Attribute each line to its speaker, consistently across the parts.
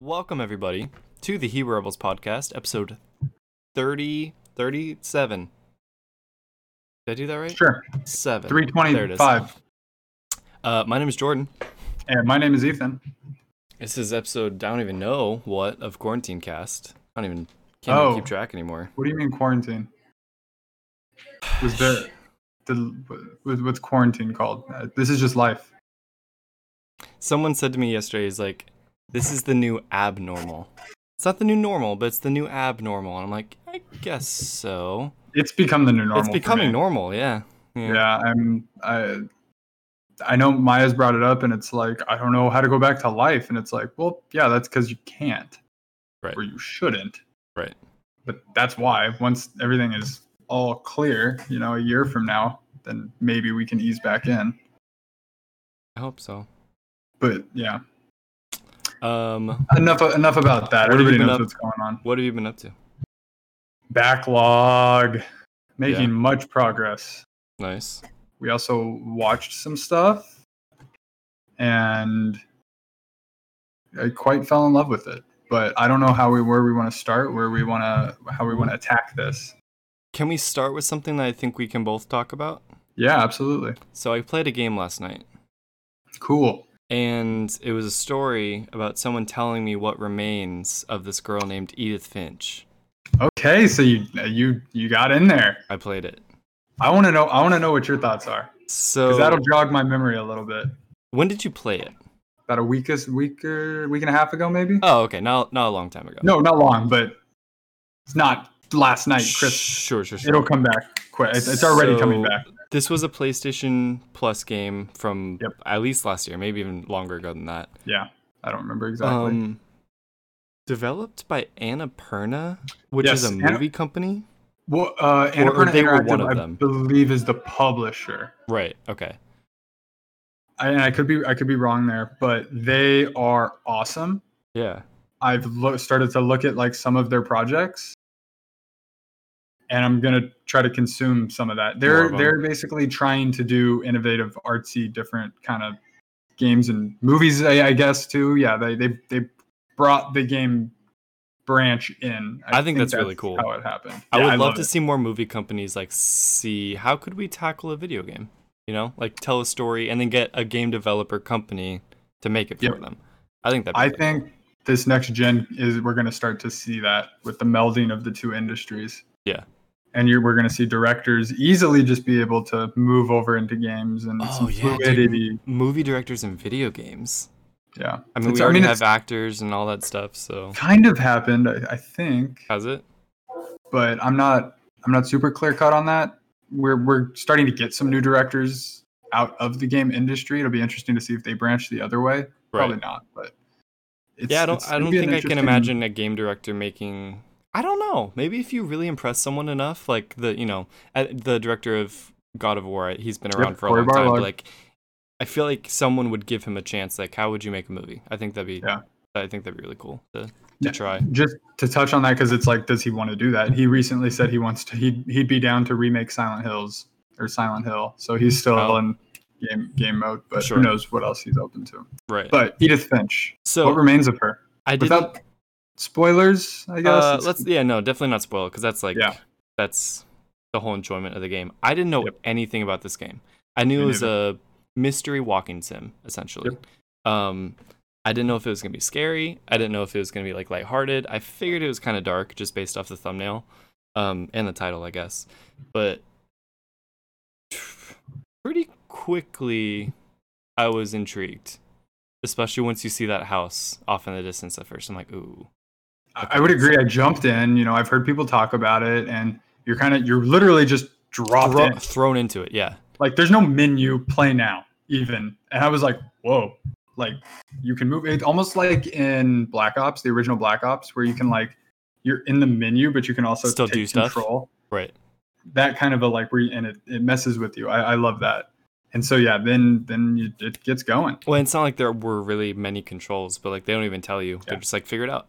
Speaker 1: Welcome everybody to the He Rebels podcast, episode 30 37. Did I do that right?
Speaker 2: Sure.
Speaker 1: Seven. There it is.
Speaker 2: 325.
Speaker 1: Uh, my name is Jordan.
Speaker 2: And my name is Ethan.
Speaker 1: This is episode I don't even know what of Quarantine Cast. I don't even can't even
Speaker 2: Oh.
Speaker 1: keep track anymore.
Speaker 2: What do you mean quarantine? Was there the what- what's quarantine called? Uh, this is just life.
Speaker 1: Someone said to me yesterday, "Is like, this is the new abnormal. It's not the new normal, but it's the new abnormal." And I'm like, I guess so.
Speaker 2: It's become the new normal.
Speaker 1: it's
Speaker 2: for
Speaker 1: becoming
Speaker 2: me.
Speaker 1: normal, yeah.
Speaker 2: Yeah, I'm. I I know Maya's brought it up, and it's like I don't know how to go back to life, and it's like, well, yeah, that's because you can't,
Speaker 1: Right.
Speaker 2: Or you shouldn't,
Speaker 1: Right.
Speaker 2: But that's why once everything is all clear, you know, a year from now, then maybe we can ease back in.
Speaker 1: I hope so.
Speaker 2: But yeah.
Speaker 1: Um,
Speaker 2: enough enough about that.
Speaker 1: What have you
Speaker 2: Everybody
Speaker 1: been
Speaker 2: knows
Speaker 1: up-
Speaker 2: what's going on.
Speaker 1: what have you been up to?
Speaker 2: Backlog, making
Speaker 1: Yeah.
Speaker 2: much progress.
Speaker 1: Nice.
Speaker 2: We also watched some stuff, and I quite fell in love with it. But I don't know how we where we want to start, where we want to how we want to attack this.
Speaker 1: Can we start with something that I think we can both talk about?
Speaker 2: Yeah, absolutely.
Speaker 1: So I played a game last night,
Speaker 2: Cool.
Speaker 1: and it was a story about someone telling me what remains of this girl named Edith Finch.
Speaker 2: Okay, so you you you got in there.
Speaker 1: I played it.
Speaker 2: I want to know. I want to know what your thoughts are, because that'll
Speaker 1: So
Speaker 2: jog my memory a little bit.
Speaker 1: when did you play it?
Speaker 2: About a week, week or week and a half ago, maybe.
Speaker 1: Oh, okay, not not a long time ago.
Speaker 2: No, not long, but it's not last night, Chris.
Speaker 1: Sure, sure, sure.
Speaker 2: It'll come back quick. It's, it's already coming
Speaker 1: So,
Speaker 2: back.
Speaker 1: This was a PlayStation Plus game from
Speaker 2: Yep.
Speaker 1: at least last year, maybe even longer ago than that.
Speaker 2: Yeah, I don't remember exactly.
Speaker 1: Um, developed by Annapurna, which is
Speaker 2: Yes,
Speaker 1: a
Speaker 2: Anna-
Speaker 1: movie company.
Speaker 2: well, uh,
Speaker 1: or- or
Speaker 2: Annapurna
Speaker 1: they were one
Speaker 2: Interactive,
Speaker 1: of
Speaker 2: I
Speaker 1: them.
Speaker 2: believe, is the publisher.
Speaker 1: Right. Okay.
Speaker 2: I, and I could be I could be wrong there, but they are awesome.
Speaker 1: Yeah.
Speaker 2: I've lo- started to look at like some of their projects, and I'm gonna try to consume some of that.
Speaker 1: More
Speaker 2: They're
Speaker 1: of 'em.
Speaker 2: they're basically trying to do innovative, artsy, different kind of games and movies, I, I guess too. Yeah, they they they brought the game branch in.
Speaker 1: I think that's really cool.
Speaker 2: How it happened.
Speaker 1: I
Speaker 2: Yeah,
Speaker 1: would love to
Speaker 2: it.
Speaker 1: see more movie companies like see how could we tackle a video game, you know, like tell a story and then get a game developer company to make it for
Speaker 2: Yep.
Speaker 1: them. I think that.
Speaker 2: I think this next gen is we're going to start to see that with the melding of the two industries.
Speaker 1: Yeah.
Speaker 2: And you're, we're going to see directors easily just be able to move over into games and
Speaker 1: Oh,
Speaker 2: some
Speaker 1: yeah, dude.
Speaker 2: fluidity.
Speaker 1: movie directors and video games.
Speaker 2: Yeah.
Speaker 1: I mean,
Speaker 2: It's-
Speaker 1: we
Speaker 2: I
Speaker 1: already
Speaker 2: mean,
Speaker 1: have
Speaker 2: it's-
Speaker 1: actors and all that stuff, so
Speaker 2: Kind of happened, I, I think,
Speaker 1: has it?
Speaker 2: but I'm not I'm not super clear cut on that. We're we're starting to get some new directors out of the game industry. It'll be interesting to see if they branch the other way. Probably not, but it's,
Speaker 1: yeah, I don't.
Speaker 2: it's
Speaker 1: I
Speaker 2: gonna
Speaker 1: don't
Speaker 2: be an
Speaker 1: think I can
Speaker 2: interesting-
Speaker 1: imagine a game director making. I don't know. Maybe if you really impress someone enough, like the you know uh, the director of God of War, he's been
Speaker 2: Yep,
Speaker 1: around for a
Speaker 2: Cory
Speaker 1: long time. but,
Speaker 2: Barlog.
Speaker 1: like, I feel like someone would give him a chance. Like, how would you make a movie? I think that'd be.
Speaker 2: Yeah.
Speaker 1: I think that'd be really cool to, to
Speaker 2: Yeah.
Speaker 1: try.
Speaker 2: just to touch on that because it's like does he want to do that he recently said he wants to he'd, he'd be down to remake silent hills or silent hill so he's still
Speaker 1: Oh.
Speaker 2: in game game mode but
Speaker 1: Sure.
Speaker 2: who knows what else he's open to
Speaker 1: Right.
Speaker 2: but edith finch
Speaker 1: so
Speaker 2: what remains of her
Speaker 1: I didn't.
Speaker 2: without spoilers i guess
Speaker 1: uh,
Speaker 2: it's-
Speaker 1: let's. Yeah. No. Definitely not spoil because that's like.
Speaker 2: Yeah.
Speaker 1: That's the whole enjoyment of the game. I didn't know
Speaker 2: Yep.
Speaker 1: anything about this game. I knew
Speaker 2: Me
Speaker 1: it was a mystery walking sim essentially. Um, I didn't know if it was gonna be scary. I didn't know if it was gonna be like lighthearted. I figured it was kind of dark just based off the thumbnail, um, and the title, I guess. But pretty quickly, I was intrigued, especially once you see that house off in the distance. At first, I'm like, ooh.
Speaker 2: I I would agree i jumped in you know i've heard people talk about it and you're kind of you're literally just dropped
Speaker 1: Thro-
Speaker 2: in.
Speaker 1: thrown into it, yeah.
Speaker 2: like there's no menu play now even and i was like whoa like you can move it almost like in black ops the original black ops where you can like you're in the menu but you can also
Speaker 1: Still
Speaker 2: take
Speaker 1: do stuff?
Speaker 2: control
Speaker 1: Right.
Speaker 2: that kind of a like where you, and it, it messes with you I, I love that and so yeah then then you, it gets going
Speaker 1: Well, it's not like there were really many controls, but like they don't even tell you. They're just like figure it out.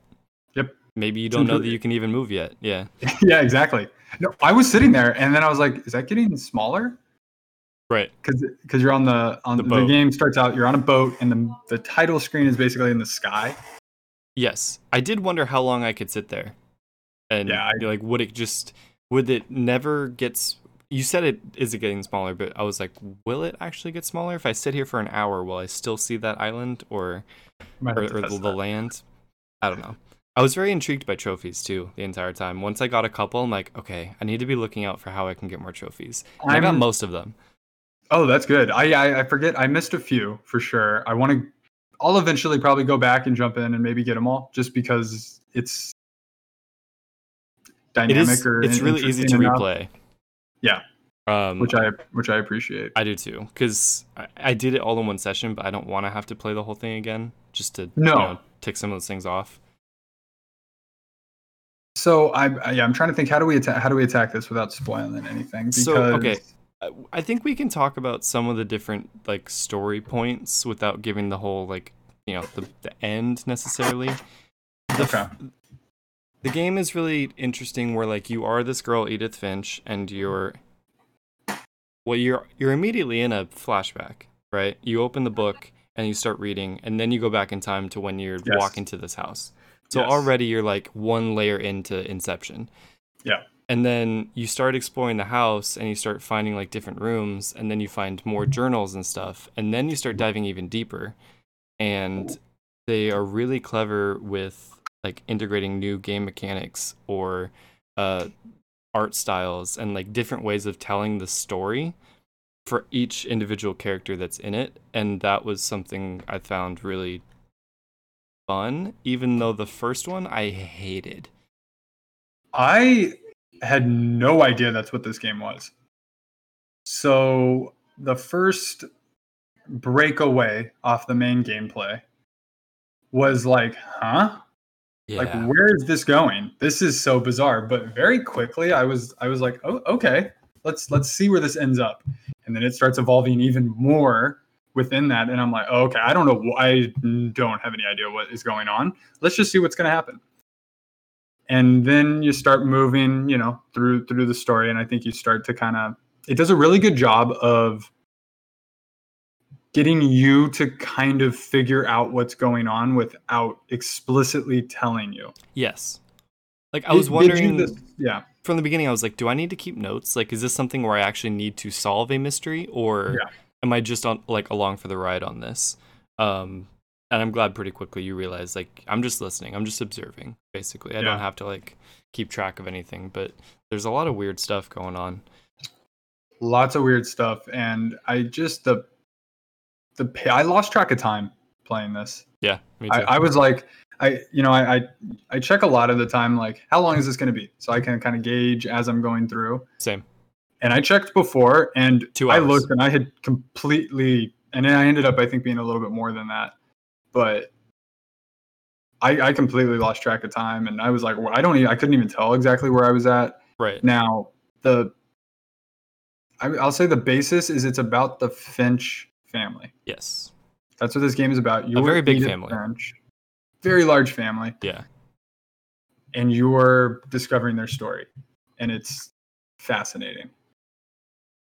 Speaker 2: Yep.
Speaker 1: Maybe you
Speaker 2: It's
Speaker 1: don't know that
Speaker 2: intuitive.
Speaker 1: you can even move yet. Yeah.
Speaker 2: yeah exactly no i was sitting there and then i was like is that getting smaller
Speaker 1: Right.
Speaker 2: because because you're on the on
Speaker 1: The
Speaker 2: the,
Speaker 1: boat.
Speaker 2: game starts out you're on a boat and the the title screen is basically in the sky
Speaker 1: Yes, I did wonder how long I could sit there, and
Speaker 2: Yeah, I-
Speaker 1: be like, would it just would it never gets? You said it is it getting smaller, but I was like, will it actually get smaller if I sit here for an hour? Will I still see that island or
Speaker 2: Might
Speaker 1: or,
Speaker 2: have to
Speaker 1: or the,
Speaker 2: test
Speaker 1: the
Speaker 2: that.
Speaker 1: land? I don't know. I was very intrigued by trophies too the entire time. Once I got a couple, I'm like, okay, I need to be looking out for how I can get more trophies. And I got
Speaker 2: I'm-
Speaker 1: most of them.
Speaker 2: Oh, that's good. I, I I forget. I missed a few for sure. I want to. I'll eventually probably go back and jump in and maybe get them all, just because it's
Speaker 1: It
Speaker 2: dynamic
Speaker 1: is.
Speaker 2: or
Speaker 1: It's
Speaker 2: in-
Speaker 1: really easy to
Speaker 2: interesting enough,
Speaker 1: replay.
Speaker 2: Yeah.
Speaker 1: Um,
Speaker 2: which I which I appreciate.
Speaker 1: I do too, because I, I did it all in one session, but I don't want to have to play the whole thing again just to
Speaker 2: No.
Speaker 1: tick some of those things off.
Speaker 2: So I I- yeah, I'm trying to think. How do we attack? How do we attack this without spoiling anything? Because
Speaker 1: So, okay. I, I think we can talk about some of the different like story points without giving the whole like you know the, the end necessarily. The f-
Speaker 2: Okay.
Speaker 1: the game is really interesting where like you are this girl Edith Finch and you're well you're you're immediately in a flashback, right? You open the book and you start reading and then you go back in time to when you're
Speaker 2: Yes.
Speaker 1: walking to this house. So
Speaker 2: Yes.
Speaker 1: already you're like one layer into Inception.
Speaker 2: Yeah.
Speaker 1: And then you start exploring the house and you start finding like different rooms and then you find more journals and stuff and then you start diving even deeper and they are really clever with like integrating new game mechanics or uh, art styles and like different ways of telling the story for each individual character that's in it and that was something i found really fun even though the first one i hated
Speaker 2: I had no idea that's what this game was. So the first breakaway off the main gameplay was like, huh? Like where is this going? This is so bizarre. But very quickly I was I was like, oh okay, let's let's see where this ends up. And then it starts evolving even more within that. And I'm like, oh, okay, I don't know. wh- I don't have any idea what is going on. Let's just see what's going to happen. And then you start moving, you know, through through the story. And I think you start to kind of. It does a really good job of getting you to kind of figure out what's going on without explicitly telling you.
Speaker 1: yes like i was
Speaker 2: Did- did you
Speaker 1: wondering
Speaker 2: this- yeah,
Speaker 1: from the beginning, I was like, do I need to keep notes? Like, is this something where I actually need to solve a mystery, or
Speaker 2: Yeah.
Speaker 1: am I just on like along for the ride on this? Um, and I'm glad pretty quickly you realize like I'm just listening, I'm just observing. Basically, I
Speaker 2: Yeah.
Speaker 1: don't have to like keep track of anything. But there's a lot of weird stuff going on.
Speaker 2: lots of weird stuff, and I just the the pa- I lost track of time playing this.
Speaker 1: Yeah, me too.
Speaker 2: I, I was like, I you know, I, I I check a lot of the time, like how long is this going to be, so I can kind of gauge as I'm going through.
Speaker 1: Same.
Speaker 2: And I checked before, and
Speaker 1: Two
Speaker 2: I
Speaker 1: hours.
Speaker 2: looked, and I had completely, and then I ended up, I think, being a little bit more than that, but I I completely lost track of time, and I was like, well, I don't, e- I couldn't even tell exactly where I was at.
Speaker 1: Right.
Speaker 2: Now, the I, I'll say the basis is it's about the Finch family.
Speaker 1: Yes.
Speaker 2: That's what this game is about. You're
Speaker 1: very big
Speaker 2: Edith
Speaker 1: family.
Speaker 2: Finch, very large family,
Speaker 1: Yeah.
Speaker 2: and you're discovering their story, and it's fascinating.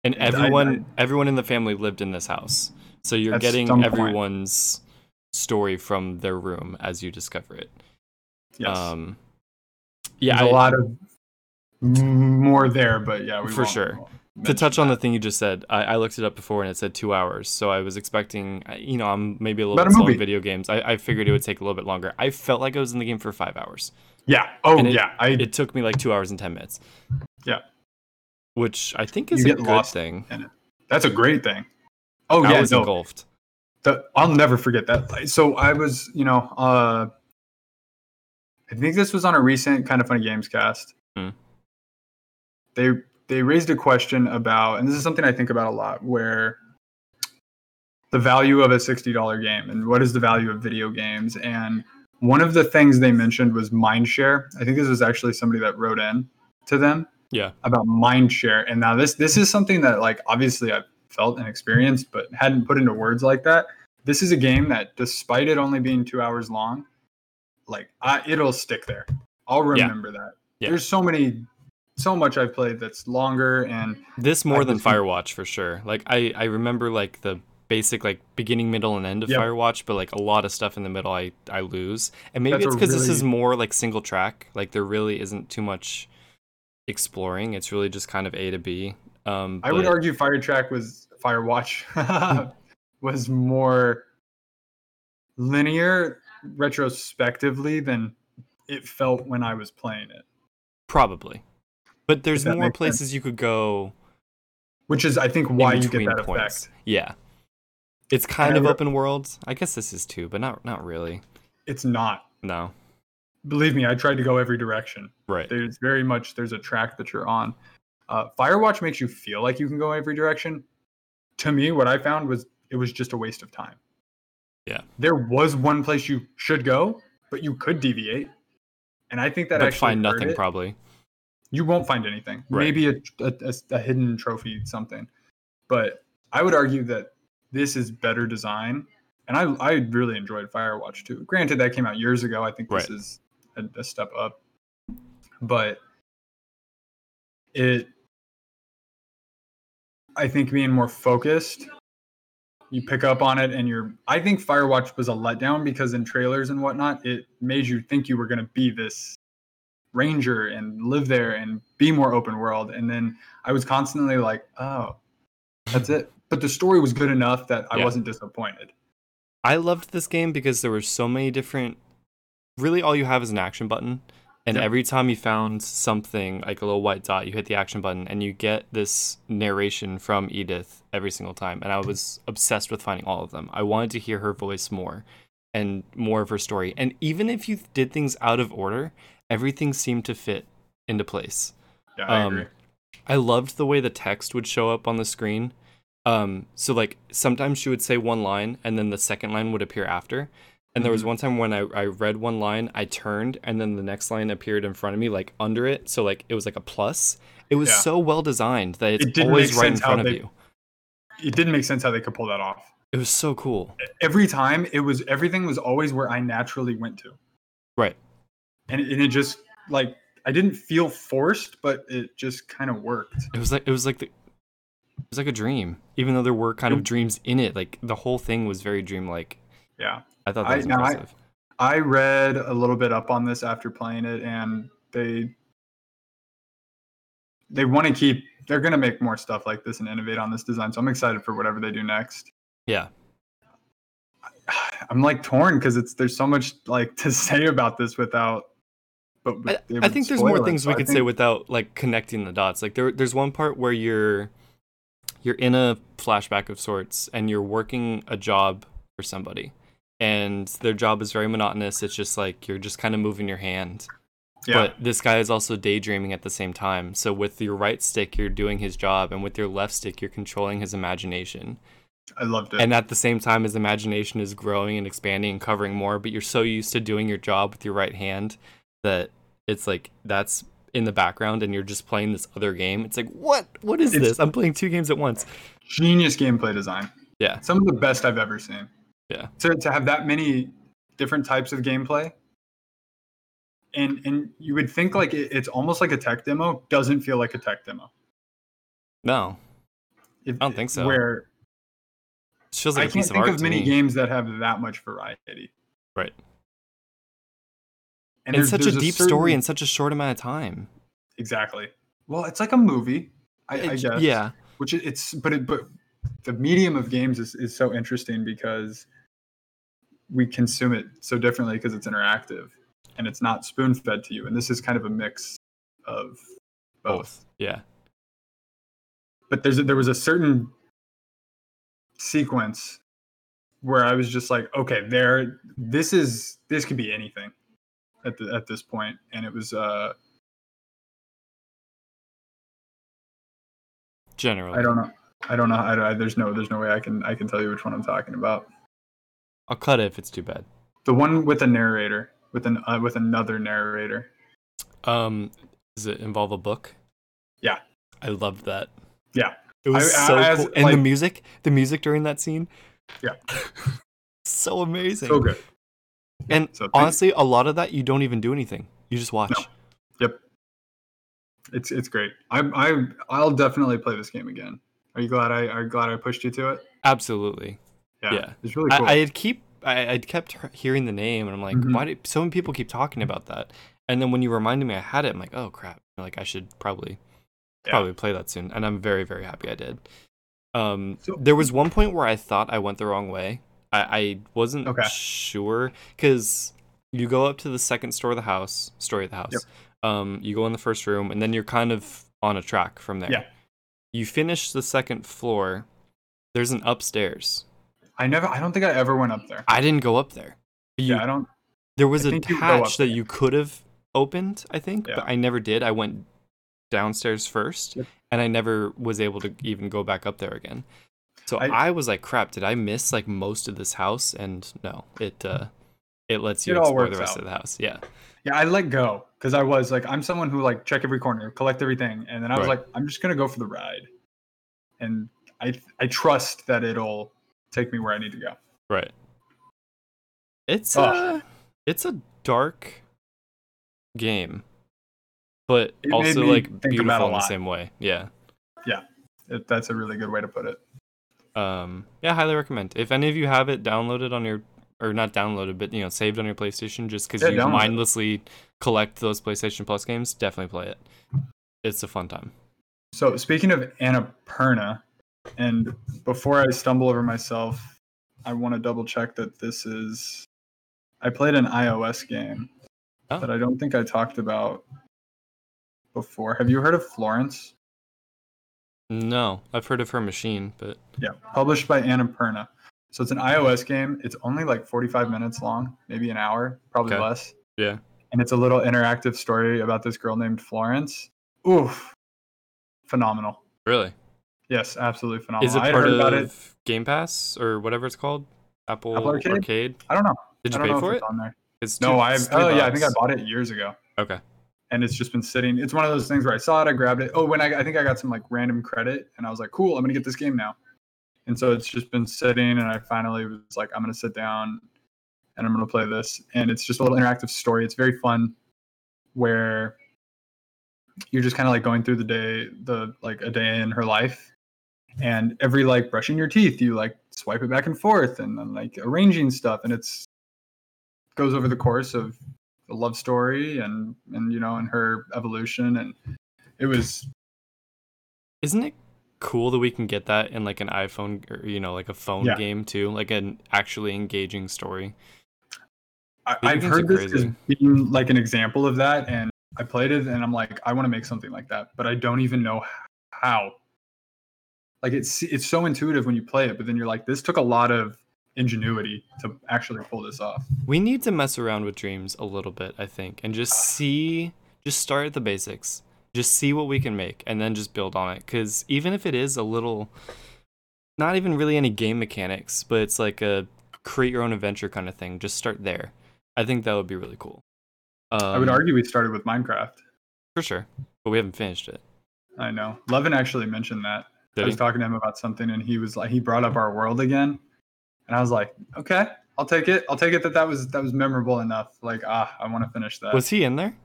Speaker 1: And
Speaker 2: And I-
Speaker 1: everyone, everyone in the family lived in this house, so you're
Speaker 2: At
Speaker 1: getting
Speaker 2: some point.
Speaker 1: everyone's story from their room as you discover it.
Speaker 2: Yes,
Speaker 1: Um.
Speaker 2: yeah,
Speaker 1: Yeah,
Speaker 2: there's a
Speaker 1: I-
Speaker 2: lot of m- more there, but yeah, we
Speaker 1: For
Speaker 2: won't-
Speaker 1: sure.
Speaker 2: we won't
Speaker 1: to
Speaker 2: mention
Speaker 1: touch on
Speaker 2: that.
Speaker 1: the thing you just said, I, I looked it up before and it said two hours. So I was expecting, I- you know, I'm maybe a little
Speaker 2: About
Speaker 1: bit
Speaker 2: a
Speaker 1: slow on
Speaker 2: movie.
Speaker 1: video games. I, I figured it would take a little bit longer. I felt like I was in the game for five hours.
Speaker 2: yeah, oh
Speaker 1: and it-
Speaker 2: yeah, I
Speaker 1: It took me like two hours and 10 minutes.
Speaker 2: Yeah.
Speaker 1: Which I think is
Speaker 2: You
Speaker 1: a
Speaker 2: get
Speaker 1: good
Speaker 2: lost.
Speaker 1: thing.
Speaker 2: that's a great thing. Oh
Speaker 1: I
Speaker 2: yeah,
Speaker 1: was
Speaker 2: no,
Speaker 1: engulfed.
Speaker 2: the, I'll never forget that. So I was, you know, uh, I think this was on a recent kind of funny games cast.
Speaker 1: Hmm.
Speaker 2: They they raised a question about, and this is something I think about a lot, where the value of a sixty dollar game and what is the value of video games. And one of the things they mentioned was mindshare. I think this was actually somebody that wrote in to them
Speaker 1: Yeah.
Speaker 2: about mindshare. And now this this is something that like obviously I've felt and experienced, but hadn't put into words like that. This is a game that, despite it only being two hours long, like I, it'll stick there. I'll
Speaker 1: Yeah.
Speaker 2: remember that.
Speaker 1: Yeah.
Speaker 2: There's so many, so much I've played that's longer, and
Speaker 1: This more
Speaker 2: I
Speaker 1: than
Speaker 2: was-
Speaker 1: Firewatch for sure. Like I, I remember like the basic like beginning, middle, and end of
Speaker 2: Yep.
Speaker 1: Firewatch, but like a lot of stuff in the middle I I lose. And maybe
Speaker 2: That's
Speaker 1: it's
Speaker 2: a
Speaker 1: because this
Speaker 2: really-
Speaker 1: is more like single track. Like there really isn't too much exploring. It's really just kind of A to B. Um,
Speaker 2: I would
Speaker 1: but-
Speaker 2: argue Firetrack was Firewatch was more linear retrospectively than it felt when I was playing it.
Speaker 1: Probably. But there's
Speaker 2: that
Speaker 1: more
Speaker 2: makes sense.
Speaker 1: places you could go
Speaker 2: Which is I think
Speaker 1: in
Speaker 2: why you
Speaker 1: between
Speaker 2: get that
Speaker 1: points.
Speaker 2: effect.
Speaker 1: Yeah. It's kind
Speaker 2: And I
Speaker 1: of
Speaker 2: would-
Speaker 1: open world. I guess this is too, but not not really.
Speaker 2: It's not.
Speaker 1: No.
Speaker 2: Believe me, I tried to go every direction.
Speaker 1: Right.
Speaker 2: There's very much there's a track that you're on. Uh, Firewatch makes you feel like you can go every direction. To me, what I found was it was just a waste of time.
Speaker 1: Yeah.
Speaker 2: There was one place you should go, but you could deviate. And I think that
Speaker 1: But
Speaker 2: actually
Speaker 1: find
Speaker 2: hurt
Speaker 1: nothing
Speaker 2: it.
Speaker 1: probably.
Speaker 2: you won't find anything.
Speaker 1: Right.
Speaker 2: Maybe a, a, a- a hidden trophy, something. But I would argue that this is better design. And I, I really enjoyed Firewatch too. Granted, that came out years ago. I think this
Speaker 1: Right.
Speaker 2: is a, a step up. But it, I think being more focused, you pick up on it and you're. I think Firewatch was a letdown because in trailers and whatnot, it made you think you were going to be this ranger and live there and be more open world. And then I was constantly like, oh, that's it. But the story was good enough that I
Speaker 1: Yeah.
Speaker 2: wasn't disappointed.
Speaker 1: I loved this game because there were so many different. Really, all you have is an action button, and
Speaker 2: Yeah.
Speaker 1: every time you found something like a little white dot, you hit the action button, and you get this narration from Edith every single time. And I was obsessed with finding all of them. I wanted to hear her voice more, and more of her story. And even if you did things out of order, everything seemed to fit into place.
Speaker 2: Yeah, I
Speaker 1: Um,
Speaker 2: agree.
Speaker 1: I loved the way the text would show up on the screen. Um, so like sometimes she would say one line and then the second line would appear after. And there was
Speaker 2: Mhm.
Speaker 1: one time when I, I read one line, I turned and then the next line appeared in front of me, like under it. So like it was like a plus. It was
Speaker 2: Yeah.
Speaker 1: so well designed that it's
Speaker 2: It didn't
Speaker 1: always
Speaker 2: make
Speaker 1: right in
Speaker 2: sense how
Speaker 1: front of
Speaker 2: they-
Speaker 1: you.
Speaker 2: It didn't make sense how they could pull that off.
Speaker 1: It was so cool.
Speaker 2: Every time it was everything was always where I naturally went to.
Speaker 1: Right.
Speaker 2: And, and it just like I didn't feel forced, but it just kind of worked.
Speaker 1: It was like it was like the it was like a dream. Even though there were kind of
Speaker 2: Yep.
Speaker 1: dreams in it, like the whole thing was very dreamlike.
Speaker 2: Yeah.
Speaker 1: I thought
Speaker 2: I-
Speaker 1: that was
Speaker 2: now I-
Speaker 1: impressive.
Speaker 2: I read a little bit up on this after playing it, and they they want to keep. They're going to make more stuff like this and innovate on this design. So I'm excited for whatever they do next.
Speaker 1: Yeah.
Speaker 2: I'm like torn because it's there's so much like to say about this without. But
Speaker 1: I,
Speaker 2: it
Speaker 1: I
Speaker 2: would
Speaker 1: think there's
Speaker 2: spoil
Speaker 1: more
Speaker 2: it,
Speaker 1: things
Speaker 2: so
Speaker 1: we
Speaker 2: I
Speaker 1: could
Speaker 2: think-
Speaker 1: say without like connecting the dots. Like there, there's one part where you're you're in a flashback of sorts, and you're working a job for somebody, and their job is very monotonous. It's just like you're just kind of moving your hand.
Speaker 2: yeah,
Speaker 1: But this guy is also daydreaming at the same time. So with your right stick, you're doing his job, and with your left stick, you're controlling his imagination.
Speaker 2: I loved it.
Speaker 1: And at the same time, his imagination is growing and expanding and covering more. But you're so used to doing your job with your right hand that it's like that's in the background, and you're just playing this other game. It's like, what? What is
Speaker 2: It's-
Speaker 1: this? I'm playing two games at once.
Speaker 2: Genius gameplay design.
Speaker 1: Yeah.
Speaker 2: some of the best I've ever seen.
Speaker 1: Yeah.
Speaker 2: to to have that many different types of gameplay. And, and you would think like it, it's almost like a tech demo doesn't feel like a tech demo.
Speaker 1: No,
Speaker 2: If,
Speaker 1: I don't think so.
Speaker 2: Where
Speaker 1: it feels
Speaker 2: I
Speaker 1: like a
Speaker 2: can't
Speaker 1: piece of
Speaker 2: think
Speaker 1: art.
Speaker 2: of
Speaker 1: to
Speaker 2: many
Speaker 1: me.
Speaker 2: games that have that much variety.
Speaker 1: Right.
Speaker 2: And
Speaker 1: it's
Speaker 2: there's-
Speaker 1: such
Speaker 2: there's
Speaker 1: a deep story
Speaker 2: certain-
Speaker 1: in such a short amount of time.
Speaker 2: exactly. Well, it's like a movie, I, I
Speaker 1: It-
Speaker 2: guess.
Speaker 1: Yeah,
Speaker 2: Which it, it's but it, but the medium of games is, is so interesting because we consume it so differently because it's interactive and it's not spoon fed to you. And this is kind of a mix of both.
Speaker 1: yeah.
Speaker 2: but there's a, there was a certain sequence where I was just like, okay, there, this is this could be anything at the, at this point, and it was uh,
Speaker 1: Generally,
Speaker 2: I don't know, I don't know, I, don't- I, there's no there's no way I can I can tell you which one I'm talking about.
Speaker 1: I'll cut it if it's too bad.
Speaker 2: The one with a narrator, with an uh, with another narrator.
Speaker 1: Um, does it involve a book?
Speaker 2: Yeah.
Speaker 1: I loved that.
Speaker 2: Yeah.
Speaker 1: It was
Speaker 2: I- I-
Speaker 1: so
Speaker 2: as-
Speaker 1: cool. And the
Speaker 2: like-
Speaker 1: music, the music during that scene.
Speaker 2: Yeah.
Speaker 1: so amazing.
Speaker 2: So good.
Speaker 1: And
Speaker 2: So thank-
Speaker 1: honestly, a lot of that you don't even do anything. You just watch.
Speaker 2: No. it's it's great. I I I'll definitely play this game again. Are you glad I are you glad I pushed you to it?
Speaker 1: Absolutely.
Speaker 2: Yeah,
Speaker 1: Yeah.
Speaker 2: it's really cool.
Speaker 1: I, I had keep I, I kept he- hearing the name, and I'm like,
Speaker 2: Mhm.
Speaker 1: why did so many people keep talking about that? And then when you reminded me I had it, I'm like, oh crap! Like I should probably
Speaker 2: Yeah.
Speaker 1: probably play that soon. And I'm very very happy I did. Um,
Speaker 2: So-
Speaker 1: there was one point where I thought I went the wrong way. I, I wasn't
Speaker 2: Okay.
Speaker 1: sure because you go up to the second store of the house, story of the house.
Speaker 2: Yep.
Speaker 1: Um, you go in the first room, and then you're kind of on a track from there.
Speaker 2: Yeah.
Speaker 1: You finish the second floor. There's an upstairs.
Speaker 2: I never. I don't think I ever went up there.
Speaker 1: I didn't go up there. You,
Speaker 2: yeah, I don't.
Speaker 1: there was
Speaker 2: I
Speaker 1: a
Speaker 2: think you would go
Speaker 1: hatch
Speaker 2: up
Speaker 1: that
Speaker 2: there.
Speaker 1: you could have opened, I think,
Speaker 2: Yeah.
Speaker 1: but I never did. I went downstairs first,
Speaker 2: Yep.
Speaker 1: and I never was able to even go back up there again. So
Speaker 2: I-
Speaker 1: I, was like, "Crap! Did I miss like most of this house?" And no, it uh, it lets you
Speaker 2: It all
Speaker 1: explore the
Speaker 2: works
Speaker 1: rest
Speaker 2: out.
Speaker 1: of the house. Yeah,
Speaker 2: Yeah, I let go because I was like, I'm someone who like check every corner, collect everything, and then I was
Speaker 1: Right.
Speaker 2: like, I'm just gonna go for the ride, and I I trust that it'll take me where I need to go.
Speaker 1: right. It's
Speaker 2: Ugh.
Speaker 1: a it's a dark game, but
Speaker 2: It made
Speaker 1: also
Speaker 2: me
Speaker 1: like
Speaker 2: think about
Speaker 1: beautiful
Speaker 2: a
Speaker 1: in the
Speaker 2: lot.
Speaker 1: same way. Yeah.
Speaker 2: It, that's a really good way to put it.
Speaker 1: um yeah highly recommend if any of you have it downloaded on your or not downloaded but you know saved on your playstation just because
Speaker 2: Yeah,
Speaker 1: you
Speaker 2: download it.
Speaker 1: mindlessly collect those playstation plus games definitely play it it's a fun time
Speaker 2: So speaking of Annapurna, and before I stumble over myself, I want to double check that this is. I played an iOS game
Speaker 1: Oh.
Speaker 2: that I don't think I talked about before. Have you heard of Florence?
Speaker 1: no i've heard of her machine but
Speaker 2: Yeah, published by Annapurna. So it's an iOS game. It's only like 45 minutes long, maybe an hour, probably
Speaker 1: Okay.
Speaker 2: less.
Speaker 1: Yeah.
Speaker 2: And it's a little interactive story about this girl named Florence. Oof. Phenomenal.
Speaker 1: really
Speaker 2: Yes, absolutely phenomenal.
Speaker 1: is it
Speaker 2: Oh, I had
Speaker 1: part
Speaker 2: heard
Speaker 1: of
Speaker 2: about it.
Speaker 1: game pass or whatever it's called apple,
Speaker 2: Apple Arcade?
Speaker 1: arcade?
Speaker 2: I don't know.
Speaker 1: did you
Speaker 2: I don't
Speaker 1: pay
Speaker 2: know
Speaker 1: for
Speaker 2: if
Speaker 1: it
Speaker 2: it's on there.
Speaker 1: it's
Speaker 2: No,
Speaker 1: two-
Speaker 2: I
Speaker 1: it's three
Speaker 2: oh yeah, I think I
Speaker 1: bucks.
Speaker 2: bought it years ago.
Speaker 1: okay
Speaker 2: And it's just been sitting. It's one of those things where I saw it, I grabbed it. Oh, when I, I think I got some like random credit and I was like, cool, I'm gonna get this game now. And so it's just been sitting and I finally was like, I'm gonna sit down and I'm gonna play this. And it's just a little interactive story. It's very fun where you're just kind of like going through the day, the like a day in her life. And every like brushing your teeth, you like swipe it back and forth and then like arranging stuff. And it's goes over the course of the love story and and you know and her evolution and it was
Speaker 1: isn't it cool that we can get that in like an iphone or you know like a phone
Speaker 2: Yeah.
Speaker 1: game too like an actually engaging story
Speaker 2: I,
Speaker 1: Video
Speaker 2: I've
Speaker 1: games
Speaker 2: heard
Speaker 1: are
Speaker 2: this as
Speaker 1: crazy.
Speaker 2: being like an example of that and I played it and I'm like I want to make something like that but I don't even know how like it's it's so intuitive when you play it but then you're like this took a lot of ingenuity to actually pull this off
Speaker 1: We need to mess around with dreams a little bit, I think, and just see, just start at the basics, just see what we can make, and then just build on it. Because even if it is a little, not even really any game mechanics, but it's like a create your own adventure kind of thing, just start there. I think that would be really cool. Um,
Speaker 2: I would argue we started with Minecraft
Speaker 1: For sure, but we haven't finished it.
Speaker 2: I know Levin actually mentioned that
Speaker 1: Did
Speaker 2: I was
Speaker 1: he?
Speaker 2: talking to him about something, and he was like, he brought up our world again, and I was like, okay, I'll take it. I'll take it that that was that was memorable enough. Like, ah, I want to finish that.
Speaker 1: Was he in there?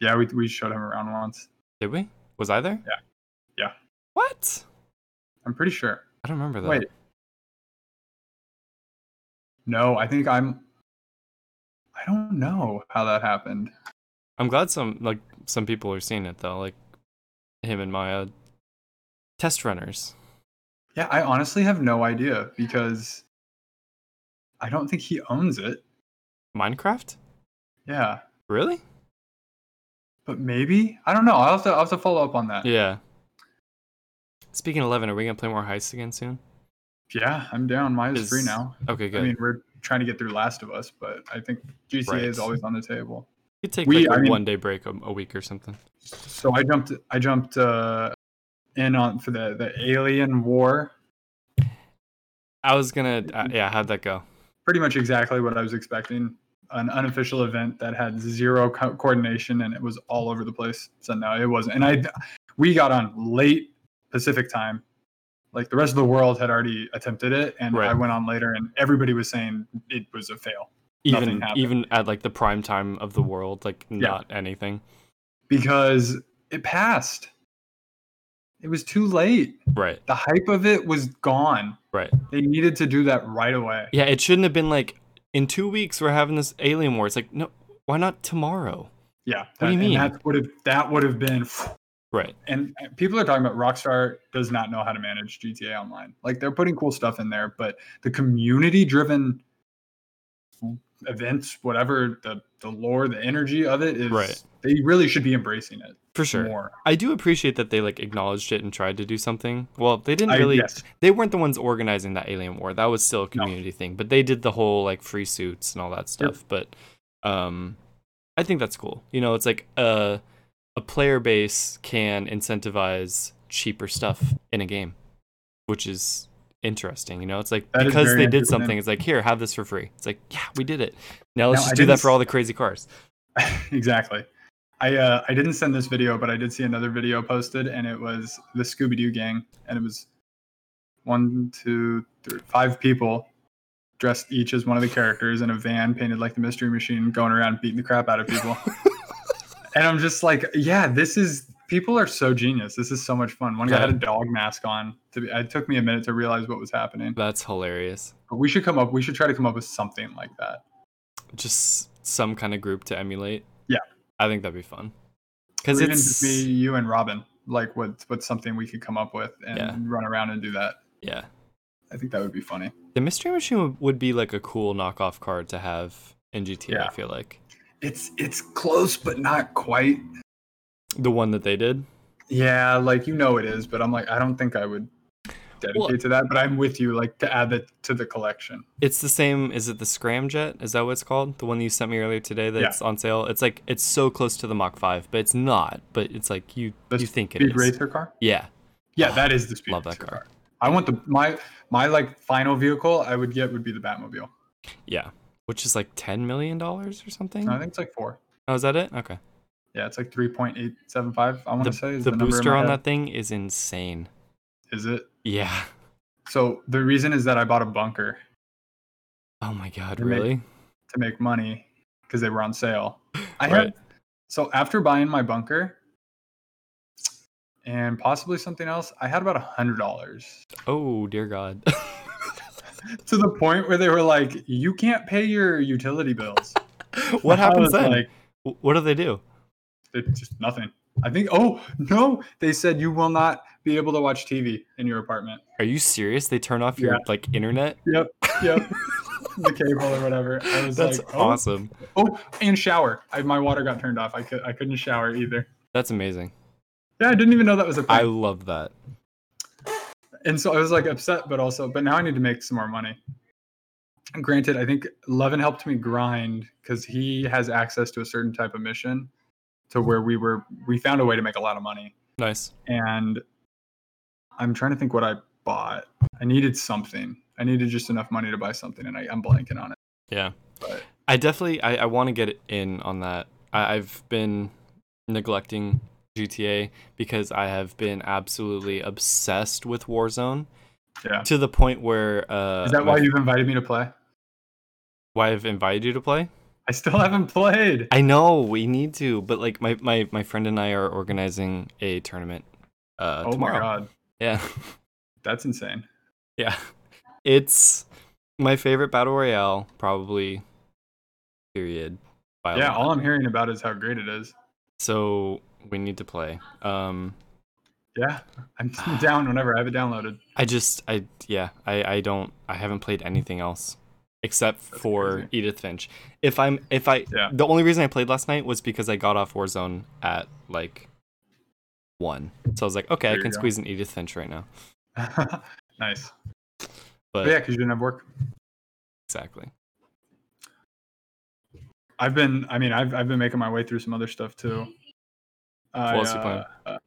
Speaker 2: yeah, we we showed him around once.
Speaker 1: Did we? Was I there?
Speaker 2: Yeah. Yeah.
Speaker 1: What?
Speaker 2: I'm pretty sure.
Speaker 1: I don't remember that.
Speaker 2: Wait. No, I think I'm. I don't know how that happened.
Speaker 1: I'm glad some like some people are seeing it though, like him and Maya. Test runners.
Speaker 2: Yeah, I honestly have no idea because I don't think he owns it.
Speaker 1: Minecraft?
Speaker 2: Yeah,
Speaker 1: Really?
Speaker 2: but maybe I don't know. I'll have to I'll have to follow up on that.
Speaker 1: Yeah. Speaking of eleven, are we gonna play more heists again soon?
Speaker 2: Yeah, I'm down. Mine is free
Speaker 1: Is-
Speaker 2: now.
Speaker 1: Okay, good.
Speaker 2: I mean, we're trying to get through Last of Us, but I think GTA is
Speaker 1: Right.
Speaker 2: always on the table.
Speaker 1: we could take
Speaker 2: we-
Speaker 1: like a
Speaker 2: I mean-
Speaker 1: one day break a, a week or something.
Speaker 2: So I jumped, I jumped uh, in on for the the Alien War.
Speaker 1: I was gonna uh,
Speaker 2: Mm-hmm.
Speaker 1: yeah, how'd that go?
Speaker 2: Pretty much exactly what I was expecting. An unofficial event that had zero co- coordination and it was all over the place. So no, it wasn't. And I, we got on late Pacific time. Like the rest of the world had already attempted it, and
Speaker 1: Right.
Speaker 2: I went on later, and everybody was saying it was a fail. Nothing
Speaker 1: Even
Speaker 2: happened.
Speaker 1: even at like the prime time of the world, like not anything.
Speaker 2: because it passed. It was too late.
Speaker 1: Right.
Speaker 2: The hype of it was gone.
Speaker 1: Right.
Speaker 2: They needed to do that right away.
Speaker 1: Yeah, it shouldn't have been like in two weeks we're having this alien war. It's like, no, why not tomorrow?
Speaker 2: Yeah.
Speaker 1: What do you
Speaker 2: and
Speaker 1: mean?
Speaker 2: That would have that would have been.
Speaker 1: Right.
Speaker 2: And people are talking about Rockstar does not know how to manage GTA Online. Like they're putting cool stuff in there, but the community-driven events, whatever the the lore, the energy of it is,
Speaker 1: Right.
Speaker 2: they really should be embracing it
Speaker 1: For sure.
Speaker 2: more.
Speaker 1: I do appreciate that they like acknowledged it and tried to do something. Well, they didn't
Speaker 2: I-
Speaker 1: really
Speaker 2: yes.
Speaker 1: they weren't the ones organizing that alien war. That was still a
Speaker 2: No.
Speaker 1: community thing, but they did the whole like free suits and all that stuff. But um I think that's cool. You know, it's like a a player base can incentivize cheaper stuff in a game, which is interesting. You know, it's like
Speaker 2: That is
Speaker 1: because
Speaker 2: very
Speaker 1: they did
Speaker 2: interesting.
Speaker 1: something, it's like here, have this for free. It's like, yeah, we did it. Now let's
Speaker 2: Now,
Speaker 1: just
Speaker 2: I
Speaker 1: do that
Speaker 2: didn't
Speaker 1: for all the crazy cars.
Speaker 2: exactly. I uh, I didn't send this video, but I did see another video posted, and it was the Scooby Doo gang, and it was one, two, three, five people dressed each as one of the characters in a van painted like the Mystery Machine, going around beating the crap out of people. and I'm just like, yeah, this is people are so genius. This is so much fun. One guy
Speaker 1: Yeah.
Speaker 2: had a dog mask on. To be, it took me a minute to realize what was happening.
Speaker 1: That's hilarious.
Speaker 2: But we should come up. We should try to come up with something like that.
Speaker 1: Just some kind of group to emulate.
Speaker 2: Yeah.
Speaker 1: I think that'd be fun.
Speaker 2: Or
Speaker 1: Because
Speaker 2: even just
Speaker 1: it's
Speaker 2: me, you, and Robin. Like, what what's something we could come up with and
Speaker 1: Yeah.
Speaker 2: run around and do that?
Speaker 1: yeah.
Speaker 2: I think that would be funny.
Speaker 1: The mystery machine would, would be like a cool knockoff card to have in GTA. I
Speaker 2: Yeah.
Speaker 1: feel like
Speaker 2: It's it's close, but not quite.
Speaker 1: the one that they did.
Speaker 2: Yeah, like you know it is, but I'm like, I don't think I would dedicate
Speaker 1: Well-
Speaker 2: to that. But I'm with you, like to add that to the collection.
Speaker 1: It's the same. Is it the scramjet? Is that what it's called? The one that you sent me earlier today
Speaker 2: Yeah.
Speaker 1: that's on sale. It's like it's so close to the Mach Five, but it's not. But it's like you
Speaker 2: The
Speaker 1: you think it
Speaker 2: speed
Speaker 1: is.
Speaker 2: racer car?
Speaker 1: Yeah,
Speaker 2: Yeah, that is the speed
Speaker 1: love that
Speaker 2: racer
Speaker 1: car.
Speaker 2: I want the my my like final vehicle I would get would be the Batmobile.
Speaker 1: yeah. Which is like ten million dollars or something.
Speaker 2: I think it's like four.
Speaker 1: Oh, is that it? Okay.
Speaker 2: Yeah, it's like three point eight seven five. I want
Speaker 1: The,
Speaker 2: to say is
Speaker 1: the
Speaker 2: the, number in
Speaker 1: booster
Speaker 2: my
Speaker 1: on
Speaker 2: head.
Speaker 1: that thing is insane.
Speaker 2: Is it?
Speaker 1: Yeah.
Speaker 2: So the reason is that I bought a bunker
Speaker 1: Oh my god,
Speaker 2: They make-
Speaker 1: really?
Speaker 2: to make money because they were on sale. I
Speaker 1: Right.
Speaker 2: had so after buying my bunker and possibly something else, I had about a hundred dollars
Speaker 1: Oh dear God.
Speaker 2: to the point where they were like, "You can't pay your utility bills."
Speaker 1: what
Speaker 2: I
Speaker 1: happens
Speaker 2: was
Speaker 1: then?
Speaker 2: Like
Speaker 1: Wh- what do they do?
Speaker 2: it's just nothing. I think. Oh no, they said you will not be able to watch TV in your apartment.
Speaker 1: Are you serious? They turn off your
Speaker 2: Yeah.
Speaker 1: like internet?
Speaker 2: Yep, yep. the cable or whatever. I was
Speaker 1: That's
Speaker 2: like, oh,
Speaker 1: awesome.
Speaker 2: oh, and shower. I, my water got turned off. I could I couldn't shower either.
Speaker 1: That's amazing.
Speaker 2: Yeah, I didn't even know that was a thing.
Speaker 1: I love that.
Speaker 2: and so I was like upset, but also, but now I need to make some more money. And granted, I think Levin helped me grind because he has access to a certain type of mission, to where we were we found a way to make a lot of money.
Speaker 1: Nice.
Speaker 2: And I'm trying to think what I bought. I needed something. I needed just enough money to buy something, and I, I'm blanking on it.
Speaker 1: Yeah.
Speaker 2: But-
Speaker 1: I definitely I, I want to get in on that. I, I've been neglecting GTA because I have been absolutely obsessed with Warzone.
Speaker 2: Yeah.
Speaker 1: To the point where uh
Speaker 2: Is that
Speaker 1: my-
Speaker 2: why you've invited me to play?
Speaker 1: why I've invited you to play?
Speaker 2: I still haven't played.
Speaker 1: I know we need to, but like my my my friend and I are organizing a tournament uh
Speaker 2: oh
Speaker 1: tomorrow.
Speaker 2: my god,
Speaker 1: Yeah.
Speaker 2: that's insane.
Speaker 1: Yeah. It's my favorite battle royale probably period. by a
Speaker 2: Yeah,
Speaker 1: lot.
Speaker 2: all I'm hearing about is how great it is.
Speaker 1: So we need to play. Um
Speaker 2: Yeah, I'm down whenever I have it downloaded.
Speaker 1: I just I yeah, I I don't I haven't played anything else except
Speaker 2: That's
Speaker 1: for
Speaker 2: crazy.
Speaker 1: Edith Finch. If I'm if I
Speaker 2: Yeah.
Speaker 1: the only reason I played last night was because I got off Warzone at like 1. So I was like, okay,
Speaker 2: There
Speaker 1: I
Speaker 2: you
Speaker 1: can
Speaker 2: go.
Speaker 1: squeeze an Edith Finch right now.
Speaker 2: nice.
Speaker 1: But
Speaker 2: But yeah, because you didn't have work.
Speaker 1: exactly.
Speaker 2: I've been, I mean, I've, I've been making my way through some other stuff too. I,
Speaker 1: else you playing?
Speaker 2: uh,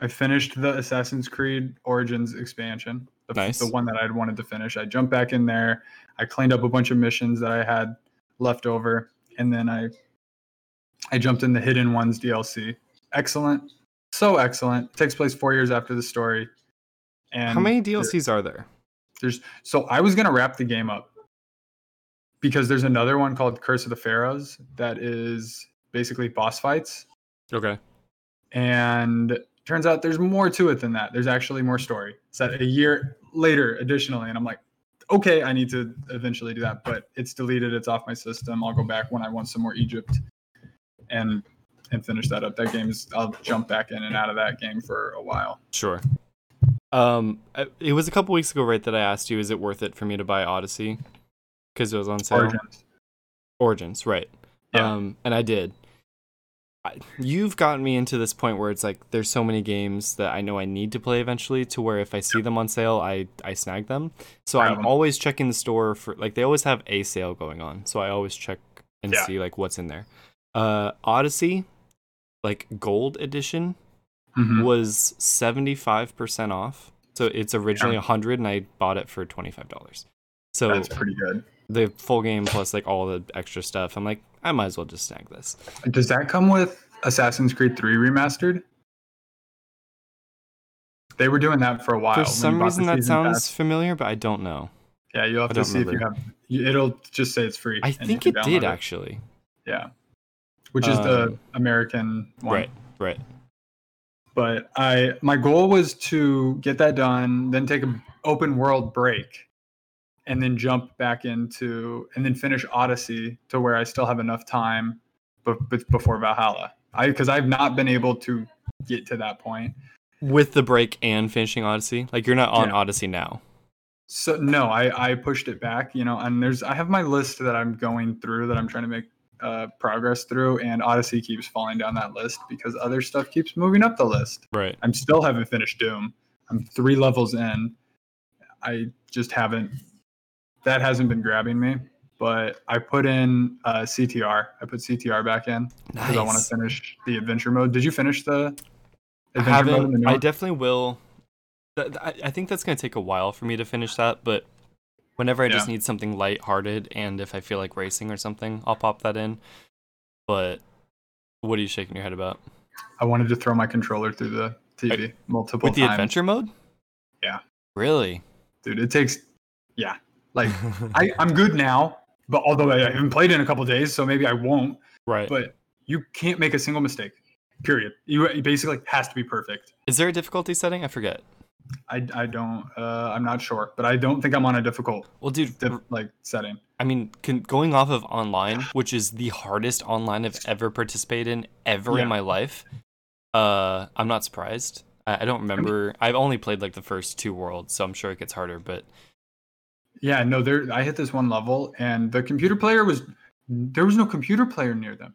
Speaker 2: I finished the Assassin's Creed Origins expansion. The,
Speaker 1: Nice.
Speaker 2: The one that I'd wanted to finish. I jumped back in there. I cleaned up a bunch of missions that I had left over, and then I, I jumped in the Hidden Ones DLC. Excellent, so excellent. takes place four years after the story. And
Speaker 1: How many
Speaker 2: the-
Speaker 1: DLCs are there?
Speaker 2: There's so I was gonna wrap the game up because there's another one called Curse of the Pharaohs that is basically boss fights,
Speaker 1: Okay.
Speaker 2: and turns out there's more to it than that. There's actually more story. It's that a year later additionally and i'm like okay i need to eventually do that but it's deleted it's off my system i'll go back when i want some more egypt and and finish that up that game is i'll jump back in and out of that game for a while
Speaker 1: Sure. Um, I- it was a couple weeks ago, right, that I asked you, is it worth it for me to buy Odyssey? Because it was on sale.
Speaker 2: Origins.
Speaker 1: Origins, right?
Speaker 2: Yeah.
Speaker 1: Um, and I did. I, you've gotten me into this point where it's like there's so many games that I know I need to play eventually. To where if I see them on sale, I I snag them. So
Speaker 2: Grab
Speaker 1: I'm
Speaker 2: 'em.
Speaker 1: always checking the store for like they always have a sale going on. So I always check and
Speaker 2: Yeah.
Speaker 1: see like what's in there. Uh, Odyssey, like Gold Edition,
Speaker 2: Mhm.
Speaker 1: was 75% off. So it's originally a 100 and I bought it for $25. So
Speaker 2: that's pretty good
Speaker 1: the full game plus like all the extra stuff. I'm like, I might as well just snag this.
Speaker 2: does that come with assassin's creed 3 remastered they were doing that for a while
Speaker 1: For
Speaker 2: when you
Speaker 1: some
Speaker 2: bought the
Speaker 1: reason that
Speaker 2: season
Speaker 1: sounds
Speaker 2: pass.
Speaker 1: familiar, but I don't know.
Speaker 2: yeah you'll have
Speaker 1: I
Speaker 2: to
Speaker 1: don't
Speaker 2: see
Speaker 1: remember.
Speaker 2: if you have it'll just say it's free
Speaker 1: I
Speaker 2: and you
Speaker 1: think
Speaker 2: can
Speaker 1: it did
Speaker 2: download
Speaker 1: actually.
Speaker 2: yeah which is the
Speaker 1: Um,
Speaker 2: american one
Speaker 1: Right, right.
Speaker 2: but I my goal was to get that done, then take an open world break, and then jump back into and then finish Odyssey to where I still have enough time, but, but before Valhalla, I because I've not been able to get to that point.
Speaker 1: With the break and finishing Odyssey. Like you're not on
Speaker 2: Yeah.
Speaker 1: Odyssey now.
Speaker 2: So no, I I pushed it back, you know, and there's I have my list that I'm going through that I'm trying to make uh, progress through, and Odyssey keeps falling down that list because other stuff keeps moving up the list.
Speaker 1: Right.
Speaker 2: I'm still haven't finished Doom. I'm three levels in. I just haven't. That hasn't been grabbing me. But I put in uh, CTR. I put CTR back in because I want to
Speaker 1: Nice.
Speaker 2: finish the adventure mode. Did you finish the
Speaker 1: I
Speaker 2: adventure mode?
Speaker 1: haven't.
Speaker 2: in the new
Speaker 1: I
Speaker 2: one?
Speaker 1: definitely will. th- th- I I think that's going to take a while for me to finish that, but whenever I just need something lighthearted and if I feel like racing or something, I'll pop that in. But what are you shaking your head about?
Speaker 2: I wanted to throw my controller through the TV multiple
Speaker 1: With the
Speaker 2: times.
Speaker 1: adventure mode?
Speaker 2: Yeah.
Speaker 1: Really?
Speaker 2: Dude, it takes. Yeah, like I, I'm good now. But although I haven't played in a couple days, so maybe I won't.
Speaker 1: right.
Speaker 2: But you can't make a single mistake. Period. You it basically has to be perfect.
Speaker 1: Is there a difficulty setting? I forget.
Speaker 2: I, I don't uh, I'm not sure, but I don't think I'm on a difficult
Speaker 1: Well, dude,
Speaker 2: diff- like setting.
Speaker 1: I mean, can, going off of online, which is the hardest online I've ever participated in ever
Speaker 2: Yeah.
Speaker 1: in my life, uh, I'm not surprised. I, I don't remember. I've only played like the first two worlds, so I'm sure it gets harder. But
Speaker 2: Yeah, no, there I hit this one level and the computer player was there was no computer player near them.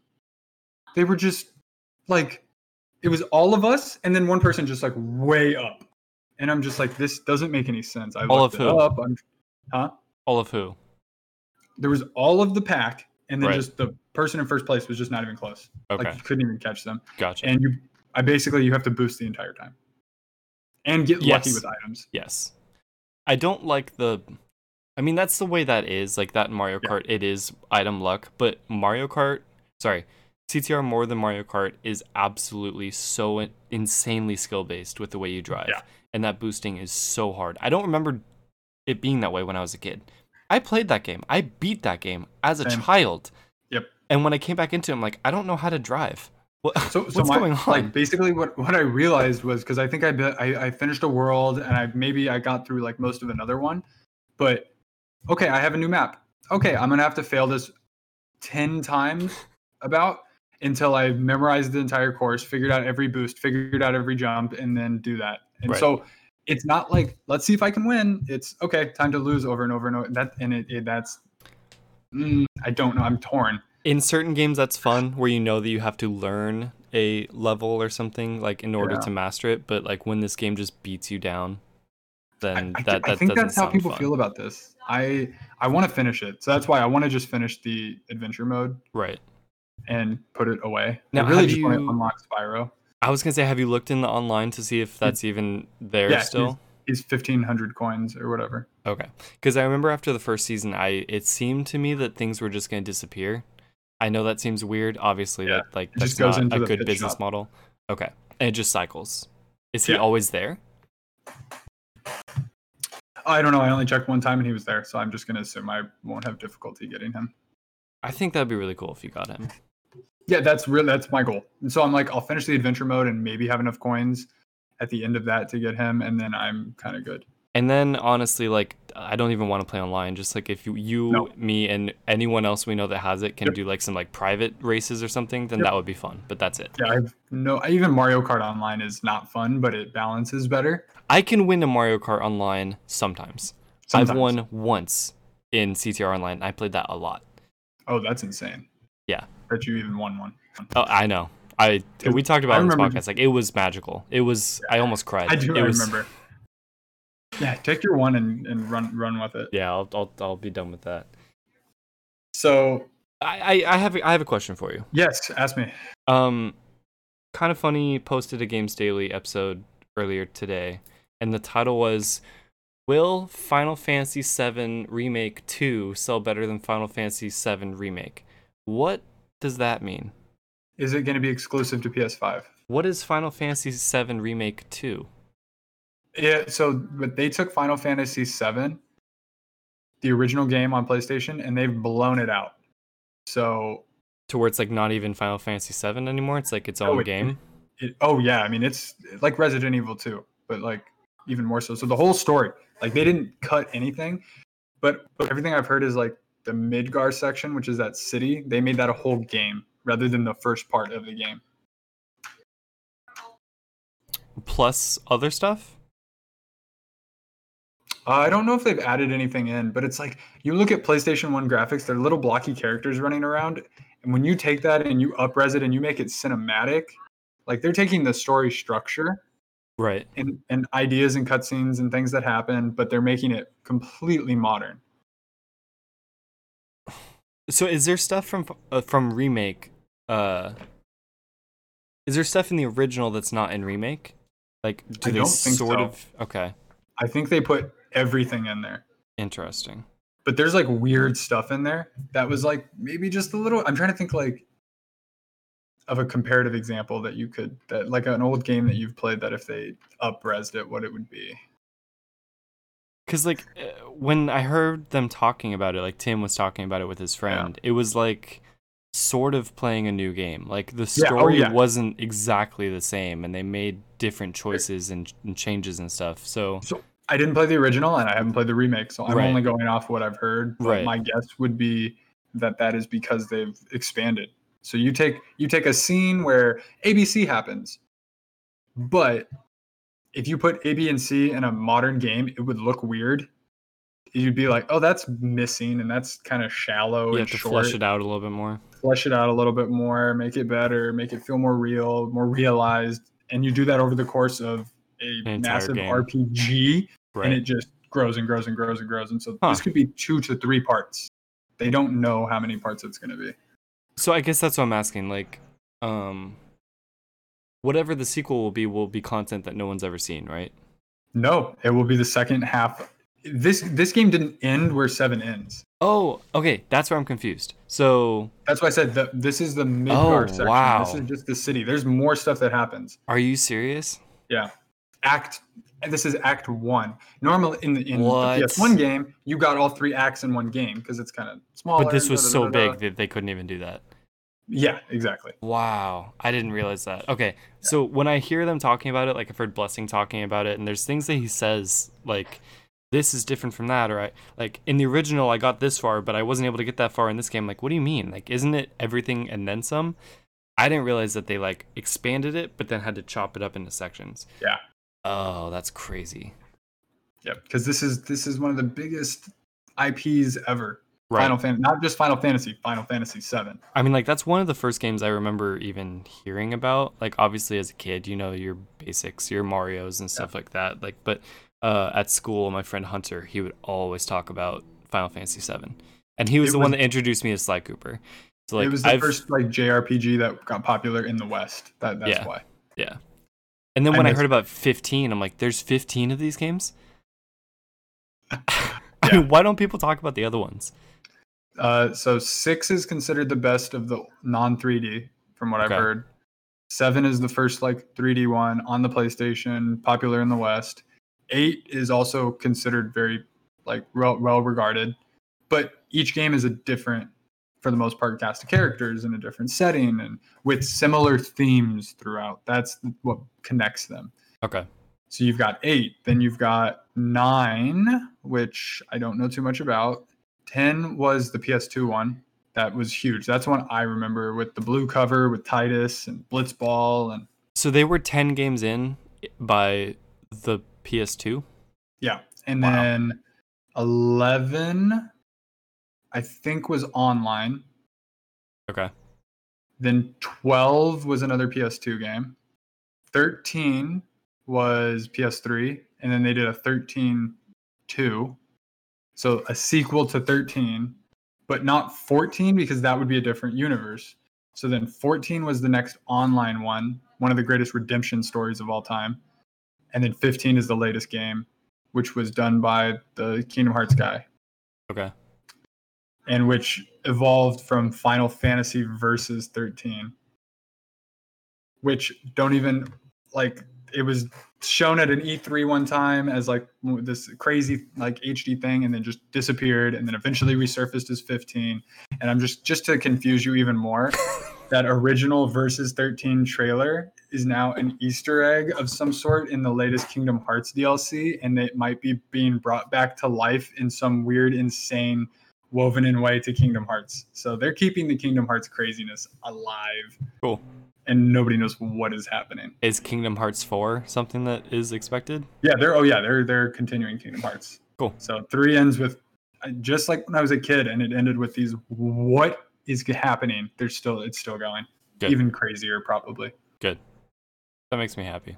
Speaker 2: They were just like it was all of us and then one person just like way up. And I'm just like this doesn't make any sense. I
Speaker 1: All
Speaker 2: looked
Speaker 1: of
Speaker 2: it
Speaker 1: who?
Speaker 2: up. I'm,
Speaker 1: all of who?
Speaker 2: there was all of the pack and then
Speaker 1: Right.
Speaker 2: just the person in first place was just not even close.
Speaker 1: Okay,
Speaker 2: Like you couldn't even catch them.
Speaker 1: gotcha.
Speaker 2: And you I basically you have to boost the entire time. And get lucky
Speaker 1: Yes.
Speaker 2: with items.
Speaker 1: yes, I don't like the. I mean, that's the way that is. Like that in Mario
Speaker 2: Yeah.
Speaker 1: Kart, it is item luck, but Mario Kart, sorry, CTR more than Mario Kart is absolutely so in- insanely skill based with the way you drive,
Speaker 2: Yeah.
Speaker 1: and that boosting is so hard. I don't remember it being that way when I was a kid. I played that game. I beat that game as a
Speaker 2: Same.
Speaker 1: child.
Speaker 2: Yep.
Speaker 1: And when I came back into it, I'm like, I don't know how to drive. What,
Speaker 2: So,
Speaker 1: what's
Speaker 2: so my,
Speaker 1: going on?
Speaker 2: like basically what, what I realized was because I think I, bit, I I finished a world and I maybe I got through like most of another one, but okay, I have a new map. Okay, I'm gonna have to fail this ten times about until I memorized the entire course, figured out every boost, figured out every jump, and then do that. And
Speaker 1: Right.
Speaker 2: so it's not like let's see if I can win. It's okay, time to lose over and over and over. That and it, it that's mm, I don't know. I'm torn.
Speaker 1: in certain games that's fun where you know that you have to learn a level or something like in order
Speaker 2: Yeah.
Speaker 1: to master it but like when this game just beats you down then
Speaker 2: I, I-
Speaker 1: that, that
Speaker 2: I think
Speaker 1: doesn't
Speaker 2: that's how
Speaker 1: sound
Speaker 2: people
Speaker 1: fun.
Speaker 2: feel about this. I I want to finish it, so that's why I want to just finish the adventure mode
Speaker 1: right
Speaker 2: and put it away.
Speaker 1: Now,
Speaker 2: I really
Speaker 1: have
Speaker 2: just want
Speaker 1: you-
Speaker 2: to unlock Spyro.
Speaker 1: i was gonna say have you looked in the online to see if that's even there
Speaker 2: Hmm. Yeah, he's-
Speaker 1: still
Speaker 2: He's fifteen hundred coins or whatever.
Speaker 1: okay because i remember after the first season i it seemed to me that things were just gonna disappear i know that seems weird obviously
Speaker 2: Yeah,
Speaker 1: that like
Speaker 2: it just
Speaker 1: that's
Speaker 2: goes
Speaker 1: not
Speaker 2: into
Speaker 1: a
Speaker 2: the
Speaker 1: good
Speaker 2: pit
Speaker 1: business
Speaker 2: shop.
Speaker 1: model okay and it just cycles is he
Speaker 2: Yeah.
Speaker 1: always there
Speaker 2: I don't know. I only checked one time and he was there, so I'm just gonna assume I won't have difficulty getting him.
Speaker 1: i think that'd be really cool if you got him
Speaker 2: Yeah, that's real. That's my goal. And so I'm like, I'll finish the adventure mode and maybe have enough coins at the end of that to get him, and then I'm kind of good.
Speaker 1: And then honestly, like I don't even want to play online. Just like if you, you
Speaker 2: No.
Speaker 1: me, and anyone else we know that has it can
Speaker 2: Yep.
Speaker 1: do like some like private races or something, then
Speaker 2: Yep.
Speaker 1: that would be fun. But that's it.
Speaker 2: Yeah, I've no even Mario Kart Online is not fun, but it balances better.
Speaker 1: I can win a Mario Kart online sometimes.
Speaker 2: Sometimes.
Speaker 1: I've won once in CTR online. I played that a lot.
Speaker 2: Oh, that's insane.
Speaker 1: Yeah.
Speaker 2: That you even won one.
Speaker 1: Oh, I know. I
Speaker 2: Dude,
Speaker 1: we talked about
Speaker 2: I
Speaker 1: it on this
Speaker 2: remember-
Speaker 1: podcast. Like it was magical. It was. I almost cried.
Speaker 2: I do
Speaker 1: It
Speaker 2: I
Speaker 1: was-
Speaker 2: remember. Yeah, take your one and, and run run with it.
Speaker 1: Yeah, I'll, I'll I'll be done with that.
Speaker 2: So
Speaker 1: I, I I have a- I have a question for you.
Speaker 2: yes, ask me.
Speaker 1: Um, kind of funny. Posted a Games Daily episode earlier today, and the title was "Will Final Fantasy VII Remake Two sell better than Final Fantasy VII Remake?" What does that mean?
Speaker 2: Is it gonna be exclusive to PS5?
Speaker 1: What is Final Fantasy VII Remake Two?
Speaker 2: Yeah, so but they took Final Fantasy VII, the original game on PlayStation, and they've blown it out. So
Speaker 1: To where it's like not even Final Fantasy VII anymore. It's like its
Speaker 2: Oh,
Speaker 1: own
Speaker 2: it-
Speaker 1: game.
Speaker 2: it, oh yeah, I mean it's like Resident Evil 2, but like even more so. So the whole story, like they didn't cut anything, but, but everything I've heard is like the Midgar section, which is that city. They made that a whole game rather than the first part of the game.
Speaker 1: plus other stuff.
Speaker 2: Uh, I don't know if they've added anything in, but it's like you look at PlayStation 1 graphics, they're little blocky characters running around. And when you take that and you upres it and you make it cinematic, like they're taking the story structure
Speaker 1: Right.
Speaker 2: and, and ideas and cutscenes and things that happen, but they're making it completely modern.
Speaker 1: So is there stuff from uh, from remake? Uh, is there stuff in the original that's not in remake? Like, do
Speaker 2: I
Speaker 1: they
Speaker 2: don't think
Speaker 1: sort
Speaker 2: so.
Speaker 1: of? Okay,
Speaker 2: I think they put everything in there.
Speaker 1: interesting.
Speaker 2: But there's like weird stuff in there that was like maybe just a little I'm trying to think like of a comparative example that you could that like an old game that you've played that if they upresed it, what it would be.
Speaker 1: Because like uh, when I heard them talking about it, like Tim was talking about it with his friend, it was like sort of playing a new game. Like the
Speaker 2: Yeah, oh,
Speaker 1: story
Speaker 2: yeah.
Speaker 1: wasn't exactly the same, and they made different choices and, and changes and stuff. So
Speaker 2: I didn't play the original and I haven't played the remake, so I'm
Speaker 1: Right.
Speaker 2: only going off what I've heard. But
Speaker 1: Right.
Speaker 2: My guess would be that that is because they've expanded. So you take you take a scene where ABC happens, but if you put A, B, and C in a modern game, it would look weird. You'd be like, "Oh, that's missing, and that's kind of shallow
Speaker 1: you
Speaker 2: and
Speaker 1: have to
Speaker 2: short."
Speaker 1: flush it out a little bit more.
Speaker 2: flesh it out a little bit more, make it better, make it feel more real, more realized. And you do that over the course of a
Speaker 1: entire
Speaker 2: massive
Speaker 1: game.
Speaker 2: RPG,
Speaker 1: Right.
Speaker 2: and it just grows and grows and grows and grows. And so
Speaker 1: Huh.
Speaker 2: this could be two to three parts. They don't know how many parts it's going to be.
Speaker 1: So I guess that's what I'm asking. Like, um, whatever the sequel will be, will be content that no one's ever seen, right?
Speaker 2: No, it will be the second half. This this game didn't end where seven ends.
Speaker 1: Oh, okay. That's where I'm confused. So
Speaker 2: That's why I said that this is the Midgar
Speaker 1: Oh,
Speaker 2: section.
Speaker 1: wow.
Speaker 2: This is just the city. There's more stuff that happens.
Speaker 1: are you serious?
Speaker 2: act this is act one normally in the, in the
Speaker 1: What?
Speaker 2: ps1 game you got all three acts in one game because it's kind of small
Speaker 1: But this was so big that they couldn't even do that.
Speaker 2: yeah exactly
Speaker 1: Wow. I didn't realize that. Okay. So when I hear them talking about it, like I've heard Blessing talking about it, and there's things that he says, like, this is different from that, or I, like, in the original, I got this far, but I wasn't able to get that far in this game. Like, what do you mean? Like, isn't it everything and then some? I didn't realize that they, like, expanded it, but then had to chop it up into sections.
Speaker 2: Yeah.
Speaker 1: Oh, that's crazy.
Speaker 2: yeah because this is this is one of the biggest ips ever
Speaker 1: Right.
Speaker 2: final fantasy not just final fantasy final fantasy 7
Speaker 1: I mean, like that's one of the first games I remember even hearing about. Like, obviously, as a kid, you know your basics, your Mario's and stuff like that. Like, but uh, at school, my friend Hunter, he would always talk about Final Fantasy VII, and he was
Speaker 2: It
Speaker 1: the one
Speaker 2: was-
Speaker 1: that introduced me to Sly Cooper. So like,
Speaker 2: it was the
Speaker 1: I've,
Speaker 2: first like jrpg that got popular in the west that, that's
Speaker 1: Yeah.
Speaker 2: why
Speaker 1: and then
Speaker 2: I
Speaker 1: when I,
Speaker 2: missed
Speaker 1: heard about 15, I'm like, there's 15 of these games. I
Speaker 2: Yeah.
Speaker 1: mean, why don't people talk about the other ones?
Speaker 2: uh, so six is considered the best of the non 3d from what
Speaker 1: Okay.
Speaker 2: i've heard seven is the first like 3d one on the playstation popular in the west eight is also considered very like well, well regarded but each game is a different for the most part cast of characters in a different setting and with similar themes throughout that's what connects them
Speaker 1: Okay,
Speaker 2: So you've got eight, then you've got nine, which I don't know too much about. 10 was the PS2 one. That was huge. That's one I remember with the blue cover with Titus and Blitzball and
Speaker 1: So they were 10 games in eh, by the PS2?
Speaker 2: yeah. And
Speaker 1: Wow.
Speaker 2: then 11 I think was online.
Speaker 1: Okay.
Speaker 2: Then 12 was another PS2 game. 13 was PS3. And then they did a 13 2. So a sequel to 13, but not 14 because that would be a different universe. So then 14 was the next online one, one of the greatest redemption stories of all time. And then 15 is the latest game, which was done by the Kingdom Hearts guy
Speaker 1: Okay.
Speaker 2: and which evolved from Final Fantasy versus 13, which don't even like it was shown at an E3 one time as like w- this crazy like HD thing and then just disappeared and then eventually resurfaced as 15 and I'm just just to confuse you even more that original versus 13 trailer is now an easter egg of some sort in the latest Kingdom Hearts DLC and it might be being brought back to life in some weird insane woven in way to Kingdom Hearts. So they're keeping the Kingdom Hearts craziness alive.
Speaker 1: Cool.
Speaker 2: And nobody knows what is happening.
Speaker 1: Is Kingdom Hearts 4 something that is expected?
Speaker 2: Yeah, they're oh yeah, they're they're continuing Kingdom Hearts.
Speaker 1: Cool.
Speaker 2: So three ends with I- just like when I was a kid, and it ended with these. What is happening? There's still it's still going,
Speaker 1: Good.
Speaker 2: even crazier probably.
Speaker 1: That makes me happy.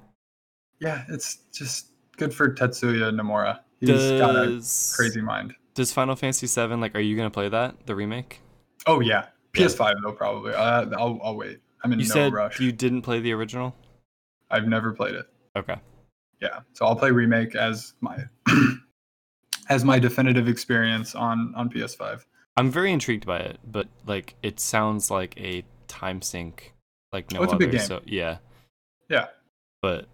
Speaker 2: Yeah, it's just good for Tetsuya Nomura. He's got a
Speaker 1: Does
Speaker 2: crazy mind.
Speaker 1: Does Final Fantasy 7 like are you going to play that? The remake?
Speaker 2: Oh yeah, PS5 though probably. Uh, I'll I'll wait. I'm in
Speaker 1: You
Speaker 2: no
Speaker 1: said
Speaker 2: rush.
Speaker 1: you didn't play the original?
Speaker 2: I've never played it.
Speaker 1: Okay.
Speaker 2: yeah so i'll play remake as my as my definitive experience on on ps5
Speaker 1: I'm very intrigued by it, but like it sounds like a time sink, like no
Speaker 2: Oh, it's a
Speaker 1: other.
Speaker 2: big game.
Speaker 1: So yeah,
Speaker 2: Yeah.
Speaker 1: But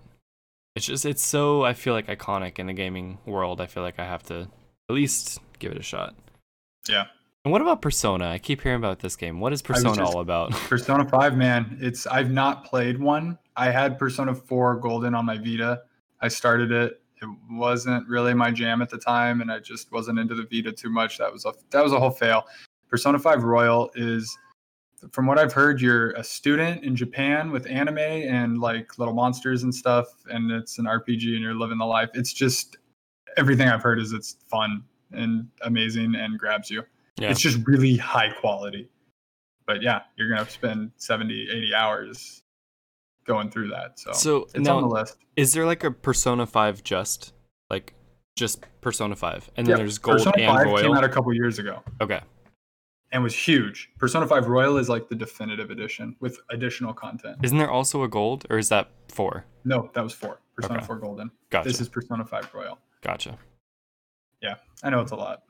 Speaker 1: it's just it's so I feel like iconic in the gaming world. I feel like I have to at least give it a shot.
Speaker 2: Yeah.
Speaker 1: And what about Persona? I keep hearing about this game. What is
Speaker 2: was
Speaker 1: Persona
Speaker 2: just-
Speaker 1: all about?
Speaker 2: persona 5 man it's i've not played one i had persona 4 golden on my vita i started it it wasn't really my jam at the time and i just wasn't into the vita too much that was a that was a whole fail persona 5 royal is from what i've heard you're a student in japan with anime and like little monsters and stuff and it's an rpg and you're living the life it's just everything i've heard is it's fun and amazing and grabs you
Speaker 1: Yeah.
Speaker 2: it's just really high quality but yeah you're gonna spend 70 80 hours going through that so,
Speaker 1: so
Speaker 2: it's on
Speaker 1: now,
Speaker 2: the list
Speaker 1: is there like a Persona Five just like just Persona Five, and then
Speaker 2: Yeah,
Speaker 1: there's Gold
Speaker 2: persona
Speaker 1: and
Speaker 2: 5 came
Speaker 1: Royal?
Speaker 2: out a couple years ago
Speaker 1: okay.
Speaker 2: and was huge persona 5 royal is like the definitive edition with additional content
Speaker 1: Isn't there also a Gold, or is that four?
Speaker 2: no that was 4 persona
Speaker 1: Okay.
Speaker 2: 4 golden
Speaker 1: Gotcha.
Speaker 2: this is persona 5 royal
Speaker 1: gotcha.
Speaker 2: i know it's a lot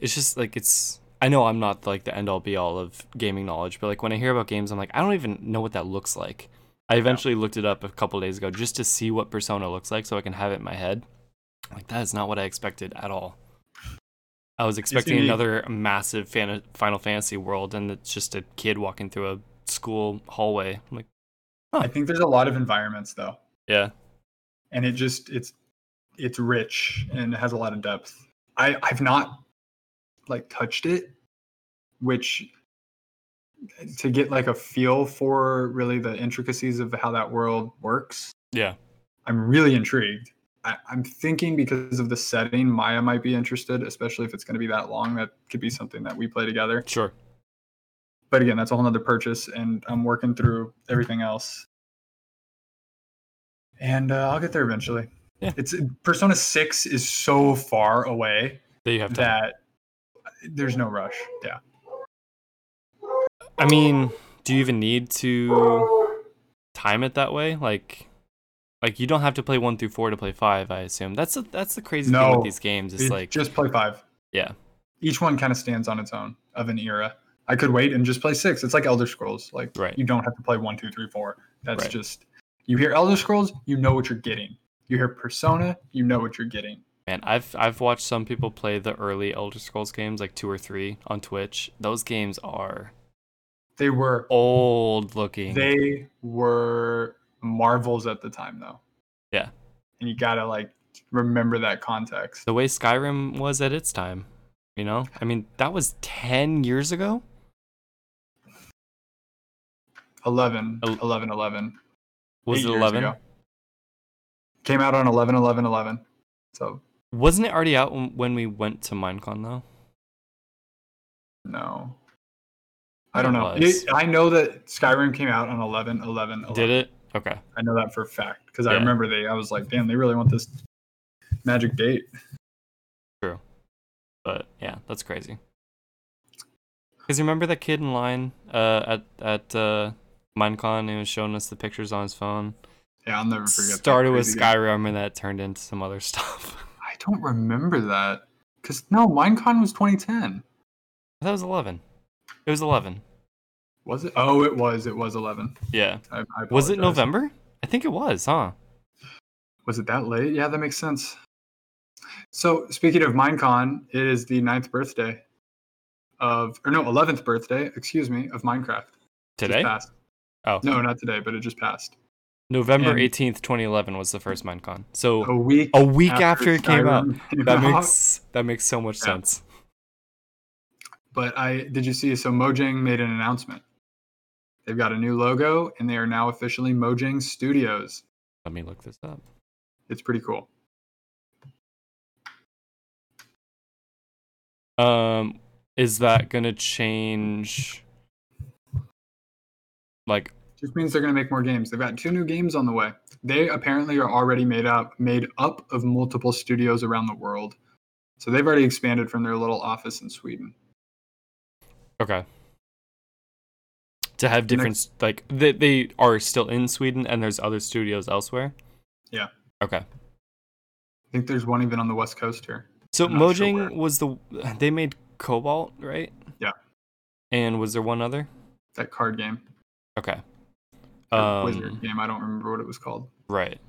Speaker 1: it's just like it's i know i'm not like the end all be all of gaming knowledge but like when i hear about games i'm like i don't even know what that looks like i eventually looked it up a couple days ago just to see what persona looks like so i can have it in my head like that is not what i expected at all i was expecting
Speaker 2: unique.
Speaker 1: another massive fan- final fantasy world and it's just a kid walking through a school hallway I'm like
Speaker 2: i think there's a lot of environments though
Speaker 1: yeah
Speaker 2: and it just it's it's rich and it has a lot of depth. I I've not like touched it, which to get like a feel for really the intricacies of how that world works.
Speaker 1: yeah
Speaker 2: I'm really intrigued. I, I'm thinking because of the setting, Maya might be interested, especially if it's going to be that long. That could be something that we play together.
Speaker 1: sure
Speaker 2: But again, that's a whole nother purchase, and I'm working through everything else. And uh, I'll get there eventually.
Speaker 1: Yeah.
Speaker 2: It's Persona Six is so far away
Speaker 1: there you have time.
Speaker 2: that there's no rush. Yeah.
Speaker 1: i mean do you even need to time it that way like like you don't have to play one through four to play five i assume that's a, that's the crazy thing
Speaker 2: No.
Speaker 1: with these games
Speaker 2: You
Speaker 1: it's like
Speaker 2: just play five.
Speaker 1: Yeah.
Speaker 2: Each one kind of stands on its own of an era. I could wait and just play six. It's like Elder Scrolls. Like
Speaker 1: Right.
Speaker 2: you don't have to play one, two, three, four. That's
Speaker 1: Right.
Speaker 2: just you hear Elder Scrolls, you know what you're getting. You hear Persona, you know what you're getting.
Speaker 1: man i've i've watched some people play the early elder scrolls games like two or three on twitch those games are
Speaker 2: They were
Speaker 1: old looking
Speaker 2: They were marvels at the time, though.
Speaker 1: Yeah.
Speaker 2: and you gotta like remember that context.
Speaker 1: The way Skyrim was at its time, you know? I mean, that was 10 years ago.
Speaker 2: 11 11 11
Speaker 1: Was
Speaker 2: Eight
Speaker 1: it
Speaker 2: years
Speaker 1: 11?
Speaker 2: ago. came out on 11 11 11 so
Speaker 1: Wasn't it already out when- when we went to Minecon though?
Speaker 2: no
Speaker 1: It
Speaker 2: i don't know
Speaker 1: was.
Speaker 2: It- i know that skyrim came out on 11 11
Speaker 1: Did it? Okay.
Speaker 2: i know that for a fact because i
Speaker 1: Yeah.
Speaker 2: remember they i was like damn they really want this magic date
Speaker 1: But yeah, that's crazy. Cuz you remember that kid in line uh at at uh Minecon who was showing us the pictures on his phone?
Speaker 2: yeah i'll never forget that
Speaker 1: Started with
Speaker 2: crazy game.
Speaker 1: Skyrim and that turned into some other stuff.
Speaker 2: i don't remember that because no minecon was 2010
Speaker 1: that was 11. It was 11.
Speaker 2: was it oh it was it was 11
Speaker 1: Yeah.
Speaker 2: I, I
Speaker 1: Was it
Speaker 2: apologize.
Speaker 1: November? I think it was, huh?
Speaker 2: Was it that late? Yeah, that makes sense. So speaking of Minecon, it is the ninth birthday of, or no, eleventh birthday, excuse me, of Minecraft. It just
Speaker 1: Today?
Speaker 2: passed.
Speaker 1: Oh.
Speaker 2: No, not today, but it just passed.
Speaker 1: November
Speaker 2: And-
Speaker 1: 18th, 2011 was the first Minecon. So
Speaker 2: A week.
Speaker 1: a week after, it came out.
Speaker 2: Skyrim came
Speaker 1: That
Speaker 2: out.
Speaker 1: makes that makes so much
Speaker 2: Yeah.
Speaker 1: sense.
Speaker 2: But I did you see? So Mojang made an announcement. They've got a new logo, and they are now officially Mojang Studios.
Speaker 1: Let me look this up.
Speaker 2: It's pretty cool.
Speaker 1: Um is that going to change like
Speaker 2: Just means they're going to make more games. They've got two new games on the way. They apparently are already made up made up of multiple studios around the world. So they've already expanded from their little office in Sweden.
Speaker 1: okay to have different s- like they they are still in Sweden and there's other studios elsewhere?
Speaker 2: Yeah.
Speaker 1: Okay.
Speaker 2: I think there's one even on the west coast here.
Speaker 1: So
Speaker 2: I'm not sure
Speaker 1: Mojang
Speaker 2: where.
Speaker 1: was the they made Cobalt, right?
Speaker 2: Yeah.
Speaker 1: And was there one other?
Speaker 2: That card game.
Speaker 1: Okay.
Speaker 2: or
Speaker 1: Um,
Speaker 2: Wizard game. I don't remember what it was called.
Speaker 1: Right.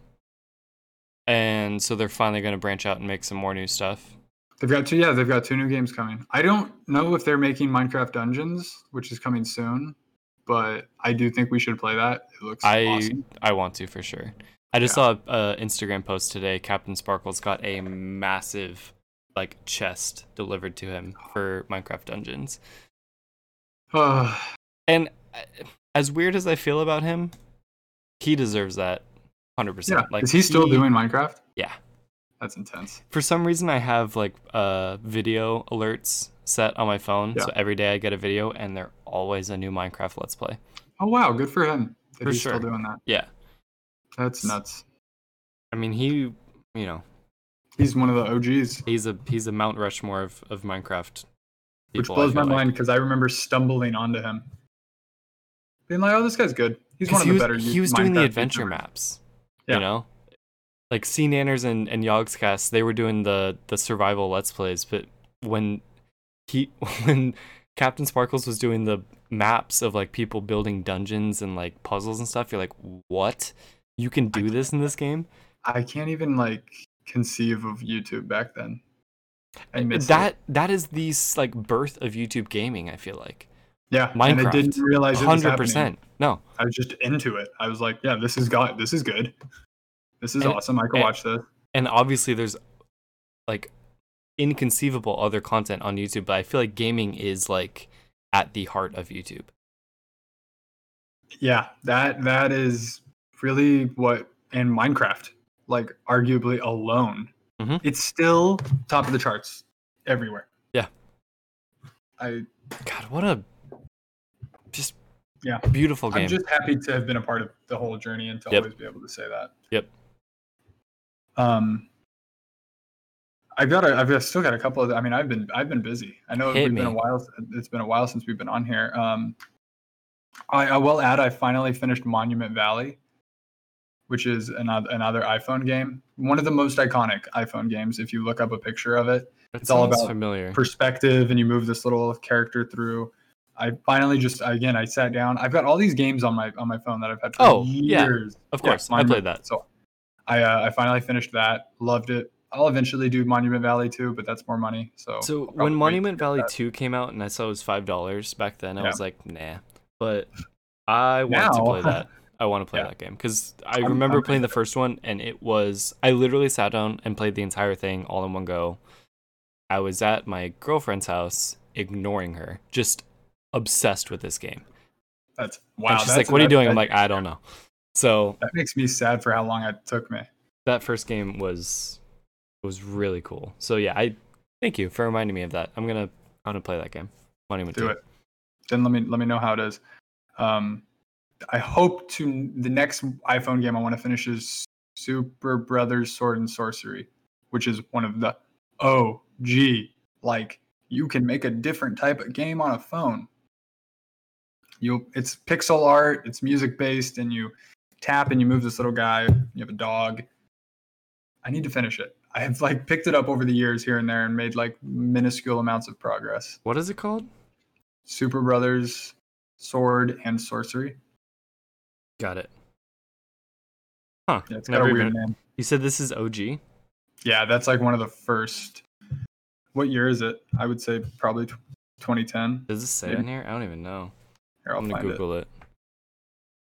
Speaker 1: And so they're finally going to branch out and make some more new stuff.
Speaker 2: They've got two yeah, they've got two new games coming. I don't know if they're making Minecraft Dungeons, which is coming soon, but I do think we should play that. It looks
Speaker 1: I
Speaker 2: awesome.
Speaker 1: I want to for sure. I just saw a, a Instagram post today. Captain Sparkle's got a massive like chest delivered to him for Minecraft Dungeons. And uh, as weird as I feel about him, he deserves that 100%.
Speaker 2: yeah.
Speaker 1: Like
Speaker 2: is he still
Speaker 1: he-
Speaker 2: doing Minecraft?
Speaker 1: Yeah.
Speaker 2: That's intense.
Speaker 1: for some reason I have like uh video alerts set on my phone.
Speaker 2: Yeah.
Speaker 1: So every day I get a video and they're always a new Minecraft let's play.
Speaker 2: Oh wow, good for him. That
Speaker 1: For
Speaker 2: he's
Speaker 1: sure.
Speaker 2: still doing that.
Speaker 1: Yeah.
Speaker 2: That's nuts.
Speaker 1: I mean, he, you know,
Speaker 2: He's one of the OGs.
Speaker 1: he's a he's a Mount Rushmore of, of Minecraft.
Speaker 2: Which
Speaker 1: people, I
Speaker 2: blows my
Speaker 1: feel like.
Speaker 2: mind because I remember stumbling onto him. Being like, oh, this guy's good. He's
Speaker 1: 'Cause
Speaker 2: one of
Speaker 1: he
Speaker 2: the
Speaker 1: was,
Speaker 2: better
Speaker 1: He was doing the
Speaker 2: Minecraft
Speaker 1: adventure
Speaker 2: YouTubers."
Speaker 1: maps.
Speaker 2: Yeah.
Speaker 1: You know, like C Nanners and and Yogscast, they were doing the the survival let's plays. But when he when Captain Sparkles was doing the maps of like people building dungeons and like puzzles and stuff, you're like, what? You can do this in this game?
Speaker 2: I can't even like conceive of YouTube back then. I miss it.
Speaker 1: That that is the s- like birth of YouTube gaming. I feel like
Speaker 2: yeah, and I
Speaker 1: Minecraft,
Speaker 2: didn't realize it was
Speaker 1: hundred
Speaker 2: happening.
Speaker 1: percent. No,
Speaker 2: I was just into it. I was like, yeah, this is God. This is good. This is
Speaker 1: And-
Speaker 2: awesome. I could
Speaker 1: and-
Speaker 2: watch this.
Speaker 1: and obviously there's like inconceivable other content on YouTube, but I feel like gaming is like at the heart of YouTube.
Speaker 2: Yeah, that that is really what and Minecraft, like arguably alone,
Speaker 1: Mhm.
Speaker 2: it's still top of the charts everywhere.
Speaker 1: Yeah.
Speaker 2: I
Speaker 1: God, what a just
Speaker 2: Yeah.
Speaker 1: beautiful game.
Speaker 2: I'm just happy to have been a part of the whole journey and to
Speaker 1: Yep.
Speaker 2: always be able to say that.
Speaker 1: Yep.
Speaker 2: Um I've got a, I've got- still got a couple of I mean I've been I've been busy. I know
Speaker 1: Hit
Speaker 2: we've been a
Speaker 1: me.
Speaker 2: while it's been a while since we've been on here. Um I, I will add I finally finished Monument Valley, which is another another iPhone game. One of the most iconic iPhone games if you look up a picture of it
Speaker 1: That
Speaker 2: it's all
Speaker 1: sounds
Speaker 2: about
Speaker 1: familiar.
Speaker 2: perspective and you move this little character through. I finally just again I sat down. I've got all these games on my on my phone that I've had for
Speaker 1: Oh, yeah.
Speaker 2: years.
Speaker 1: of course, I
Speaker 2: Monument-
Speaker 1: played that.
Speaker 2: So I uh, I finally finished that. Loved it. I'll eventually do Monument Valley too, but that's more money. So
Speaker 1: So
Speaker 2: probably
Speaker 1: when Monument Valley
Speaker 2: that.
Speaker 1: 2 came out and I saw it was $5 back then, I
Speaker 2: Yeah.
Speaker 1: was like, nah. But I want to
Speaker 2: Now-
Speaker 1: play that. I want to play
Speaker 2: Yeah.
Speaker 1: that game because I
Speaker 2: I'm-
Speaker 1: remember
Speaker 2: I'm
Speaker 1: playing the first one and it was I literally sat down and played the entire thing all in one go. I was at my girlfriend's house, ignoring her, just obsessed with this game.
Speaker 2: That's
Speaker 1: And
Speaker 2: wow.
Speaker 1: she's
Speaker 2: that's-
Speaker 1: like, "What are you
Speaker 2: that-
Speaker 1: doing?" I'm
Speaker 2: that-
Speaker 1: like, "I don't know." So
Speaker 2: that makes me sad for how long it took me.
Speaker 1: that first game was was really cool. So yeah, I thank you for reminding me of that. I'm gonna I'm gonna play that game. Monument
Speaker 2: Do
Speaker 1: Dew.
Speaker 2: it. Then let me let me know how it is. Um, I hope to the next iPhone game I want to finish is Super Brothers Sword and Sorcery, which is one of the OG. Like you can make a different type of game on a phone. You it's pixel art, it's music based, and you tap and you move this little guy. You have a dog. I need to finish it. I have like picked it up over the years here and there and made like minuscule amounts of progress.
Speaker 1: What is it called?
Speaker 2: Super Brothers, Sword and Sorcery.
Speaker 1: Got it. Huh.
Speaker 2: Yeah, it's got
Speaker 1: Never
Speaker 2: a weird
Speaker 1: even-
Speaker 2: name.
Speaker 1: You said this is OG.
Speaker 2: Yeah, that's like one of the first. What year is it? I would say probably tw- 2010.
Speaker 1: Does this say
Speaker 2: Maybe.
Speaker 1: in here? I don't even know.
Speaker 2: Here, I'll
Speaker 1: I'm gonna
Speaker 2: find it.
Speaker 1: Google it.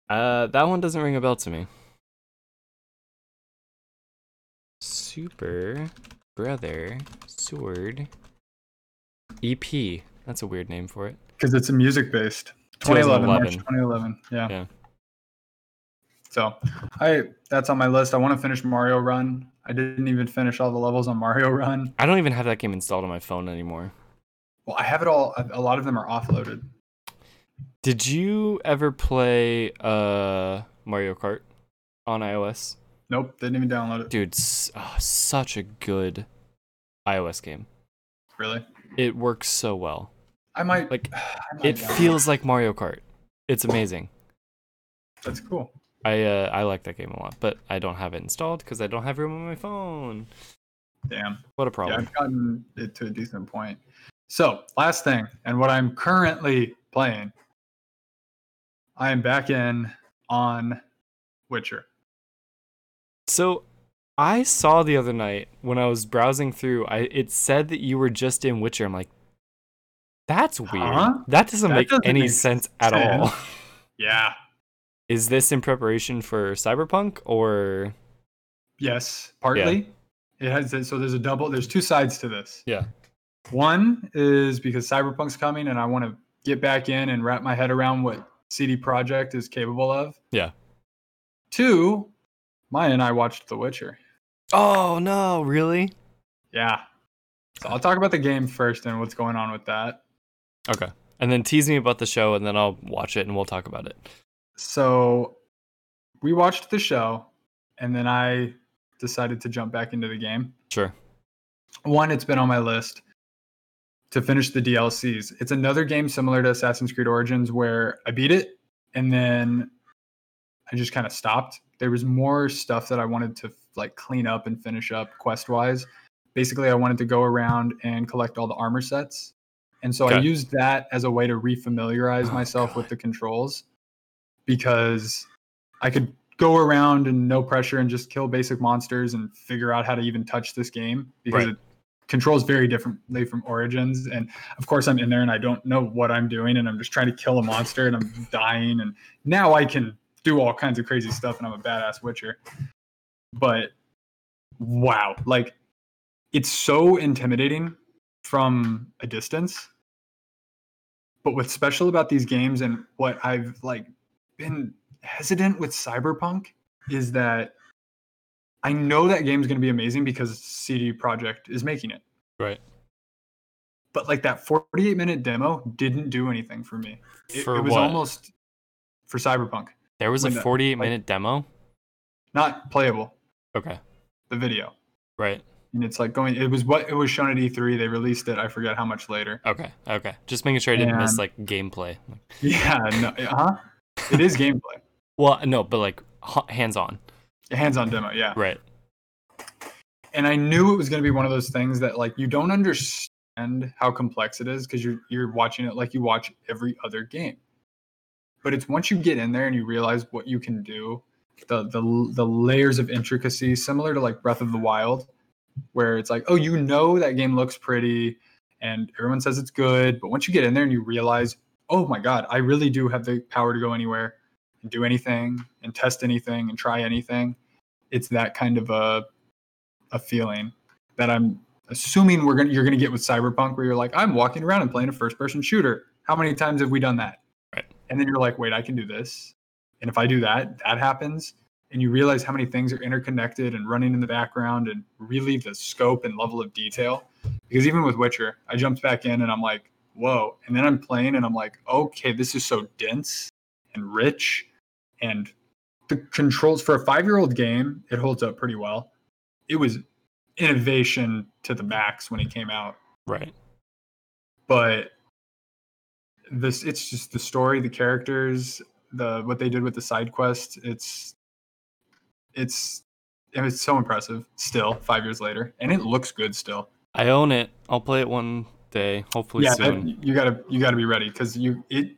Speaker 1: Uh, that one doesn't ring a bell to me. Super Brother Sword EP. That's a weird name for it.
Speaker 2: Because it's a music based. 2011, March
Speaker 1: 2011.
Speaker 2: 2011. Yeah.
Speaker 1: Yeah.
Speaker 2: So, I that's on my list. I want to finish Mario Run. I didn't even finish all the levels on Mario Run.
Speaker 1: I don't even have that game installed on my phone anymore.
Speaker 2: Well, I have it all. A a lot of them are offloaded.
Speaker 1: Did you ever play uh Mario Kart on iOS?
Speaker 2: Nope, didn't even download it.
Speaker 1: Dude, s- oh, such a good iOS game.
Speaker 2: Really?
Speaker 1: It works so well.
Speaker 2: I might.
Speaker 1: Like,
Speaker 2: I might
Speaker 1: It
Speaker 2: download
Speaker 1: feels like Mario Kart. It's amazing.
Speaker 2: That's cool.
Speaker 1: I uh, I like that game a lot, but I don't have it installed because I don't have room on my phone.
Speaker 2: Damn.
Speaker 1: What a problem.
Speaker 2: Yeah, I've gotten it to a decent point. So, last thing, and what I'm currently playing, I am back in on Witcher.
Speaker 1: So I saw the other night when I was browsing through, I it said that you were just in Witcher. I'm like, that's weird.
Speaker 2: Huh?
Speaker 1: That doesn't
Speaker 2: That
Speaker 1: make
Speaker 2: doesn't
Speaker 1: any
Speaker 2: make
Speaker 1: sense at all.
Speaker 2: Yeah.
Speaker 1: Is this in preparation for Cyberpunk or
Speaker 2: Yes, partly. It has so there's a double. There's two sides to this.
Speaker 1: yeah?
Speaker 2: One is because Cyberpunk's coming, and I want to get back in and wrap my head around what CD Projekt is capable of.
Speaker 1: Yeah.
Speaker 2: Two, Maya and I watched The Witcher.
Speaker 1: Oh no, really?
Speaker 2: Yeah. So I'll talk about the game first and what's going on with that.
Speaker 1: Okay. And then tease me about the show, and then I'll watch it and we'll talk about it.
Speaker 2: so we watched the show and then i decided to jump back into the game
Speaker 1: Sure.
Speaker 2: one it's been on my list to finish the dlcs it's another game similar to assassin's creed origins where i beat it and then i just kind of stopped there was more stuff that i wanted to like clean up and finish up quest wise basically i wanted to go around and collect all the armor sets and so i
Speaker 1: Okay.
Speaker 2: used that as a way to refamiliarize
Speaker 1: Oh,
Speaker 2: myself with
Speaker 1: God.
Speaker 2: the controls because I could go around and no pressure and just kill basic monsters and figure out how to even touch this game because
Speaker 1: Right.
Speaker 2: it controls very differently from Origins. And of course, I'm in there and I don't know what I'm doing and I'm just trying to kill a monster and I'm dying. And now I can do all kinds of crazy stuff and I'm a badass Witcher. But wow, like it's so intimidating from a distance. But what's special about these games and what I've like been hesitant with Cyberpunk is that I know that game's going to be amazing because CD Projekt is making it.
Speaker 1: Right.
Speaker 2: But like that 48 minute demo didn't do anything for me. It, it was almost for Cyberpunk,
Speaker 1: there was a
Speaker 2: when the-
Speaker 1: 48
Speaker 2: like-
Speaker 1: minute demo.
Speaker 2: not playable,
Speaker 1: Okay.
Speaker 2: the video.
Speaker 1: Right.
Speaker 2: And it's like going, it was what it was shown at E3. They released it, I forget how much later.
Speaker 1: Okay. Okay. Just making sure I didn't miss
Speaker 2: And-
Speaker 1: like gameplay.
Speaker 2: Yeah, no, uh huh. It is gameplay,
Speaker 1: Well, no, but like h- hands on.
Speaker 2: hands on demo. Yeah.
Speaker 1: Right.
Speaker 2: and I knew it was going to be one of those things that like you don't understand how complex it is because you're you're watching it like you watch every other game. But it's once you get in there and you realize what you can do, the the the layers of intricacy, similar to like Breath of the Wild, where it's like, oh, you know that game looks pretty, and everyone says it's good, but once you get in there and you realize, oh my god, I really do have the power to go anywhere, and do anything and test anything and try anything. It's that kind of a a feeling that I'm assuming we're gonna you're gonna get with Cyberpunk, where you're like, I'm walking around and playing a first person shooter. How many times have we done that?
Speaker 1: Right.
Speaker 2: And then you're like, wait, I can do this. And if I do that, that happens. And you realize how many things are interconnected and running in the background and really the scope and level of detail. Because even with Witcher, I jumped back in and I'm like, whoa. And then I'm playing and I'm like, okay, this is so dense and rich. And the controls for a five year old game, it holds up pretty well. It was innovation to the max when it came out.
Speaker 1: Right.
Speaker 2: But this it's just the story, the characters, the what they did with the side quest, it's it's it was so impressive still, five years later. And it looks good still.
Speaker 1: I own it. I'll play it one day, hopefully
Speaker 2: yeah,
Speaker 1: soon.
Speaker 2: that- you gotta you gotta be ready because you it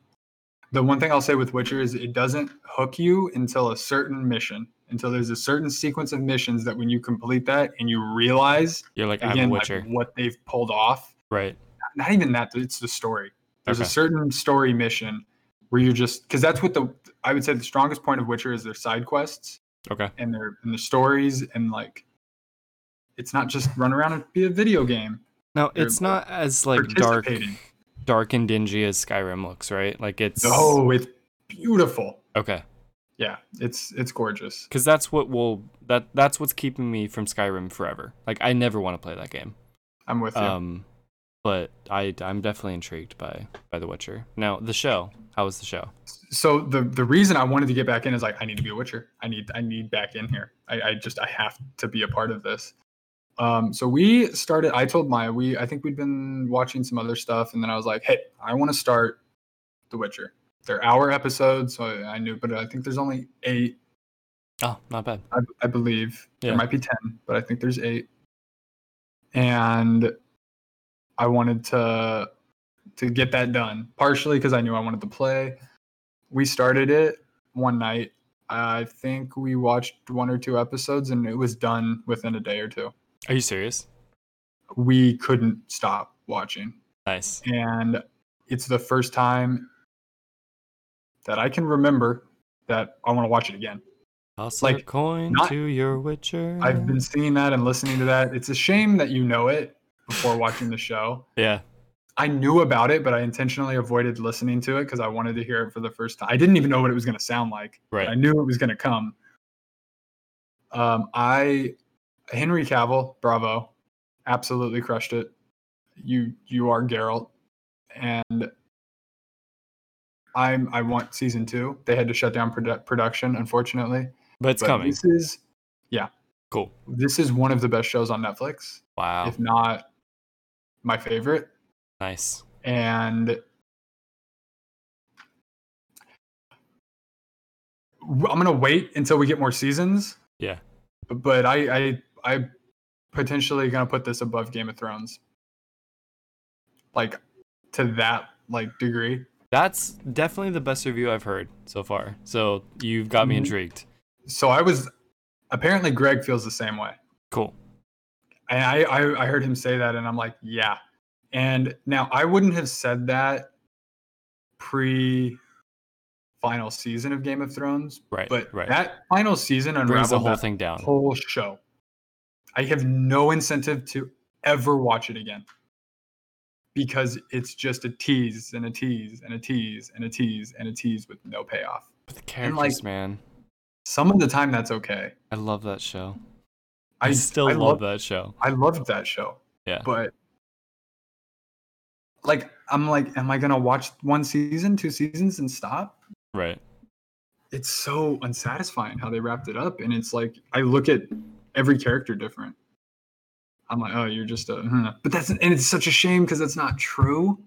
Speaker 2: the one thing I'll say with Witcher is it doesn't hook you until a certain mission. Until there's a certain sequence of missions that when you complete that and you realize
Speaker 1: You're like, I'm
Speaker 2: again
Speaker 1: a
Speaker 2: like,
Speaker 1: Witcher.
Speaker 2: what they've pulled off
Speaker 1: right.
Speaker 2: not even that it's the story there's a
Speaker 1: Okay.
Speaker 2: certain story mission where you're just because that's what the i would say the strongest point of witcher is their side quests
Speaker 1: Okay.
Speaker 2: and their and the stories and like it's not just run around and be a video game
Speaker 1: Now
Speaker 2: You're
Speaker 1: it's not as like dark
Speaker 2: participating
Speaker 1: dark and dingy as Skyrim looks, right? Like it's
Speaker 2: oh it's beautiful
Speaker 1: okay.
Speaker 2: yeah it's it's gorgeous
Speaker 1: Cuz that's what will that that's what's keeping me from Skyrim forever. Like I never want to play that game.
Speaker 2: i'm with you
Speaker 1: Um but I I'm definitely intrigued by by The Witcher. Now, the show. How was the show?
Speaker 2: so the the reason i wanted to get back in is like i need to be a witcher i need i need back in here i, I just i have to be a part of this um so we started i told maya we i think we'd been watching some other stuff and then i was like hey i want to start the witcher they're hour episodes so i I knew but i think there's only eight
Speaker 1: Oh, not bad.
Speaker 2: I, I believe
Speaker 1: Yeah.
Speaker 2: there might be 10, but I think there's eight. And I wanted to to get that done partially because I knew I wanted to play. We started it one night. I think we watched one or two episodes and it was done within a day or two.
Speaker 1: Are you serious?
Speaker 2: We couldn't stop watching.
Speaker 1: Nice.
Speaker 2: And it's the first time that I can remember that I want to watch it again.
Speaker 1: Toss a
Speaker 2: Like,
Speaker 1: coin
Speaker 2: not-
Speaker 1: to your Witcher.
Speaker 2: I've been seeing that and listening to that. It's a shame that you know it before watching the show.
Speaker 1: Yeah.
Speaker 2: I knew about it, but I intentionally avoided listening to it because I wanted to hear it for the first time. I didn't even know what it was going to sound like. but I
Speaker 1: Right.
Speaker 2: knew it was going to come. Um, I Henry Cavill, bravo, absolutely crushed it. You you are Geralt, and I'm I want season two. They had to shut down produ- production, unfortunately.
Speaker 1: But it's
Speaker 2: But
Speaker 1: coming.
Speaker 2: This is yeah,
Speaker 1: Cool.
Speaker 2: This is one of the best shows on Netflix,
Speaker 1: Wow.
Speaker 2: if not my favorite.
Speaker 1: Nice.
Speaker 2: And I'm gonna wait until we get more seasons.
Speaker 1: Yeah.
Speaker 2: But I I I potentially gonna put this above Game of Thrones. Like to that like degree.
Speaker 1: That's definitely the best review I've heard so far. So you've got me
Speaker 2: Mhm.
Speaker 1: intrigued.
Speaker 2: So I was apparently Greg feels the same way.
Speaker 1: Cool.
Speaker 2: And I, I I heard him say that, and I'm like, yeah. And now I wouldn't have said that pre final season of Game of Thrones,
Speaker 1: Right.
Speaker 2: but
Speaker 1: right.
Speaker 2: that final season
Speaker 1: brings
Speaker 2: unraveled
Speaker 1: the whole
Speaker 2: that
Speaker 1: thing down.
Speaker 2: whole show. I have no incentive to ever watch it again because it's just a tease and a tease and a tease and a tease and a tease with no payoff.
Speaker 1: But the
Speaker 2: and,
Speaker 1: characters,
Speaker 2: like-
Speaker 1: man.
Speaker 2: Some of the time that's okay.
Speaker 1: I love that show. I,
Speaker 2: I
Speaker 1: still
Speaker 2: I
Speaker 1: love,
Speaker 2: love
Speaker 1: that show.
Speaker 2: I loved that show.
Speaker 1: Yeah.
Speaker 2: But like I'm like, am I gonna watch one season, two seasons and stop?
Speaker 1: Right.
Speaker 2: It's so unsatisfying how they wrapped it up. And it's like I look at every character different. I'm like, oh, you're just a hmm." but that's and it's such a shame because that's not true.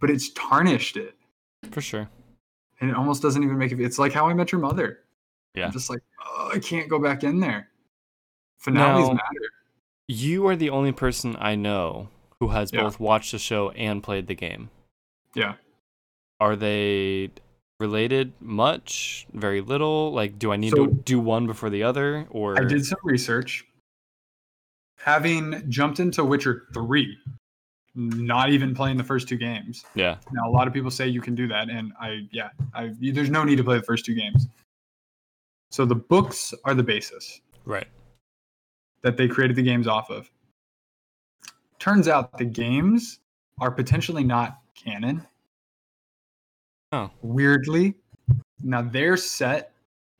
Speaker 2: But it's tarnished it.
Speaker 1: For sure.
Speaker 2: And it almost doesn't even make it it's like how I met your mother.
Speaker 1: Yeah.
Speaker 2: I'm just like, oh, I can't go back in there. Finales
Speaker 1: Now-
Speaker 2: matter.
Speaker 1: You are the only person I know who has
Speaker 2: Yeah.
Speaker 1: both watched the show and played the game.
Speaker 2: Yeah.
Speaker 1: Are they related much? Very little? Like, do I need
Speaker 2: So-
Speaker 1: to do one before the other? Or
Speaker 2: I did some research. Having jumped into Witcher 3, not even playing the first two games.
Speaker 1: Yeah.
Speaker 2: Now a lot of people say you can do that, and I yeah, I you- there's no need to play the first two games. So the books are the basis
Speaker 1: Right.
Speaker 2: that they created the games off of. Turns out the games are potentially not canon.
Speaker 1: Oh.
Speaker 2: Weirdly. Now they're set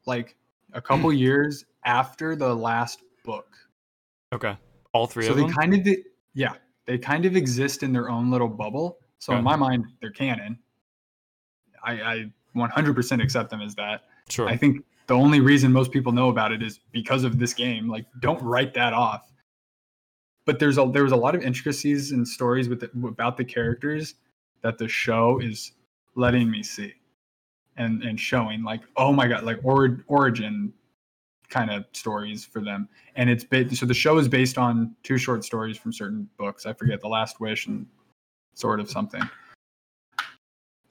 Speaker 2: like a couple years after the last book.
Speaker 1: Okay. All three
Speaker 2: so
Speaker 1: of
Speaker 2: they
Speaker 1: them.
Speaker 2: kind of e, yeah, they kind of exist in their own little bubble. So
Speaker 1: Okay.
Speaker 2: in my mind, they're canon. I, I 100% accept them as that.
Speaker 1: sure.
Speaker 2: I think the only reason most people know about it is because of this game. Like, don't write that off. But there's a there was a lot of intricacies and stories with the, about the characters that the show is letting me see, and and showing like oh my god like or, origin kind of stories for them. And it's ba- so the show is based on two short stories from certain books. I forget the Last Wish and sort of something.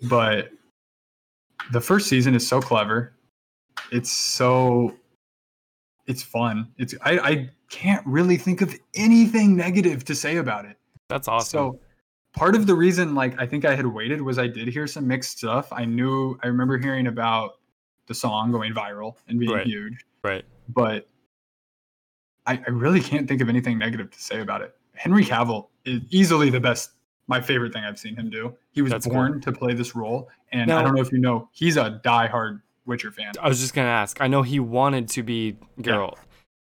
Speaker 2: But the first season is so clever it's so it's fun it's i i can't really think of anything negative to say about it
Speaker 1: That's awesome.
Speaker 2: so part of the reason like i think i had waited was i did hear some mixed stuff i knew i remember hearing about the song going viral and being
Speaker 1: Right.
Speaker 2: huge
Speaker 1: right.
Speaker 2: but I, I really can't think of anything negative to say about it henry cavill is easily the best my favorite thing i've seen him do he was
Speaker 1: That's cool.
Speaker 2: born to play this role and i
Speaker 1: Now-
Speaker 2: don't know if you know he's a diehard witcher fan
Speaker 1: I was just gonna ask. I know he wanted to be Geralt.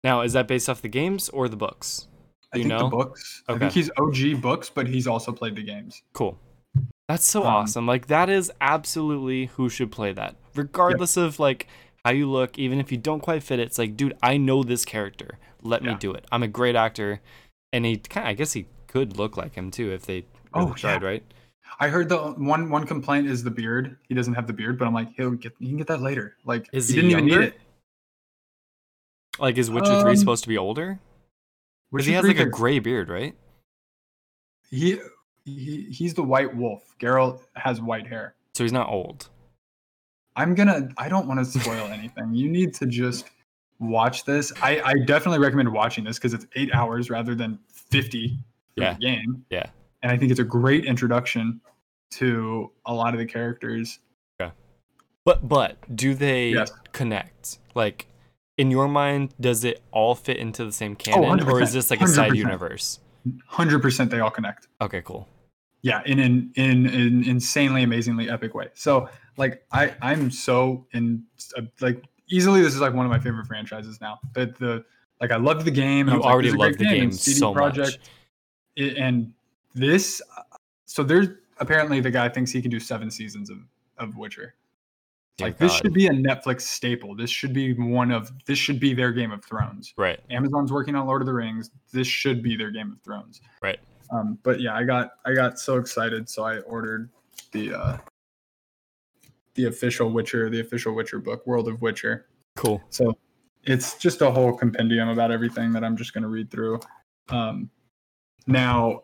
Speaker 1: Now, is that based off the games or the books?
Speaker 2: I
Speaker 1: you
Speaker 2: think
Speaker 1: know?
Speaker 2: the books. I think
Speaker 1: Okay.
Speaker 2: he's OG books, but he's also played the games.
Speaker 1: Cool. That's so
Speaker 2: Um,
Speaker 1: awesome. Like that is absolutely who should play that. Regardless of like how you look, even if you don't quite fit it, it's like, dude, I know this character. Let me
Speaker 2: Yeah.
Speaker 1: do it. I'm a great actor. And he kind I guess he could look like him too if they really
Speaker 2: Oh,
Speaker 1: tried, right?
Speaker 2: I heard the one one complaint is the beard. He doesn't have the beard, but I'm like, he'll get he can get that later. Like
Speaker 1: Is
Speaker 2: he
Speaker 1: he
Speaker 2: didn't even
Speaker 1: younger?
Speaker 2: need it.
Speaker 1: Like is Witcher 3
Speaker 2: Um,
Speaker 1: supposed to be older?
Speaker 2: Which
Speaker 1: Because he has like a gray beard, right?
Speaker 2: he, he he's the white wolf. Geralt has white hair.
Speaker 1: So he's not old.
Speaker 2: I'm gonna I don't want to spoil anything. You need to just watch this. I, I definitely recommend watching this because it's eight hours rather than fifty for
Speaker 1: Yeah.
Speaker 2: the game.
Speaker 1: Yeah.
Speaker 2: And I think it's a great introduction to a lot of the characters.
Speaker 1: But but do they
Speaker 2: Yes.
Speaker 1: connect? Like in your mind, does it all fit into the
Speaker 2: Oh,
Speaker 1: same canon, or is
Speaker 2: 100%,
Speaker 1: this like a side
Speaker 2: 100%.
Speaker 1: universe?
Speaker 2: Hundred percent they all connect.
Speaker 1: Okay, cool.
Speaker 2: yeah in an in an insanely amazingly epic way so like i i'm so in uh, like easily this is like one of my favorite franchises now that the like i loved the game and I
Speaker 1: You
Speaker 2: was like,
Speaker 1: already
Speaker 2: this is a great
Speaker 1: love the game
Speaker 2: and CD
Speaker 1: so much.
Speaker 2: Projekt, i- and this uh, so there's apparently the guy thinks he can do seven seasons of of witcher
Speaker 1: Dear
Speaker 2: like this
Speaker 1: God.
Speaker 2: should be a netflix staple this should be one of this should be their game of thrones
Speaker 1: Right.
Speaker 2: Amazon's working on Lord of the Rings. This should be their Game of Thrones.
Speaker 1: Right.
Speaker 2: Um, but yeah, I got I got so excited, so I ordered the uh, the official Witcher, the official Witcher book, World of Witcher.
Speaker 1: Cool.
Speaker 2: So it's just a whole compendium about everything that I'm just going to read through. Um, now,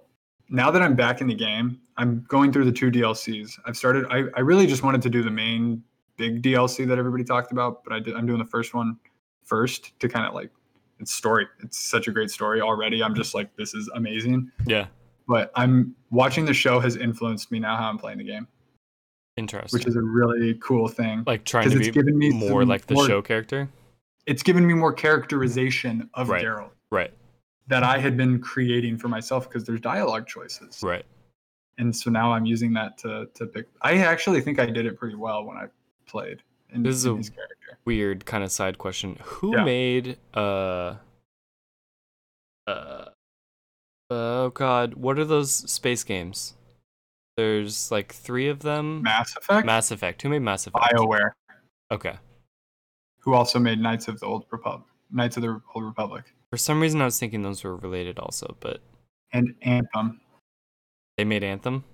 Speaker 2: now that I'm back in the game, I'm going through the two DLCs. I've started. I, I really just wanted to do the main big DLC that everybody talked about, but I did, I'm doing the first one first to kind of like it's story. It's such a great story already. I'm just like this is amazing.
Speaker 1: Yeah.
Speaker 2: But I'm watching the show has influenced me now how I'm playing the game,
Speaker 1: Interesting.
Speaker 2: which is a really cool thing.
Speaker 1: like trying
Speaker 2: Because
Speaker 1: to
Speaker 2: it's
Speaker 1: be
Speaker 2: given me
Speaker 1: more
Speaker 2: some
Speaker 1: like the
Speaker 2: more-
Speaker 1: show character.
Speaker 2: It's given me more characterization of
Speaker 1: Right.
Speaker 2: Geralt.
Speaker 1: Right.
Speaker 2: that I had been creating for myself because there's dialogue choices.
Speaker 1: Right.
Speaker 2: And so now I'm using that to to pick. I actually think I did it pretty well when I played in,
Speaker 1: This is
Speaker 2: in
Speaker 1: a-
Speaker 2: his character.
Speaker 1: Weird kind of side question. Who
Speaker 2: Yeah.
Speaker 1: made uh uh oh god, what are those space games? There's like three of them.
Speaker 2: Mass Effect,
Speaker 1: Mass Effect. Who made Mass Effect?
Speaker 2: BioWare,
Speaker 1: Okay.
Speaker 2: who also made Knights of the Old Republic, Knights of the Old Republic,
Speaker 1: For some reason I was thinking those were related also, but
Speaker 2: and Anthem.
Speaker 1: they made Anthem.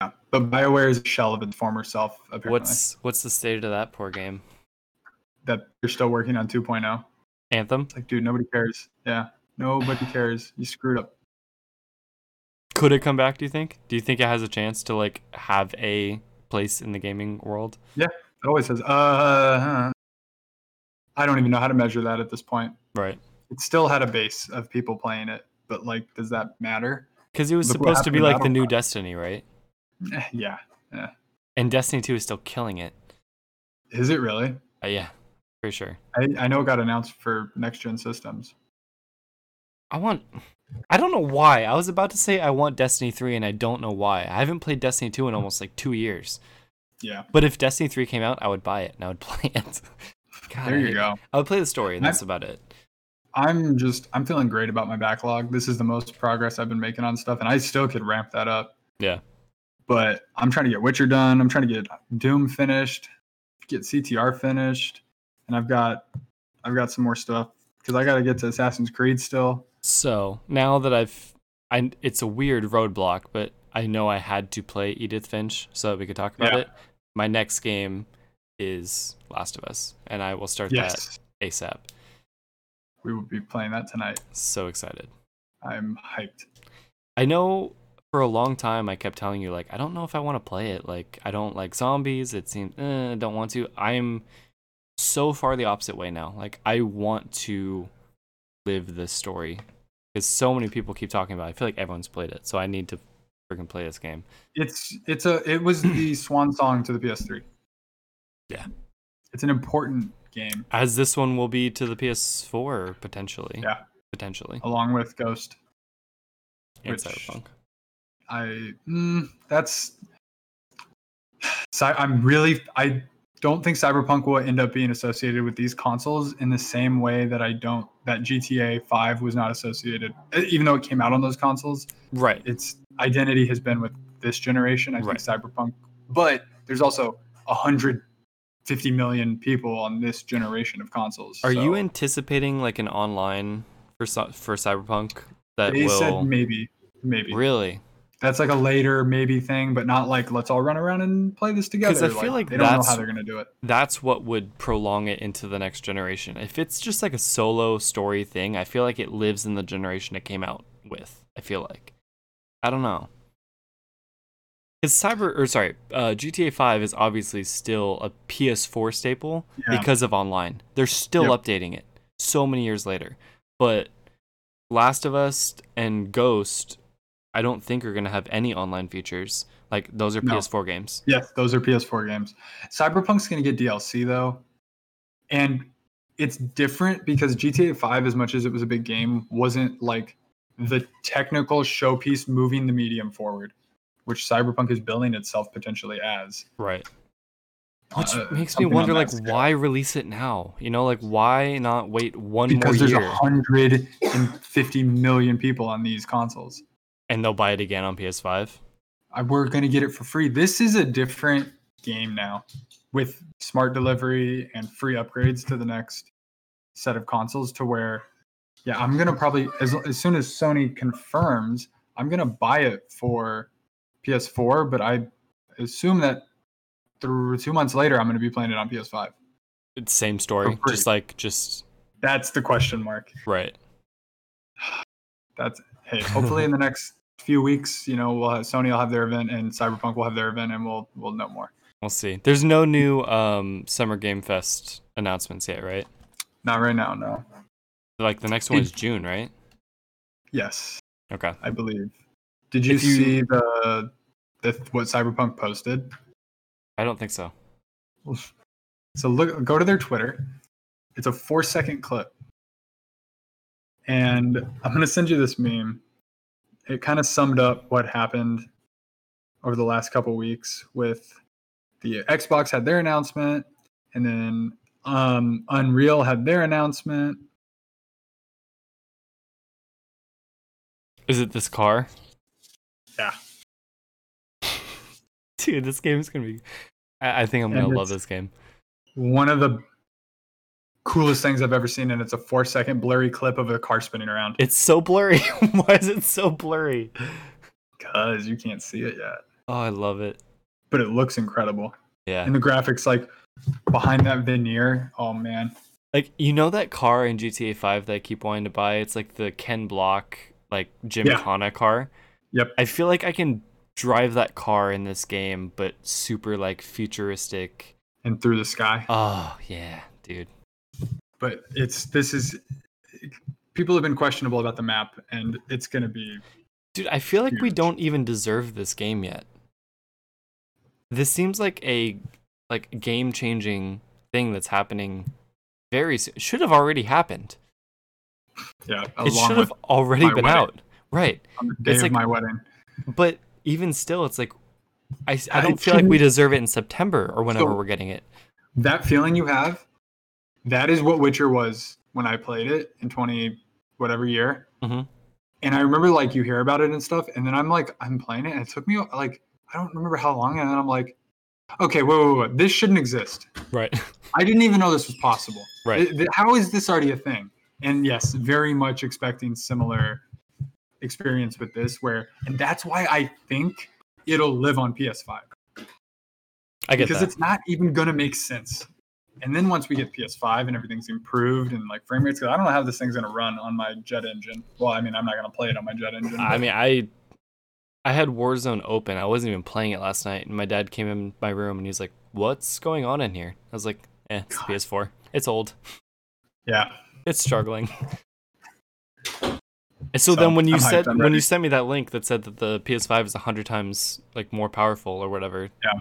Speaker 2: Yeah. But BioWare is a shell of its former self. Apparently,
Speaker 1: What's what's the state of that poor game?
Speaker 2: that they're still working on 2.0.
Speaker 1: Anthem?
Speaker 2: It's like, dude, nobody cares. Yeah, nobody cares. You screwed up.
Speaker 1: Could it come back, do you think? Do you think it has a chance to like have a place in the gaming world?
Speaker 2: It always says, uh, huh. I don't even know how to measure that at this point.
Speaker 1: Right.
Speaker 2: it still had a base of people playing it, but like, does that matter?
Speaker 1: Because it was
Speaker 2: Look what
Speaker 1: supposed to be
Speaker 2: happened in
Speaker 1: like the new
Speaker 2: Battlefront.
Speaker 1: Destiny, right?
Speaker 2: Eh, Yeah.
Speaker 1: And Destiny 2 is still killing it.
Speaker 2: Is it really?
Speaker 1: Uh, yeah, for sure.
Speaker 2: I, I know it got announced for next gen systems.
Speaker 1: I want. I don't know why. I was about to say I want Destiny 3, and I don't know why. I haven't played Destiny 2 in almost like two years.
Speaker 2: Yeah.
Speaker 1: But if Destiny 3 came out, I would buy it and I would play it. God,
Speaker 2: There
Speaker 1: I
Speaker 2: you
Speaker 1: hate-
Speaker 2: go.
Speaker 1: I would play the story, and
Speaker 2: I-
Speaker 1: that's about it.
Speaker 2: I'm just I'm feeling great about my backlog. This is the most progress I've been making on stuff, and I still could ramp that up.
Speaker 1: Yeah.
Speaker 2: But I'm trying to get Witcher done. I'm trying to get Doom finished, get CTR finished, and I've got I've got some more stuff because I got to get to Assassin's Creed still.
Speaker 1: So now that I've, I it's a weird roadblock, but I know I had to play Edith Finch so that we could talk about
Speaker 2: Yeah.
Speaker 1: it. My next game is Last of Us, and I will start
Speaker 2: Yes,
Speaker 1: that ASAP.
Speaker 2: we will be playing that tonight.
Speaker 1: So excited.
Speaker 2: I'm hyped.
Speaker 1: I know for a long time I kept telling you like I don't know if I want to play it. Like I don't like zombies. It seems eh, I don't want to. I'm so far the opposite way now. Like I want to live this story because so many people keep talking about. it. I feel like everyone's played it, so I need to freaking play this game.
Speaker 2: It's it's a it was the swan song to the PS3.
Speaker 1: Yeah.
Speaker 2: it's an important game
Speaker 1: As this one will be to the PS4 potentially.
Speaker 2: Yeah.
Speaker 1: Potentially.
Speaker 2: along with Ghost.
Speaker 1: And
Speaker 2: Which-
Speaker 1: Cyberpunk.
Speaker 2: I mm, that's Cy- I'm really I don't think Cyberpunk will end up being associated with these consoles in the same way that I don't that GTA 5 was not associated e- even though it came out on those consoles
Speaker 1: Right.
Speaker 2: its identity has been with this generation I
Speaker 1: Right.
Speaker 2: think Cyberpunk but there's also 150 million people on this generation of consoles
Speaker 1: Are you
Speaker 2: so
Speaker 1: anticipating like an online for Cy- for Cyberpunk that
Speaker 2: they
Speaker 1: will
Speaker 2: said maybe maybe
Speaker 1: really
Speaker 2: that's like a later maybe thing but not like let's all run around and play this together
Speaker 1: 'Cause I feel like
Speaker 2: they don't know
Speaker 1: that's-
Speaker 2: how they're going to do it
Speaker 1: that's what would prolong it into the next generation. If it's just like a solo story thing, I feel like it lives in the generation it came out with. I feel like. I don't know. Cuz Cyber or sorry, uh, GTA 5 is obviously still a PS4 staple
Speaker 2: Yeah.
Speaker 1: because of online. They're still
Speaker 2: Yep.
Speaker 1: updating it so many years later. But Last of Us and Ghost I don't think are going to have any online features. Like those are
Speaker 2: No.
Speaker 1: PS4 games.
Speaker 2: Yes, those are PS4 games. Cyberpunk's going to get DLC though. And it's different because GTA 5 as much as it was a big game wasn't like the technical showpiece moving the medium forward, which Cyberpunk is building itself potentially as.
Speaker 1: Right. Which
Speaker 2: Uh,
Speaker 1: makes me
Speaker 2: something on
Speaker 1: wonder,
Speaker 2: that
Speaker 1: like,
Speaker 2: scale.
Speaker 1: why release it now? You know, like, why not wait one
Speaker 2: because
Speaker 1: more
Speaker 2: there's
Speaker 1: year
Speaker 2: 150 million people on these consoles.
Speaker 1: and they'll buy it again on PS5?
Speaker 2: I- We're going to get it for free. This is a different game now with smart delivery and free upgrades to the next set of consoles to where, yeah, I'm going to probably, as, as soon as Sony confirms, I'm going to buy it for PS4, but I assume that through two months later, I'm going to be playing it on PS5.
Speaker 1: It's same story,
Speaker 2: free.
Speaker 1: just like, just
Speaker 2: That's the question mark.
Speaker 1: right.
Speaker 2: That's, hey, hopefully in the next few weeks, you know, we'll have Sony will have their event and Cyberpunk will have their event and we'll, we'll know more.
Speaker 1: We'll see. There's no new um Summer Game Fest announcements yet, right?
Speaker 2: Not right now, no.
Speaker 1: Like the next one
Speaker 2: It-
Speaker 1: is June, right?
Speaker 2: Yes.
Speaker 1: Okay.
Speaker 2: I believe. Did you,
Speaker 1: If you-
Speaker 2: see the, the what Cyberpunk posted?
Speaker 1: I don't think so.
Speaker 2: So look, go to their Twitter. It's a four second clip, and I'm gonna send you this meme. It kind of summed up what happened over the last couple weeks with the Xbox had their announcement, and then um, Unreal had their announcement.
Speaker 1: Is it this car?
Speaker 2: Yeah.
Speaker 1: Dude, this game is gonna be. I, I think I'm gonna
Speaker 2: And
Speaker 1: love
Speaker 2: it's-
Speaker 1: this game.
Speaker 2: one of the coolest things I've ever seen, and it's a four second blurry clip of a car spinning around
Speaker 1: It's so blurry. Why is it so blurry?
Speaker 2: because you can't see it yet,
Speaker 1: Oh, I love it.
Speaker 2: but it looks incredible.
Speaker 1: Yeah.
Speaker 2: And the graphics, like behind that veneer, oh man,
Speaker 1: Like you know that car in GTA Five that I keep wanting to buy. It's like the Ken Block like Jim
Speaker 2: Yeah.
Speaker 1: Connor car.
Speaker 2: Yep.
Speaker 1: I feel like I can drive that car in this game, but super like futuristic.
Speaker 2: and through the sky.
Speaker 1: Oh yeah, dude.
Speaker 2: But it's this is people have been questionable about the map, and it's gonna be
Speaker 1: Dude, I feel like we don't even deserve this game yet. This seems like a like game changing thing that's happening very soon. Should have already happened.
Speaker 2: Yeah,
Speaker 1: It
Speaker 2: along
Speaker 1: should
Speaker 2: with
Speaker 1: have already
Speaker 2: my
Speaker 1: been
Speaker 2: wedding.
Speaker 1: out. Right.
Speaker 2: on the day
Speaker 1: it's
Speaker 2: of
Speaker 1: like-
Speaker 2: my wedding.
Speaker 1: But even still, it's like I, s- I
Speaker 2: I
Speaker 1: don't feel like we
Speaker 2: didn't-
Speaker 1: deserve it in September or whenever
Speaker 2: So-
Speaker 1: we're getting it.
Speaker 2: That feeling you have, that is what Witcher was when I played it in twenty whatever year.
Speaker 1: Mhm.
Speaker 2: And I remember like you hear about it and stuff, and then I'm like, I'm playing it, and it took me like I don't remember how long, and then I'm like, okay, wait, wait, wait, this shouldn't exist.
Speaker 1: Right.
Speaker 2: I didn't even know this was possible.
Speaker 1: Right.
Speaker 2: Th- th- how is this already a thing? And yes, very much expecting similar experience with this, where and that's why I think it'll live on PS5
Speaker 1: I get
Speaker 2: because
Speaker 1: that.
Speaker 2: it's not even gonna make sense. And then once we get PS5 and everything's improved and like frame rates, because I don't know how this thing's gonna run on my jet engine. Well, I mean, I'm not gonna play it on my jet engine.
Speaker 1: I
Speaker 2: but
Speaker 1: mean, I I had Warzone open. I wasn't even playing it last night, and my dad came in my room and he's like, "What's going on in here?" I was like, "Eh, it's a
Speaker 2: God.
Speaker 1: PS4. It's old.
Speaker 2: yeah,
Speaker 1: It's struggling." And so,
Speaker 2: So,
Speaker 1: then when you
Speaker 2: I'm hyped.
Speaker 1: said
Speaker 2: I'm
Speaker 1: when
Speaker 2: ready.
Speaker 1: you sent me that link that said that the PS5 is 100 times like more powerful or whatever.
Speaker 2: Yeah.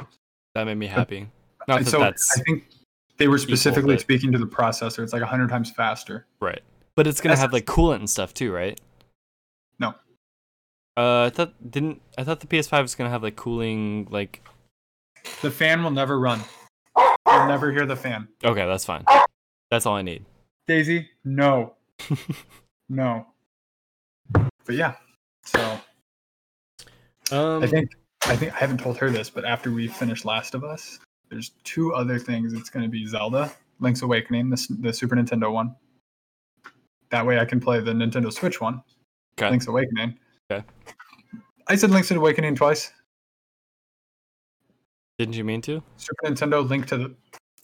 Speaker 2: Uh,
Speaker 1: That made me happy. Not
Speaker 2: and
Speaker 1: that
Speaker 2: so
Speaker 1: that's
Speaker 2: I think they were specifically
Speaker 1: but-
Speaker 2: speaking to the processor. It's like hundred times faster.
Speaker 1: right. But it's going to
Speaker 2: That's-
Speaker 1: have like coolant and stuff too, right?
Speaker 2: No.
Speaker 1: Uh, I thought didn't I thought the PS5 was going to have like cooling like
Speaker 2: The fan will never run. You'll never hear the fan.
Speaker 1: Okay, that's fine. That's all I need.
Speaker 2: Daisy, no. no. But yeah. So
Speaker 1: Um,
Speaker 2: I think I think I haven't told her this, but after we finish Last of Us, there's two other things. It's gonna be Zelda, Link's Awakening, the, s- the Super Nintendo one. That way I can play the Nintendo Switch one.
Speaker 1: 'Kay.
Speaker 2: Link's Awakening.
Speaker 1: 'Kay.
Speaker 2: I said Link's Awakening twice.
Speaker 1: didn't you mean to?
Speaker 2: Super Nintendo Link to the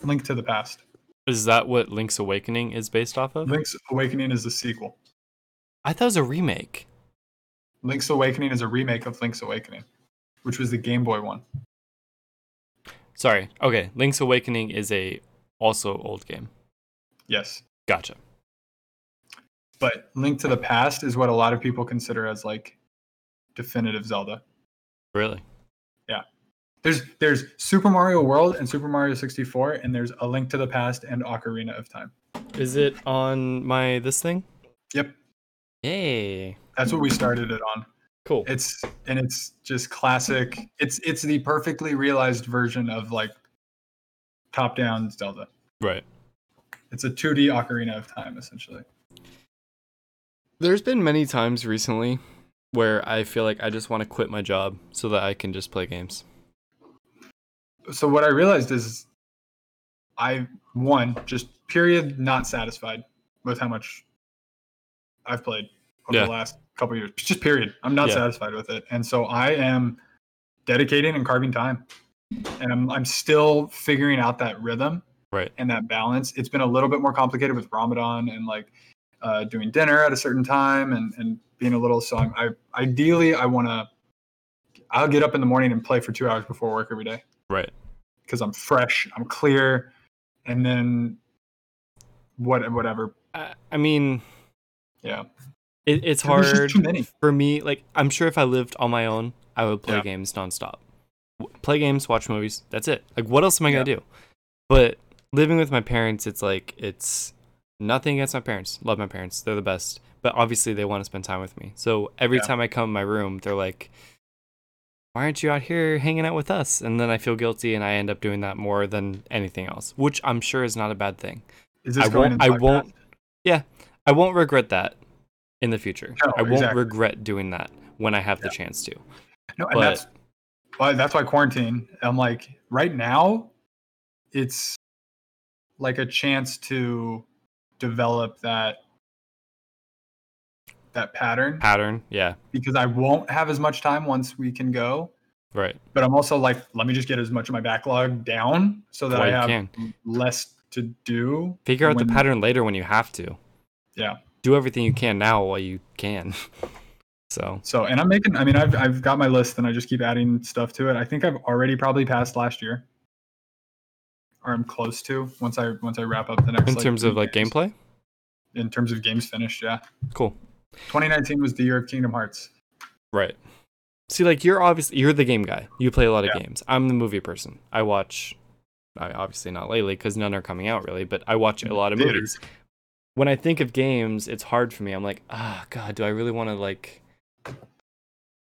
Speaker 2: Link to the Past.
Speaker 1: Is that what Link's Awakening is based off of?
Speaker 2: Link's Awakening is the sequel.
Speaker 1: I thought it was a remake.
Speaker 2: Link's Awakening is a remake of Link's Awakening, which was the Game Boy one.
Speaker 1: Sorry. Okay, Link's Awakening is a also old game.
Speaker 2: Yes.
Speaker 1: Gotcha.
Speaker 2: but Link to the Past is what a lot of people consider as like definitive Zelda.
Speaker 1: Really?
Speaker 2: There's there's Super Mario World and Super Mario 64, and there's A Link to the Past and Ocarina of Time.
Speaker 1: Is it on my this thing?
Speaker 2: Yep,
Speaker 1: Yay!
Speaker 2: that's what we started it on.
Speaker 1: Cool.
Speaker 2: It's and it's just classic. It's it's the perfectly realized version of like top-down Zelda.
Speaker 1: Right.
Speaker 2: It's a 2D Ocarina of Time essentially.
Speaker 1: There's been many times recently where I feel like I just want to quit my job so that I can just play games.
Speaker 2: So what I realized is I one just period not satisfied with how much I've played over
Speaker 1: Yeah.
Speaker 2: the last couple years. Just period. I'm not
Speaker 1: Yeah.
Speaker 2: satisfied with it, and so I am dedicating and carving time, and I'm I'm still figuring out that rhythm,
Speaker 1: Right.
Speaker 2: and that balance. It's been a little bit more complicated with Ramadan and like uh, doing dinner at a certain time and and being a little. So I'm, I ideally I want to. I'll get up in the morning and play for two hours before work every day
Speaker 1: Right.
Speaker 2: because I'm fresh, I'm clear, and then what, whatever.
Speaker 1: I, I mean,
Speaker 2: Yeah,
Speaker 1: it, it's
Speaker 2: There's just
Speaker 1: hard
Speaker 2: too many.
Speaker 1: for me. Like, I'm sure if I lived on my own, I would play
Speaker 2: Yeah.
Speaker 1: games nonstop. W- Play games, watch movies. That's it. Like, what else am I gonna do? But living with my parents, it's like it's nothing against my parents. Love my parents. They're the best. But obviously, they want to spend time with me. So every
Speaker 2: Yeah.
Speaker 1: time I come in my room, they're like, "Why aren't you out here hanging out with us?" And then I feel guilty, and I end up doing that more than anything else, which I'm sure is not a bad thing.
Speaker 2: Is
Speaker 1: I
Speaker 2: going
Speaker 1: won't-
Speaker 2: in
Speaker 1: I
Speaker 2: podcast?
Speaker 1: won't- I won't regret that in the future.
Speaker 2: No,
Speaker 1: I won't
Speaker 2: exactly.
Speaker 1: regret doing that when I have the chance to.
Speaker 2: No, and
Speaker 1: but-
Speaker 2: that's why that's why quarantine. I'm like right now, it's like a chance to develop that that pattern
Speaker 1: Pattern, yeah,
Speaker 2: because I won't have as much time once we can go.
Speaker 1: right.
Speaker 2: But I'm also like, let me just get as much of my backlog down so that
Speaker 1: While
Speaker 2: I
Speaker 1: you
Speaker 2: have
Speaker 1: can.
Speaker 2: less to do.
Speaker 1: Figure out the
Speaker 2: when-
Speaker 1: pattern later when you have to.
Speaker 2: Yeah.
Speaker 1: Do everything you can now while you can. so
Speaker 2: So, and I'm making, I mean, I've, I've got my list and I just keep adding stuff to it. I think I've already probably passed last year or I'm close to once I, once I wrap up the next,
Speaker 1: in terms
Speaker 2: few
Speaker 1: of like
Speaker 2: games.
Speaker 1: gameplay,
Speaker 2: in terms of games finished. Yeah.
Speaker 1: cool.
Speaker 2: 2019 was the year of Kingdom Hearts.
Speaker 1: Right. See, like you're obviously you're the game guy. You play a lot of games. I'm the movie person. I watch. I obviously not lately because none are coming out really, but I watch a lot of
Speaker 2: Theaters.
Speaker 1: movies. When I think of games, it's hard for me. I'm like, ah, God, do I really want to like?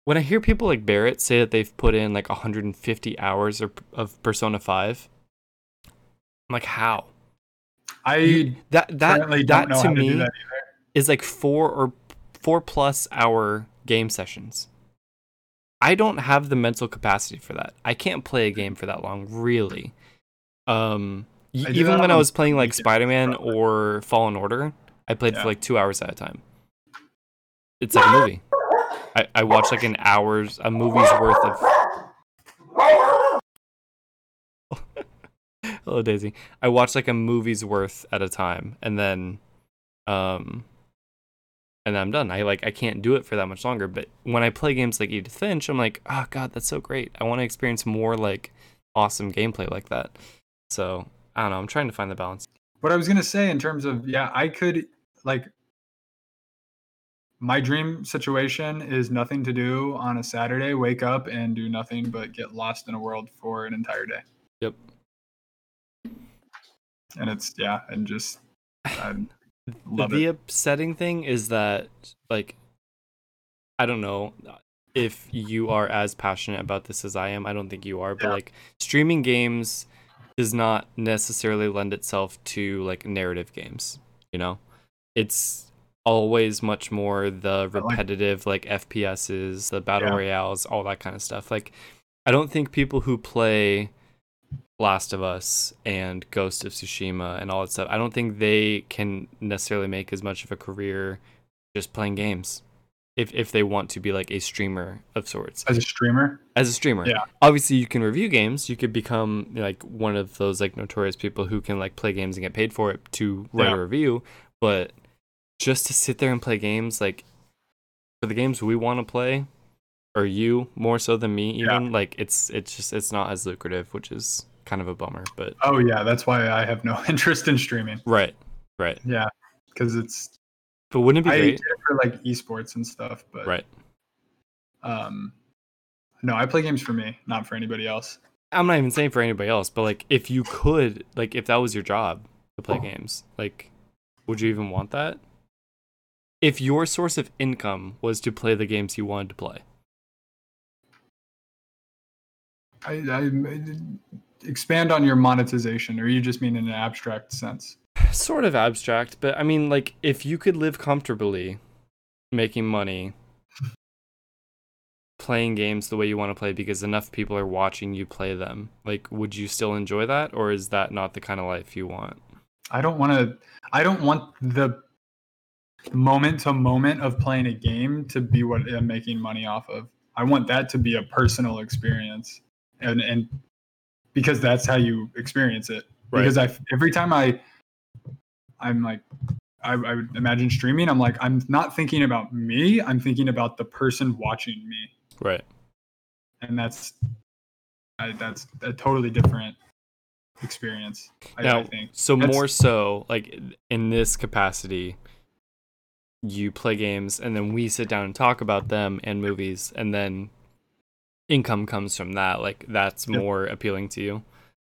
Speaker 1: When I hear people like Barrett say that they've put in like 150 hours of, of Persona 5, I'm like, how?
Speaker 2: I
Speaker 1: You- that that
Speaker 2: currently
Speaker 1: that
Speaker 2: don't know
Speaker 1: to
Speaker 2: how to
Speaker 1: me
Speaker 2: do that
Speaker 1: is like four or four plus hour game sessions. I don't have the mental capacity for that. I can't play a game for that long, really. Um, y-
Speaker 2: I do
Speaker 1: even
Speaker 2: that
Speaker 1: when I
Speaker 2: on
Speaker 1: was playing like
Speaker 2: weekends,
Speaker 1: Spider Man
Speaker 2: probably.
Speaker 1: or Fallen Order, I played
Speaker 2: Yeah.
Speaker 1: for like two hours at a time. It's like a movie. I, I watched like an hour's a movie's worth of. Hello, Daisy. I watched like a movie's worth at a time, and then, um, and then I'm done. I like I can't do it for that much longer. But when I play games like Edith Finch, I'm like, oh god, that's so great. I want to experience more like awesome gameplay like that. So I don't know. I'm trying to find the balance.
Speaker 2: what I was gonna say in terms of yeah, I could like my dream situation is nothing to do on a Saturday, wake up and do nothing but get lost in a world for an entire day.
Speaker 1: Yep.
Speaker 2: And it's yeah, and just I love
Speaker 1: the
Speaker 2: it.
Speaker 1: upsetting thing is that like I don't know if you are as passionate about this as I am. I don't think you are, but
Speaker 2: Yeah.
Speaker 1: like streaming games does not necessarily lend itself to like narrative games, you know? It's always much more the
Speaker 2: But, like-
Speaker 1: repetitive like FPSs, the battle
Speaker 2: Yeah.
Speaker 1: royales, all that kind of stuff. Like I don't think people who play Last of Us and Ghost of Tsushima and all that stuff, I don't think they can necessarily make as much of a career just playing games. If if they want to be like a streamer of sorts.
Speaker 2: As a streamer,
Speaker 1: As a streamer.
Speaker 2: Yeah.
Speaker 1: Obviously you can review games, you could become like one of those like notorious people who can like play games and get paid for it to write
Speaker 2: Yeah.
Speaker 1: a review, but just to sit there and play games like for the games we want to play or you more so than me
Speaker 2: Yeah.
Speaker 1: even like it's it's just it's not as lucrative which is kind of a bummer but
Speaker 2: oh yeah, that's why I have no interest in streaming.
Speaker 1: right right
Speaker 2: Yeah, because it's
Speaker 1: but wouldn't it be
Speaker 2: I
Speaker 1: great
Speaker 2: did it for like esports and stuff, but
Speaker 1: right
Speaker 2: um, no, I play games for me, not for anybody else.
Speaker 1: i'm not even saying for anybody else but like if you could like if that was your job to play games like would you even want that if your source of income was to play the games you wanted to play
Speaker 2: I, I expand on your monetization, or you just mean in an abstract sense?
Speaker 1: sort of abstract, but I mean, like, if you could live comfortably making money playing games the way you want to play because enough people are watching you play them, like, would you still enjoy that? Or is that not the kind of life you want?
Speaker 2: I don't want to. I don't want the moment to moment of playing a game to be what I'm making money off of. I want that to be a personal experience, and and because that's how you experience it.
Speaker 1: Right.
Speaker 2: Because I every time I, I'm like, I, I would imagine streaming. I'm like, I'm not thinking about me. I'm thinking about the person watching me,
Speaker 1: Right.
Speaker 2: and that's, I, that's a totally different experience. I, I
Speaker 1: Now,
Speaker 2: think.
Speaker 1: So
Speaker 2: That's-
Speaker 1: more so, like in this capacity, you play games, and then we sit down and talk about them and movies, and then income comes from that. Like that's
Speaker 2: Yeah.
Speaker 1: more appealing to you.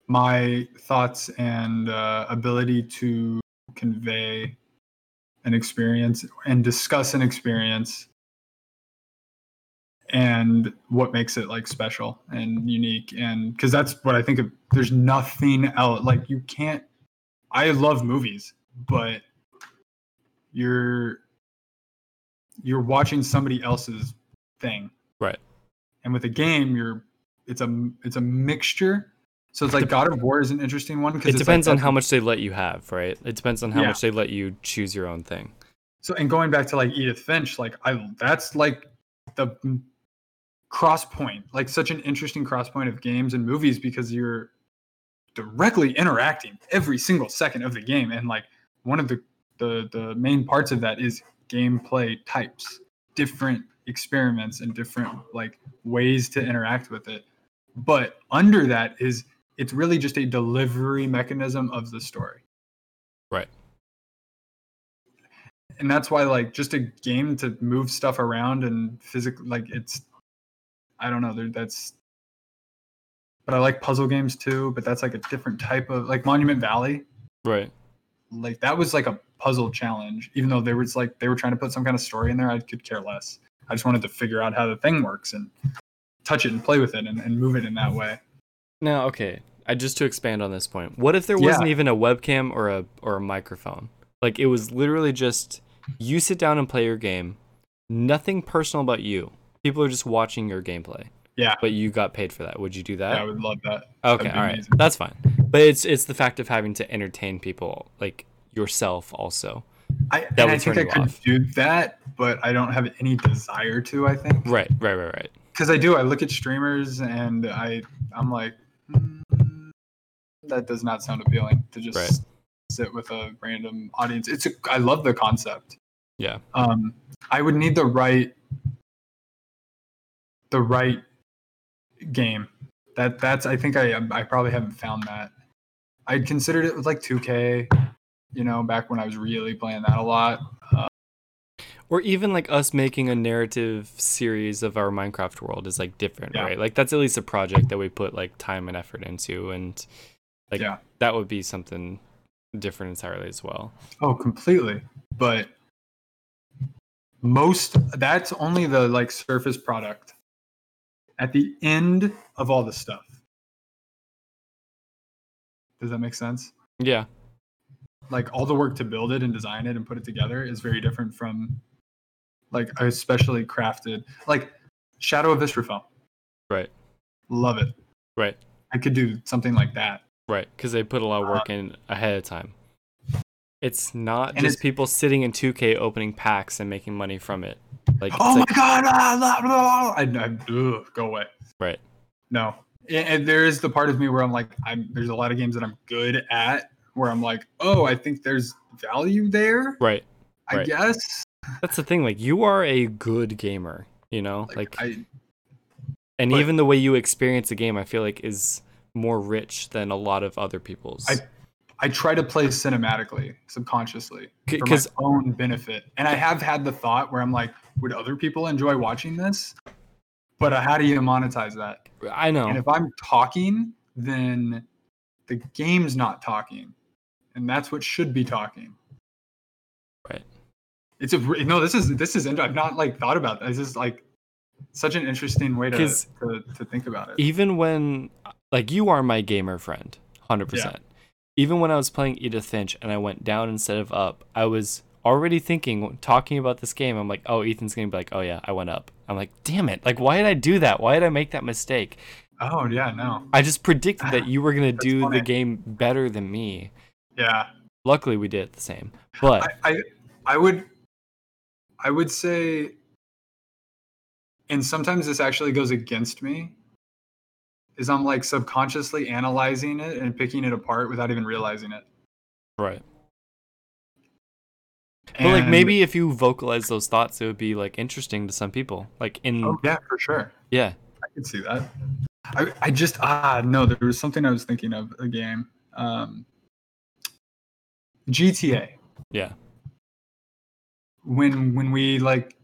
Speaker 2: my thoughts and uh, ability to convey an experience and discuss an experience and what makes it like special and unique and because that's what i think of there's nothing else like you can't i love movies but you're you're watching somebody else's thing
Speaker 1: Right.
Speaker 2: and with a game you're it's a it's a mixture so it's like god of war is an interesting one because
Speaker 1: it depends on how much they let you have, right? It depends on how
Speaker 2: Yeah.
Speaker 1: much they let you choose your own thing.
Speaker 2: So and going back to like Edith Finch, like I that's like the m- cross point, like such an interesting cross point of games and movies because you're directly interacting every single second of the game and like one of the the the main parts of that is gameplay types, different experiments and different like ways to interact with it. But under that is it's really just a delivery mechanism of the story. and that's why like just a game to move stuff around and physically like it's I don't know there that's but I like puzzle games too but that's like a different type of like Monument Valley
Speaker 1: Right.
Speaker 2: like that was like a puzzle challenge even though they was like they were trying to put some kind of story in there I could care less I just wanted to figure out how the thing works and touch it and play with it and, and move it in that way
Speaker 1: Now, okay. I just to expand on this point. What if there wasn't
Speaker 2: Yeah.
Speaker 1: even a webcam or a or a microphone? Like it was literally just you sit down and play your game. Nothing personal about you. People are just watching your gameplay.
Speaker 2: Yeah.
Speaker 1: But you got paid for that. Would you do that?
Speaker 2: yeah, I would love that
Speaker 1: Uh, okay,
Speaker 2: that'd be
Speaker 1: all right.
Speaker 2: amazing.
Speaker 1: That's fine. But it's it's the fact of having to entertain people like yourself also.
Speaker 2: I,
Speaker 1: That
Speaker 2: and I
Speaker 1: would
Speaker 2: think
Speaker 1: turn
Speaker 2: I
Speaker 1: you
Speaker 2: could
Speaker 1: off.
Speaker 2: do that, but I don't have any desire to. I think
Speaker 1: Right, right, right, right.
Speaker 2: because I do. I look at streamers and I, I'm like, "Mm, that does not sound appealing to just
Speaker 1: Right.
Speaker 2: sit with a random audience. It's a, I love the concept.
Speaker 1: Yeah.
Speaker 2: Um, I would need the right, the right game. That that's. I think I I probably haven't found that. I considered it with like 2K, you know, back when I was really playing that a lot.
Speaker 1: Or even like us making a narrative series of our Minecraft world is like different,
Speaker 2: Yeah.
Speaker 1: right? Like that's at least a project that we put like time and effort into and like
Speaker 2: Yeah.
Speaker 1: that would be something different entirely as well.
Speaker 2: Oh, completely. But most that's only the like surface product. At the end of all the stuff. Does that make sense?
Speaker 1: Yeah.
Speaker 2: Like all the work to build it and design it and put it together is very different from like a specially crafted like Shadow of Israfel.
Speaker 1: Right.
Speaker 2: Love it.
Speaker 1: Right.
Speaker 2: I could do something like that.
Speaker 1: Right. Because they put a lot of work in ahead of time. It's not
Speaker 2: And
Speaker 1: just
Speaker 2: it's-
Speaker 1: people sitting in 2K opening packs and making money from it. Like, it's
Speaker 2: oh
Speaker 1: like
Speaker 2: my god! Ah, blah, blah, blah. I, I, ugh, go away.
Speaker 1: right.
Speaker 2: No. And, and there is the part of me where I'm like, I'm there's a lot of games that I'm good at where I'm like, oh, I think there's value there.
Speaker 1: Right.
Speaker 2: I
Speaker 1: right.
Speaker 2: guess.
Speaker 1: That's the thing. Like, you are a good gamer, you know?
Speaker 2: Like,
Speaker 1: Like,
Speaker 2: I
Speaker 1: and
Speaker 2: but-
Speaker 1: even the way you experience a game, I feel like is more rich than a lot of other people's.
Speaker 2: I- I try to play cinematically, subconsciously, for my
Speaker 1: Because
Speaker 2: own benefit. And I have had the thought where I'm like, would other people enjoy watching this? But uh, how do you monetize that?
Speaker 1: I know.
Speaker 2: And if I'm talking, then the game's not talking. And that's what should be talking.
Speaker 1: Right.
Speaker 2: It's a re- no, this is this is I've not like thought about this. This is like such an interesting way to
Speaker 1: 'Cause-
Speaker 2: to, to think about it.
Speaker 1: even when like you are my gamer friend 100% even when i was playing edith finch and i went down instead of up i was already thinking talking about this game i'm like oh ethan's gonna be like oh yeah i went up i'm like damn it like why did i do that why did i make that mistake
Speaker 2: Oh yeah, no.
Speaker 1: i just predicted that you were gonna
Speaker 2: That's
Speaker 1: do
Speaker 2: funny.
Speaker 1: the game better than me
Speaker 2: Yeah.
Speaker 1: luckily we did it the same but
Speaker 2: I, I I would I would say and sometimes this actually goes against me is I'm like subconsciously analyzing it and picking it apart without even realizing it.
Speaker 1: right but like
Speaker 2: And-
Speaker 1: maybe if you vocalize those thoughts it would be like interesting to some people like in
Speaker 2: Oh yeah, for sure.
Speaker 1: yeah
Speaker 2: I could see that. I, I just ah no, there was something I was thinking of a game. Um, GTA.
Speaker 1: yeah
Speaker 2: When when we like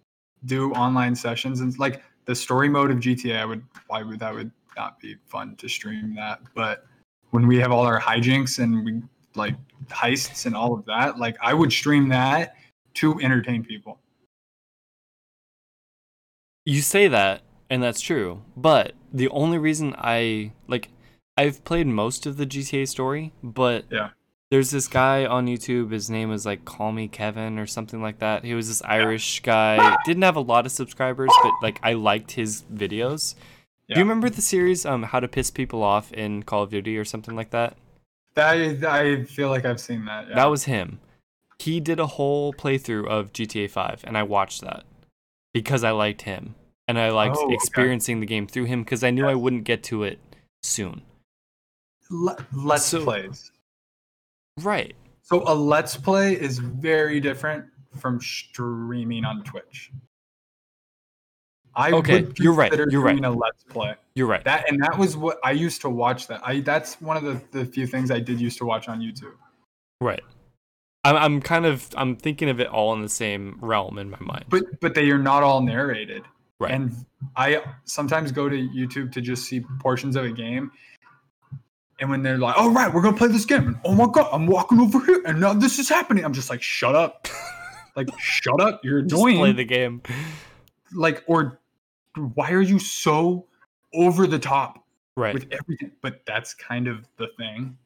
Speaker 2: do online sessions and like the story mode of GTA, I would why would that would not be fun to stream that, but when we have all our hijinks and we like heists and all of that, like I would stream that to entertain people.
Speaker 1: You say that, and that's true. But the only reason I like, I've played most of the GTA story, but
Speaker 2: Yeah.
Speaker 1: there's this guy on YouTube. His name was like Call Me Kevin or something like that. He was this Irish guy. Didn't have a lot of subscribers, but like I liked his videos. Do
Speaker 2: Yeah.
Speaker 1: you remember the series um How to Piss People Off in Call of Duty or something like that?
Speaker 2: That I feel like I've seen that. Yeah.
Speaker 1: That was him. He did a whole playthrough of GTA 5, and I watched that because I liked him and I liked
Speaker 2: Oh, okay.
Speaker 1: experiencing the game through him because I knew I wouldn't get to it soon.
Speaker 2: Le- let's
Speaker 1: So-
Speaker 2: plays.
Speaker 1: Right.
Speaker 2: So a let's play is very different from streaming on Twitch. I
Speaker 1: Okay,
Speaker 2: would
Speaker 1: you're right,
Speaker 2: consider
Speaker 1: you're right.
Speaker 2: doing a let's play.
Speaker 1: You're right.
Speaker 2: That and that was what I used to watch. That I that's one of the, the few things I did used to watch on YouTube.
Speaker 1: right. I'm, I'm kind of I'm thinking of it all in the same realm in my mind.
Speaker 2: But but they are not all narrated.
Speaker 1: Right.
Speaker 2: And I sometimes go to YouTube to just see portions of a game. And when they're like, "All right, we're gonna play this game," and, oh my god, I'm walking over here, and now this is happening. I'm just like, "Shut up!" like, "Shut up! You're
Speaker 1: Just
Speaker 2: annoying."
Speaker 1: play the game.
Speaker 2: like, or why are you so over the top?
Speaker 1: Right.
Speaker 2: with everything. But that's kind of the thing.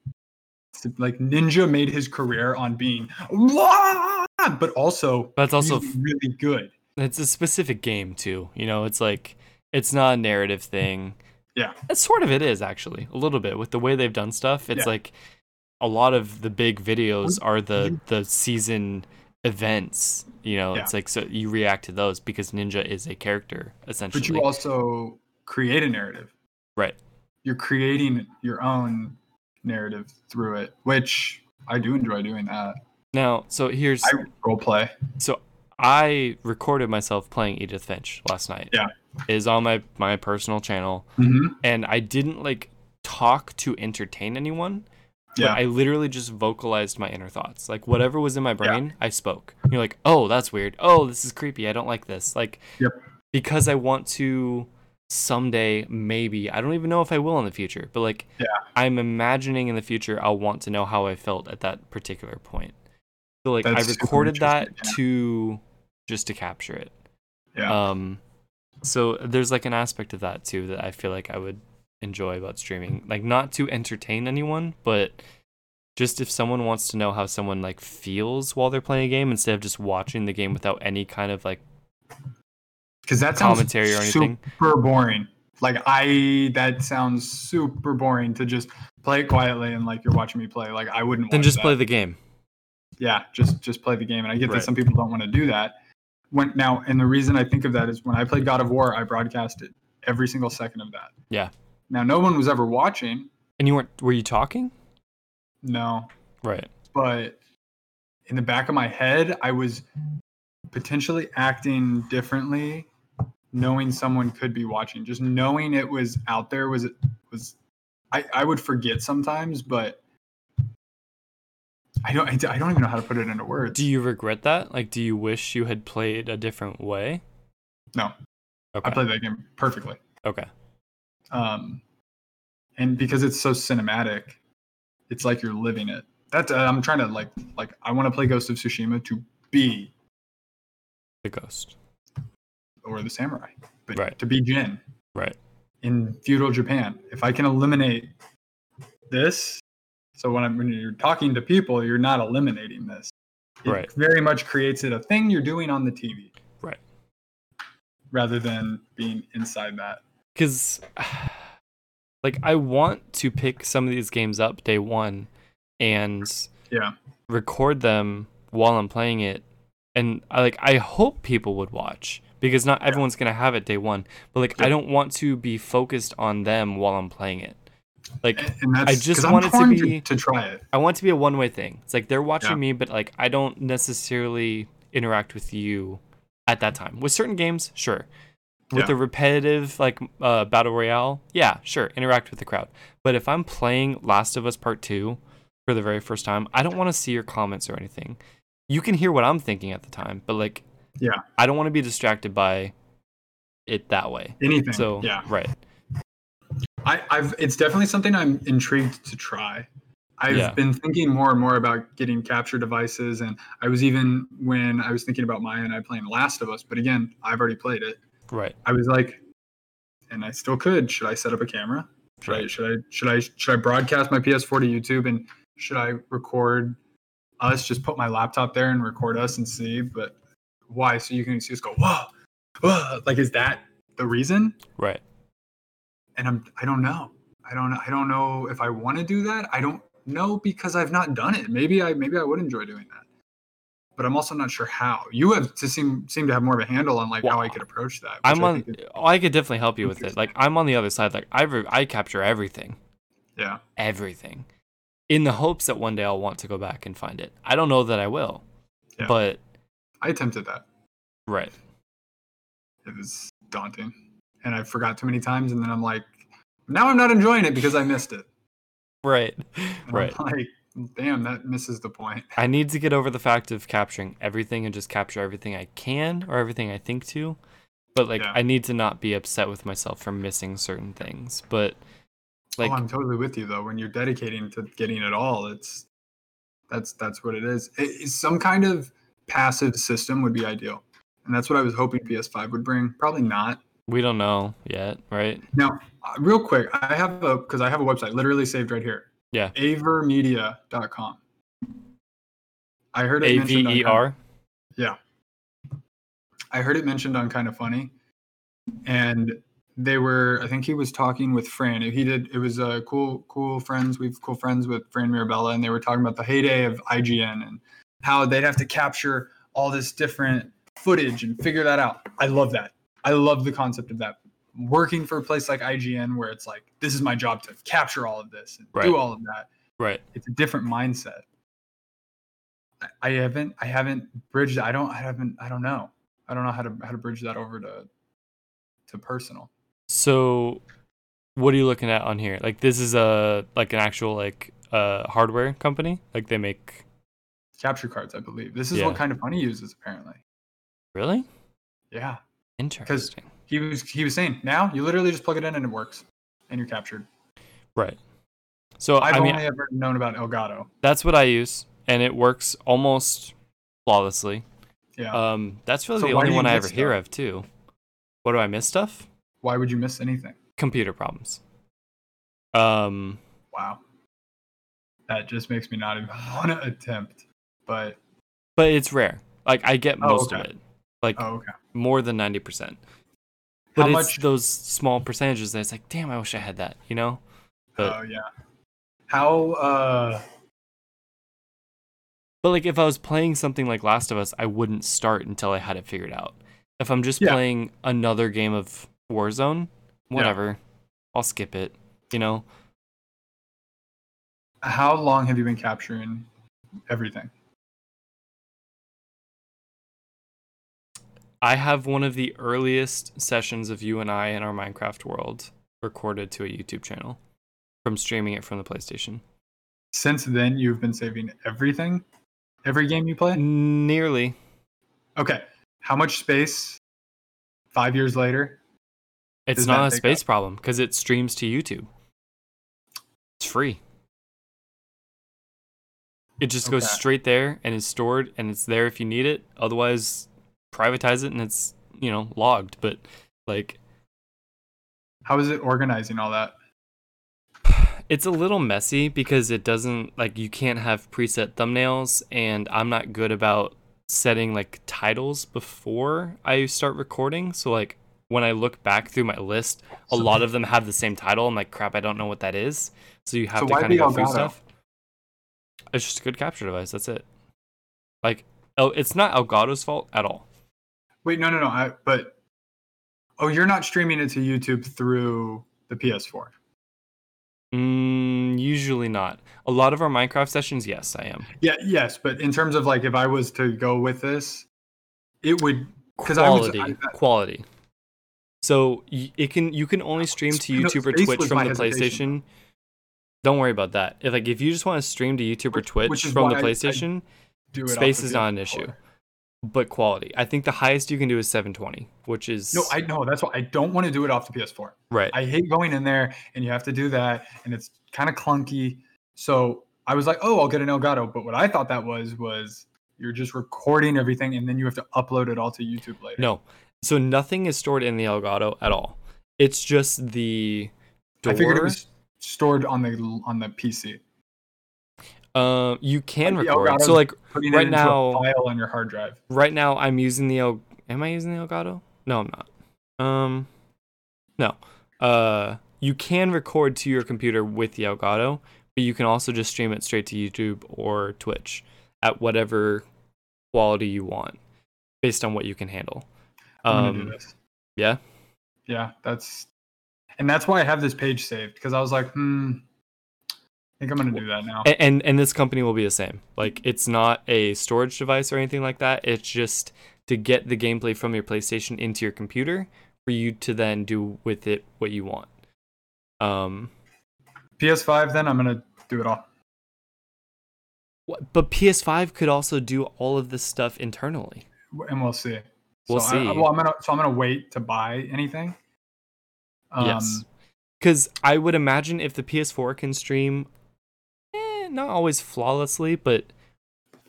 Speaker 2: It's Like Ninja made his career on being, "Wah!" but also
Speaker 1: But it's also
Speaker 2: really, really good.
Speaker 1: it's a specific game too. You know, it's like it's not a narrative thing.
Speaker 2: Yeah.
Speaker 1: It sort of it is actually a little bit with the way they've done stuff. It's
Speaker 2: Yeah.
Speaker 1: like a lot of the big videos are the
Speaker 2: you-
Speaker 1: the season events. You know,
Speaker 2: Mm-hmm. Yeah.
Speaker 1: it's like so you react to those because Ninja is a character essentially.
Speaker 2: But you also create a narrative.
Speaker 1: Right.
Speaker 2: You're creating your own narrative through it, which I do enjoy doing that.
Speaker 1: now, so here's
Speaker 2: I role play.
Speaker 1: so I recorded myself playing Edith Finch last night.
Speaker 2: Yeah.
Speaker 1: It Is on my my personal channel
Speaker 2: Mhm.
Speaker 1: and I didn't like talk to entertain anyone.
Speaker 2: Yeah. Mm-hmm.
Speaker 1: I literally just vocalized my inner thoughts. Like whatever was in my brain, I spoke. And you're like, oh, that's weird. Oh, this is creepy. I don't like this. Like
Speaker 2: Yep.
Speaker 1: because I want to someday, maybe, I don't even know if I will in the future, but like
Speaker 2: Yeah.
Speaker 1: I'm imagining in the future I'll want to know how I felt at that particular point. So like
Speaker 2: That's
Speaker 1: I
Speaker 2: super
Speaker 1: recorded that
Speaker 2: interesting, yeah.
Speaker 1: to just to capture it.
Speaker 2: yeah.
Speaker 1: Um, so there's like an aspect of that too that I feel like I would enjoy about streaming, like not to entertain anyone, but just if someone wants to know how someone like feels while they're playing a game instead of just watching the game without any kind of like
Speaker 2: Because that sounds
Speaker 1: commentary or anything.
Speaker 2: super boring. Like I, that sounds super boring to just play it quietly and like you're watching me play. Like I wouldn't.
Speaker 1: Then
Speaker 2: want
Speaker 1: just
Speaker 2: that.
Speaker 1: play the game.
Speaker 2: yeah, just just play the game. And I get
Speaker 1: Right.
Speaker 2: that some people don't want to do that. When now, and the reason I think of that is when I played God of War, I broadcasted every single second of that.
Speaker 1: Yeah.
Speaker 2: Now no one was ever watching.
Speaker 1: And you weren't? Were you talking?
Speaker 2: No,
Speaker 1: Right.
Speaker 2: but in the back of my head, I was potentially acting differently, knowing someone could be watching. Just knowing it was out there was was I, I would forget sometimes, but I don't I don't even know how to put it into words.
Speaker 1: Do you regret that? Like, do you wish you had played a different way?
Speaker 2: No.
Speaker 1: Okay.
Speaker 2: I played that game perfectly.
Speaker 1: okay.
Speaker 2: um, and because it's so cinematic, it's like you're living it. That's uh, I'm trying to like like I want to play Ghost of Tsushima to be
Speaker 1: The ghost.
Speaker 2: or the samurai, but
Speaker 1: Right.
Speaker 2: to be Jin,
Speaker 1: Right.
Speaker 2: in feudal Japan. If I can eliminate this, so when I'm when you're talking to people, you're not eliminating this. It
Speaker 1: Right.
Speaker 2: very much creates it a thing you're doing on the TV.
Speaker 1: Right.
Speaker 2: Rather than being inside that.
Speaker 1: because like i want to pick some of these games up day one and
Speaker 2: Yeah.
Speaker 1: record them while i'm playing it and i like i hope people would watch because not everyone's gonna have it day one but like i
Speaker 2: Yeah.
Speaker 1: don't want to be focused on them while i'm playing it like
Speaker 2: And and that's
Speaker 1: just
Speaker 2: 'cause I'm
Speaker 1: want it to
Speaker 2: torn
Speaker 1: be-
Speaker 2: to try it.
Speaker 1: I want it to be a one way thing. It's like they're watching
Speaker 2: Yeah.
Speaker 1: me, but like I don't necessarily interact with you at that time. With certain games, sure. With
Speaker 2: Yeah.
Speaker 1: a repetitive like uh, battle royale, yeah, sure, interact with the crowd. But if I'm playing Last of Us Part Two for the very first time, I don't want to see your comments or anything. You can hear what I'm thinking at the time, but like,
Speaker 2: Yeah.
Speaker 1: I don't want to be distracted by it that way.
Speaker 2: Anything.
Speaker 1: So
Speaker 2: yeah.
Speaker 1: right,
Speaker 2: I, I've it's definitely something I'm intrigued to try. I've
Speaker 1: Yeah.
Speaker 2: been thinking more and more about getting capture devices, and I was even when I was thinking about Maya and I playing Last of Us, but again, I've already played it.
Speaker 1: right,
Speaker 2: I was like, and I still could. Should I set up a camera? Should I
Speaker 1: Right.
Speaker 2: should I should I should I broadcast my PS4 to YouTube and should I record us? Just put my laptop there and record us and see. But why? So you can just go whoa, whoa. Like is that the reason?
Speaker 1: right,
Speaker 2: and I'm I don't know. I don't I don't know if I want to do that. I don't know because I've not done it. Maybe I maybe I would enjoy doing that. But I'm also not sure how. You have to seem seem to have more of a handle on like how
Speaker 1: Well,
Speaker 2: I could approach that. which
Speaker 1: I'm
Speaker 2: I
Speaker 1: on.
Speaker 2: think is-
Speaker 1: oh, I could definitely help you with it. Like I'm on the other side. Like I re- I capture everything.
Speaker 2: yeah.
Speaker 1: everything in the hopes that one day I'll want to go back and find it. I don't know that I will,
Speaker 2: Yeah.
Speaker 1: but
Speaker 2: I attempted that.
Speaker 1: right,
Speaker 2: It was daunting. And I forgot too many times and then I'm like now I'm not enjoying it because I missed it.
Speaker 1: right,
Speaker 2: And I'm
Speaker 1: right.
Speaker 2: like damn, that misses the point.
Speaker 1: I need to get over the fact of capturing everything and just capture everything I can or everything I think to. But like
Speaker 2: Yeah.
Speaker 1: I need to not be upset with myself for missing certain things. But like
Speaker 2: oh, I'm totally with you though. When you're dedicating to getting it all, it's that's that's what it is. It, it's some kind of passive system would be ideal, and that's what I was hoping PS5 would bring. Probably not.
Speaker 1: we don't know yet, right?
Speaker 2: Now, uh, real quick, I have a because I have a website literally saved right here.
Speaker 1: Yeah.
Speaker 2: Avermedia.com. I heard it
Speaker 1: A
Speaker 2: mentioned
Speaker 1: V
Speaker 2: on
Speaker 1: E
Speaker 2: Kind-
Speaker 1: R.
Speaker 2: I heard it mentioned on Kind of Funny, and they were. I think he was talking with Fran. He did. It was uh, cool, cool friends. We've cool friends with Fran Mirabella, and they were talking about the heyday of IGN and how they'd have to capture all this different footage and figure that out. I love that. I love the concept of that. Working for a place like IGN, where it's like, this is my job to capture all of this and
Speaker 1: Right.
Speaker 2: do all of that
Speaker 1: Right.
Speaker 2: it's a different mindset. I, I haven't I haven't bridged I don't I haven't I don't know. I don't know how to how to bridge that over to to personal.
Speaker 1: So what are you looking at on here? Like this is a like an actual like uh hardware company? Like they make
Speaker 2: Capture cards, I believe. This is
Speaker 1: Yeah.
Speaker 2: what kind of funny uses apparently.
Speaker 1: Really?
Speaker 2: Yeah.
Speaker 1: Interesting.
Speaker 2: He was he was saying now you literally just plug it in and it works. And you're captured.
Speaker 1: Right. So
Speaker 2: I've
Speaker 1: I mean
Speaker 2: only ever known about Elgato.
Speaker 1: that's what I use and it works almost flawlessly.
Speaker 2: Yeah.
Speaker 1: Um, that's really
Speaker 2: So
Speaker 1: the
Speaker 2: why
Speaker 1: only
Speaker 2: do you
Speaker 1: one I ever
Speaker 2: miss
Speaker 1: hear
Speaker 2: stuff?
Speaker 1: of too. What do I miss stuff?
Speaker 2: Why would you miss anything?
Speaker 1: Computer problems. Um,
Speaker 2: Wow. That just makes me not even want to attempt. But
Speaker 1: but it's rare. Like I get
Speaker 2: Oh,
Speaker 1: most
Speaker 2: okay.
Speaker 1: of it, like
Speaker 2: oh okay.
Speaker 1: more than ninety percent.
Speaker 2: How
Speaker 1: But it's
Speaker 2: much-
Speaker 1: those small percentages that it's like, damn, I wish I had that. You know? But-
Speaker 2: oh yeah. How uh
Speaker 1: But like if I was playing something like Last of Us, I wouldn't start until I had it figured out. If I'm just
Speaker 2: Yeah.
Speaker 1: playing another game of Warzone, whatever, I'll skip it. You know?
Speaker 2: How long have you been capturing everything?
Speaker 1: I have one of the earliest sessions of you and I in our Minecraft world recorded to a YouTube channel from streaming it from the PlayStation.
Speaker 2: Since then, you've been saving everything, every game you play.
Speaker 1: Nearly.
Speaker 2: Okay, how much space? Five years later,
Speaker 1: It's
Speaker 2: Does that
Speaker 1: not a
Speaker 2: take
Speaker 1: space problem because it streams to YouTube. It's free. It just goes
Speaker 2: Okay.
Speaker 1: straight there and is stored and it's there if you need it. Otherwise, privatize it and it's, you know, logged. But like,
Speaker 2: how is it organizing all that?
Speaker 1: It's a little messy because it doesn't like you can't have preset thumbnails, and I'm not good about setting like titles before I start recording. So like when I look back through my list, a lot of them have the same title. I'm like, crap, I don't know what that is. So you have
Speaker 2: So
Speaker 1: to
Speaker 2: why
Speaker 1: kind of
Speaker 2: the
Speaker 1: go through
Speaker 2: Elgato?
Speaker 1: stuff. It's just a good capture device. That's it. Like, oh, it's not Elgato's fault at all.
Speaker 2: Wait, no, no, no. I, but oh, you're not streaming it to YouTube through the PS4.
Speaker 1: Mm, usually not. A lot of our Minecraft sessions, yes, I am.
Speaker 2: Yeah, yes, but in terms of like, if I was to go with this, it would. 'Cause I was-
Speaker 1: quality
Speaker 2: I- I-
Speaker 1: quality so y- it can you can only stream to
Speaker 2: No,
Speaker 1: youtube or
Speaker 2: space
Speaker 1: twitch
Speaker 2: was
Speaker 1: from
Speaker 2: my
Speaker 1: the
Speaker 2: hesitation,
Speaker 1: playstation don't worry about that if, like if you just want to stream to youtube or
Speaker 2: Which-
Speaker 1: twitch
Speaker 2: which is
Speaker 1: from the
Speaker 2: why I- I-
Speaker 1: playstation
Speaker 2: Do it off
Speaker 1: Space
Speaker 2: the
Speaker 1: is not an
Speaker 2: PS4.
Speaker 1: issue. but quality i think the highest you can do is 720 which is
Speaker 2: No, I know. That's why I don't want to do it off the PS4.
Speaker 1: right
Speaker 2: I hate going in there and you have to do that and it's kind of clunky. So I was like, oh, I'll get an Elgato. But what I thought that was was you're just recording everything and then you have to upload it all to YouTube later.
Speaker 1: no so nothing is stored in the elgato at all it's just the door
Speaker 2: I figured it was stored on the on the PC.
Speaker 1: Uh, you can
Speaker 2: Like the
Speaker 1: record so
Speaker 2: Elgato's
Speaker 1: like
Speaker 2: Putting
Speaker 1: Right
Speaker 2: it into
Speaker 1: now-
Speaker 2: a file on your hard drive.
Speaker 1: right now I'm using the El- am I using the Elgato? No, I'm not. Um no. Uh you can record to your computer with the Elgato, but you can also just stream it straight to YouTube or Twitch at whatever quality you want based on what you can handle.
Speaker 2: I'm gonna do
Speaker 1: Um
Speaker 2: this.
Speaker 1: yeah.
Speaker 2: Yeah, that's and that's why I have this page saved because I was like, hmm, I think I'm gonna do that now.
Speaker 1: a- and and this company will be the same. Like it's not a storage device or anything like that. It's just to get the gameplay from your PlayStation into your computer for you to then do with it what you want. Um
Speaker 2: PS5, then I'm gonna do it all.
Speaker 1: What- But PS5 could also do all of this stuff internally.
Speaker 2: and we'll see.
Speaker 1: We'll
Speaker 2: so I,
Speaker 1: see.
Speaker 2: well, I'm gonna so I'm gonna wait to buy anything. Um,
Speaker 1: yes. Because Um, I would imagine if the PS4 can stream, eh, not always flawlessly, but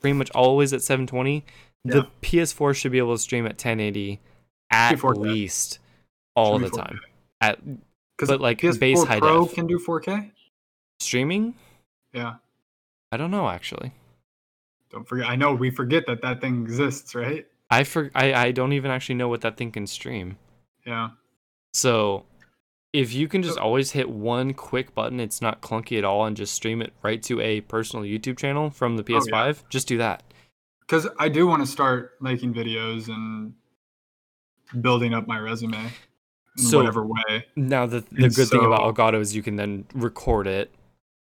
Speaker 1: pretty much always at 720,
Speaker 2: Yeah.
Speaker 1: the PS4 should be able to stream at 1080 at
Speaker 2: 4K.
Speaker 1: least all
Speaker 2: Should
Speaker 1: the
Speaker 2: be 4K.
Speaker 1: time. At
Speaker 2: because
Speaker 1: but, like, base high
Speaker 2: Pro
Speaker 1: def.
Speaker 2: can do 4K.
Speaker 1: streaming,
Speaker 2: Yeah,
Speaker 1: I don't know actually.
Speaker 2: don't forget. I know we forget that that thing exists, right?
Speaker 1: I for I, I don't even actually know what that thing can stream.
Speaker 2: Yeah,
Speaker 1: So if you can just
Speaker 2: So-
Speaker 1: always hit one quick button, it's not clunky at all, and just stream it right to a personal YouTube channel from
Speaker 2: Oh,
Speaker 1: the PS5, just do that.
Speaker 2: because I do want to start making videos and building up my resume in
Speaker 1: So-
Speaker 2: whatever way.
Speaker 1: Now the the
Speaker 2: And
Speaker 1: good thing about
Speaker 2: so-
Speaker 1: Elgato is you can then record it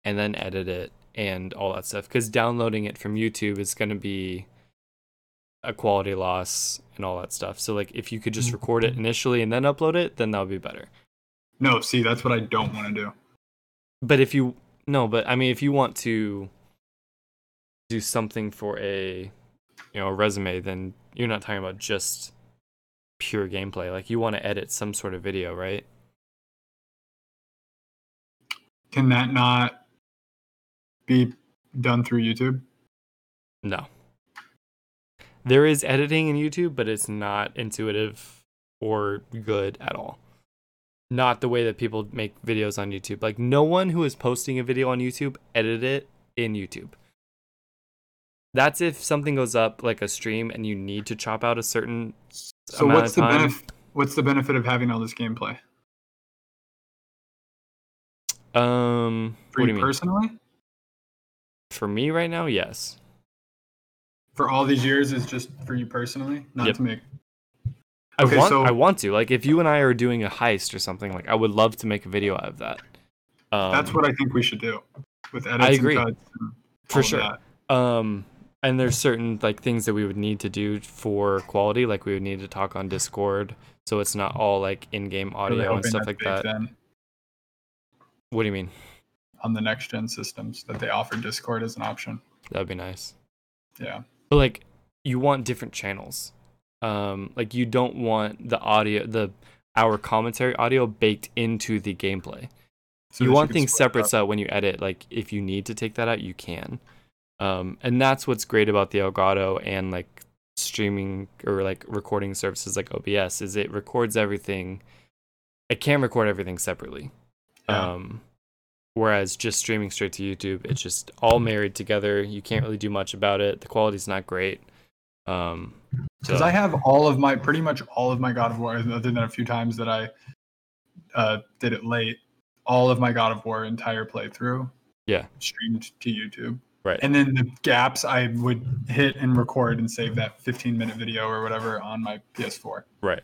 Speaker 1: and then edit it and all that stuff. Because downloading it from YouTube is gonna be a quality loss and all that stuff. So like if you could just record
Speaker 2: Mm-hmm.
Speaker 1: it initially and then upload it, then that would be better.
Speaker 2: No, see, that's what I don't want to do.
Speaker 1: But if you no, but I mean, if you want to do something for a you know a resume, then you're not talking about just pure gameplay. Like you want to edit some sort of video, right?
Speaker 2: Can that not be done through YouTube?
Speaker 1: No. There is editing in YouTube, but it's not intuitive or good at all. Not the way that people make videos on YouTube. Like no one who is posting a video on YouTube edit it in YouTube. That's if something goes up like a stream and you need to chop out a certain
Speaker 2: So
Speaker 1: amount
Speaker 2: what's
Speaker 1: of
Speaker 2: the
Speaker 1: time.
Speaker 2: benefit? What's the benefit of having all this gameplay
Speaker 1: um what do
Speaker 2: for you
Speaker 1: you mean?
Speaker 2: personally?
Speaker 1: For me right now, yes.
Speaker 2: For all these years is just for you personally, not
Speaker 1: Yep.
Speaker 2: to make.
Speaker 1: I
Speaker 2: Okay,
Speaker 1: want
Speaker 2: so-
Speaker 1: I want to. Like if you and I are doing a heist or something, like I would love to make a video out of that. Um,
Speaker 2: That's what I think we should do with edits.
Speaker 1: agree.
Speaker 2: and cuts and all
Speaker 1: for
Speaker 2: of
Speaker 1: sure.
Speaker 2: that.
Speaker 1: um and there's certain like things that we would need to do for quality like we would need to talk on discord so it's not all like in-game
Speaker 2: Really
Speaker 1: audio and
Speaker 2: hoping
Speaker 1: stuff
Speaker 2: that
Speaker 1: like
Speaker 2: they
Speaker 1: that
Speaker 2: then
Speaker 1: what do you mean
Speaker 2: on the next gen systems that they offer Discord as an option.
Speaker 1: that'd be nice
Speaker 2: Yeah,
Speaker 1: but like you want different channels um like you don't want the audio the our commentary audio baked into the gameplay
Speaker 2: So that
Speaker 1: you want
Speaker 2: can
Speaker 1: things
Speaker 2: split it
Speaker 1: separate
Speaker 2: up.
Speaker 1: so that when you edit like if you need to take that out you can um, and that's what's great about the elgato and like streaming or like recording services like obs is it records everything it can record everything separately
Speaker 2: Yeah.
Speaker 1: um, whereas just streaming straight to youtube it's just all married together you can't really do much about it the quality's not great um,
Speaker 2: because
Speaker 1: so-
Speaker 2: I have all of my pretty much all of my God of War, other than a few times that I uh, did it late. All of my God of War entire playthrough,
Speaker 1: Yeah.
Speaker 2: streamed to YouTube.
Speaker 1: Right.
Speaker 2: and then the gaps I would hit and record and save that 15 minute video or whatever on my PS4,
Speaker 1: right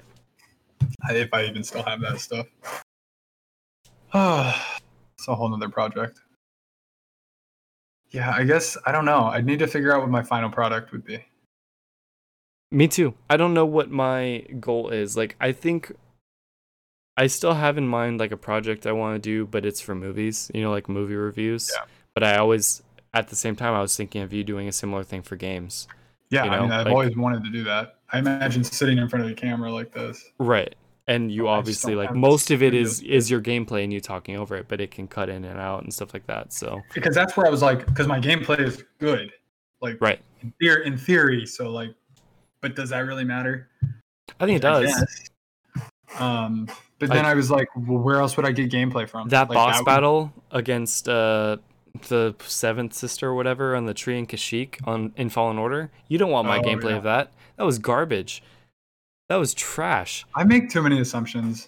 Speaker 2: I- if I even still have that stuff. Ah, it's a whole nother project. Yeah, I guess I don't know. I'd need to figure out what my final product would be.
Speaker 1: Me too. I don't know what my goal is. Like, I think I still have in mind like a project I want to do, but it's for movies, you know, like movie reviews.
Speaker 2: Yeah.
Speaker 1: But I always, at the same time, I was thinking of you doing a similar thing for games.
Speaker 2: Yeah,
Speaker 1: You
Speaker 2: I mean,
Speaker 1: know,
Speaker 2: I've
Speaker 1: like-
Speaker 2: always wanted to do that. I imagine sitting in front of a camera like this.
Speaker 1: Right. And you
Speaker 2: Oh, I just
Speaker 1: obviously
Speaker 2: don't
Speaker 1: like
Speaker 2: have
Speaker 1: most of it
Speaker 2: video
Speaker 1: is is your gameplay and you talking over it, but it can cut in and out and stuff like that. So
Speaker 2: because that's where I was like, because my gameplay is good, like
Speaker 1: Right.
Speaker 2: in theory, in theory. So like, but does that really matter?
Speaker 1: I think it
Speaker 2: I
Speaker 1: does.
Speaker 2: guess. Um, but then
Speaker 1: Like-
Speaker 2: I was like, well, where else would I get gameplay from?
Speaker 1: That
Speaker 2: Like,
Speaker 1: boss
Speaker 2: would-
Speaker 1: battle against uh the seventh sister or whatever on the tree in Kashyyyk on in Fallen Order. You don't want my
Speaker 2: Oh,
Speaker 1: gameplay
Speaker 2: yeah.
Speaker 1: of that. That was garbage. That was trash.
Speaker 2: I make too many assumptions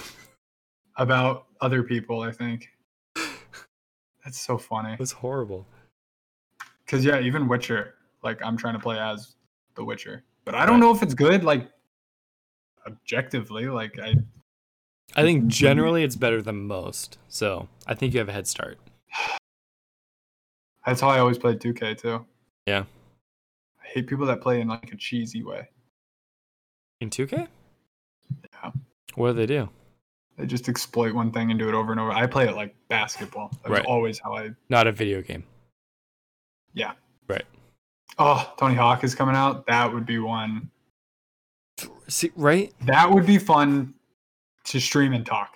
Speaker 2: about other people. I think that's so funny.
Speaker 1: It was horrible.
Speaker 2: Because yeah, even Witcher, like I'm trying to play as the Witcher, but I don't know if it's good. Like objectively, like I
Speaker 1: I think generally it's better than most. So I think you have a head start.
Speaker 2: That's how I always played 2K too.
Speaker 1: Yeah.
Speaker 2: I hate people that play in like a cheesy way.
Speaker 1: In 2K?
Speaker 2: Yeah.
Speaker 1: What do they do?
Speaker 2: They just exploit one thing and do it over and over. I play it like basketball. That's
Speaker 1: Right.
Speaker 2: always how I
Speaker 1: Not a video game.
Speaker 2: oh, Tony Hawk is coming out. That would be one.
Speaker 1: See, right?
Speaker 2: That would be fun to stream and talk.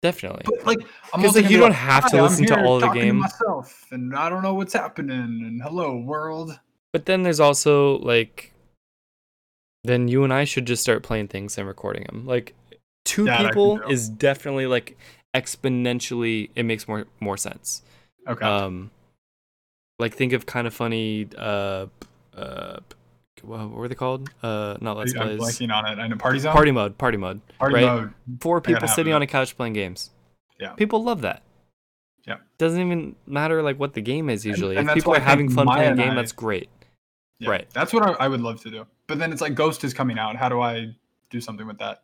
Speaker 1: Definitely.
Speaker 2: But like, I'm
Speaker 1: Because
Speaker 2: also
Speaker 1: like, you
Speaker 2: gonna
Speaker 1: don't
Speaker 2: be
Speaker 1: have
Speaker 2: "Hi,
Speaker 1: to
Speaker 2: I'm
Speaker 1: listen to
Speaker 2: here
Speaker 1: all the
Speaker 2: talking
Speaker 1: game.
Speaker 2: myself, and I don't know what's happening. And hello, world.
Speaker 1: But then there's also like, then you and I should just start playing things and recording them. Like, two
Speaker 2: That I can
Speaker 1: people
Speaker 2: do.
Speaker 1: is definitely like exponentially. It makes more more sense.
Speaker 2: Okay.
Speaker 1: Um, like think of kind of funny. Uh, uh, wha- what were they called? Uh, not let's
Speaker 2: I'm
Speaker 1: plays.
Speaker 2: blanking on it. I know party zone.
Speaker 1: Party mode. Party mode.
Speaker 2: Party
Speaker 1: right?
Speaker 2: mode.
Speaker 1: Four
Speaker 2: gotta
Speaker 1: people
Speaker 2: have
Speaker 1: sitting
Speaker 2: that.
Speaker 1: on a couch playing games.
Speaker 2: Yeah.
Speaker 1: People love that.
Speaker 2: Yeah.
Speaker 1: Doesn't even matter like what the game is usually.
Speaker 2: and
Speaker 1: if
Speaker 2: that's
Speaker 1: people
Speaker 2: why
Speaker 1: are
Speaker 2: I think
Speaker 1: having fun
Speaker 2: Maya
Speaker 1: playing a
Speaker 2: and
Speaker 1: game,
Speaker 2: I-
Speaker 1: that's great.
Speaker 2: Yeah,
Speaker 1: Right.
Speaker 2: That's what I, I would love to do. But then it's like Ghost is coming out. How do I do something with that?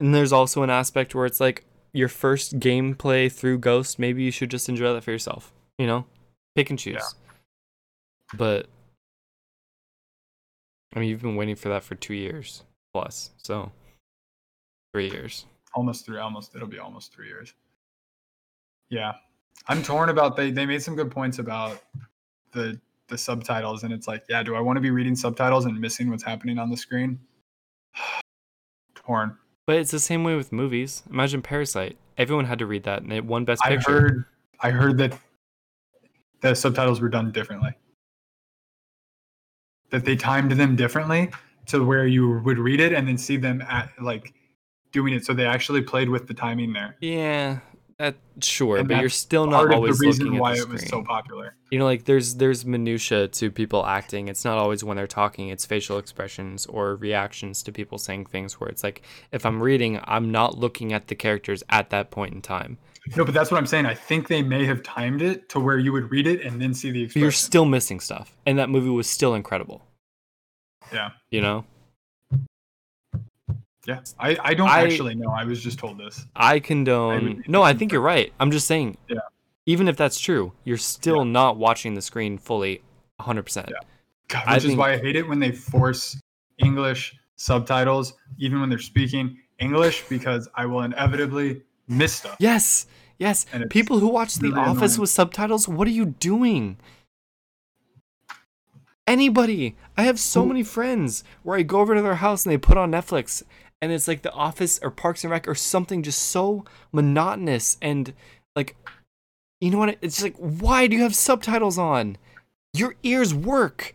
Speaker 1: And there's also an aspect where it's like your first gameplay through Ghost, maybe you should just enjoy that for yourself. You know? Pick and choose. But I mean you've been waiting for that for two years plus, so three years.
Speaker 2: Almost three. Almost. It'll be almost three years. Yeah. I'm torn about they. They made some good points about the the subtitles, and it's like, yeah, do I want to be reading subtitles and missing what's happening on the screen? torn.
Speaker 1: But it's the same way with movies. Imagine Parasite. Everyone had to read that and it won best
Speaker 2: I
Speaker 1: picture.
Speaker 2: heard. I heard that the subtitles were done differently. That they timed them differently to where you would read it and then see them at like doing it. So they actually played with the timing there.
Speaker 1: Yeah, that sure,
Speaker 2: And
Speaker 1: but you're
Speaker 2: that's
Speaker 1: still not
Speaker 2: Part of the
Speaker 1: always
Speaker 2: reason
Speaker 1: looking
Speaker 2: why
Speaker 1: at the
Speaker 2: it
Speaker 1: screen.
Speaker 2: was so popular.
Speaker 1: you know, like there's there's minutia to people acting. It's not always when they're talking. It's facial expressions or reactions to people saying things. Where it's like, if I'm reading, I'm not looking at the characters at that point in time.
Speaker 2: No, but that's what I'm saying. I think they may have timed it to where you would read it and then see the
Speaker 1: But you're
Speaker 2: expression.
Speaker 1: still missing stuff, and that movie was still incredible.
Speaker 2: Yeah.
Speaker 1: You know,
Speaker 2: yeah, I, I don't
Speaker 1: I-
Speaker 2: actually know. I was just told this.
Speaker 1: I
Speaker 2: I
Speaker 1: condone.
Speaker 2: would be
Speaker 1: no, I
Speaker 2: thinking
Speaker 1: think you're right. I'm just saying.
Speaker 2: Yeah.
Speaker 1: Even if that's true, you're still not watching the screen fully, 100. percent
Speaker 2: God,
Speaker 1: I
Speaker 2: which is
Speaker 1: think-
Speaker 2: why I hate it when they force English subtitles, even when they're speaking English, because I will inevitably miss stuff.
Speaker 1: Yes, yes.
Speaker 2: And it's
Speaker 1: People who watch The
Speaker 2: really
Speaker 1: Office
Speaker 2: annoying.
Speaker 1: with subtitles, what are you doing? Anybody. I have so many friends where I go over to their house and they put on Netflix and it's like The Office or Parks and Rec or something just so monotonous and like you know what? It's like why do you have subtitles on? Your ears work.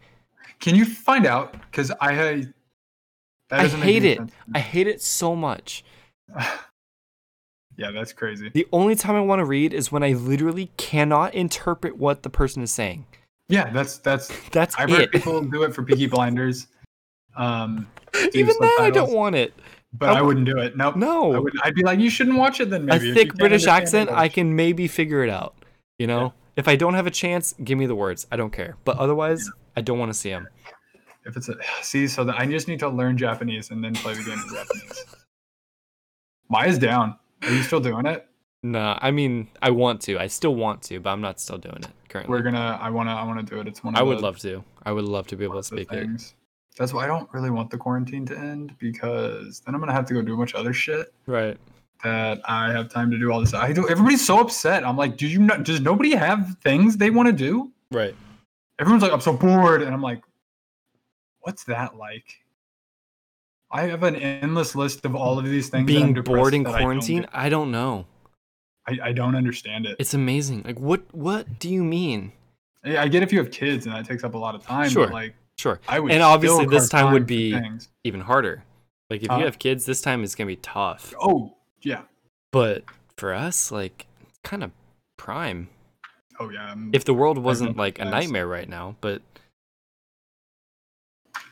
Speaker 2: Can you find out? Because I had.
Speaker 1: I hate it. I hate it so much.
Speaker 2: yeah, that's crazy.
Speaker 1: The only time I want to read is when I literally cannot interpret what the person is saying.
Speaker 2: Yeah, that's that's.
Speaker 1: That's
Speaker 2: I've heard
Speaker 1: it.
Speaker 2: people do it for Peaky Blinders, um, do
Speaker 1: Even that, I don't
Speaker 2: subtitles.
Speaker 1: want it.
Speaker 2: but
Speaker 1: I
Speaker 2: I wouldn't do it. Nope. I
Speaker 1: No,
Speaker 2: would, I'd be like, you shouldn't watch it then.
Speaker 1: a
Speaker 2: Maybe if you
Speaker 1: thick
Speaker 2: can't
Speaker 1: British accent,
Speaker 2: understand
Speaker 1: I
Speaker 2: English."
Speaker 1: can maybe figure it out. You know, if I don't have a chance, give me the words. I don't care. But otherwise, I don't want to see them.
Speaker 2: If it's a see, so that I just need to learn Japanese and then play the game in Japanese. Maya's down. Are you still doing it?
Speaker 1: Nah, I mean, I want to. I still want to, but I'm not still doing it currently.
Speaker 2: We're gonna. I wanna. I wanna do it. It's one. Of
Speaker 1: I would
Speaker 2: the,
Speaker 1: love to. I would love to be able to
Speaker 2: the
Speaker 1: speak it.
Speaker 2: things. That's why I don't really want the quarantine to end because then I'm gonna have to go do a bunch of other shit
Speaker 1: Right.
Speaker 2: that I have time to do all this. I do. Everybody's so upset. I'm like, do you not? Does nobody have things they want to do?
Speaker 1: Right.
Speaker 2: Everyone's like, I'm so bored, and I'm like, what's that like? I have an endless list of all of these things. that I'm
Speaker 1: Being
Speaker 2: depressed
Speaker 1: bored in
Speaker 2: that I don't
Speaker 1: quarantine,
Speaker 2: do.
Speaker 1: I don't know.
Speaker 2: I, I don't understand it.
Speaker 1: It's amazing. Like, what? What do you mean?
Speaker 2: I I get if you have kids and that takes up a lot of time.
Speaker 1: Sure.
Speaker 2: But like
Speaker 1: Sure.
Speaker 2: I would.
Speaker 1: And obviously
Speaker 2: still
Speaker 1: this
Speaker 2: carve
Speaker 1: time would
Speaker 2: for
Speaker 1: be-
Speaker 2: Things. Uh,
Speaker 1: Even harder. Like, if
Speaker 2: Huh?
Speaker 1: you have kids, this time is gonna be tough.
Speaker 2: Oh yeah.
Speaker 1: But for us, like, it's kind of prime.
Speaker 2: Oh yeah. um,
Speaker 1: if the world
Speaker 2: think
Speaker 1: wasn't like a
Speaker 2: that's-
Speaker 1: nightmare right now, but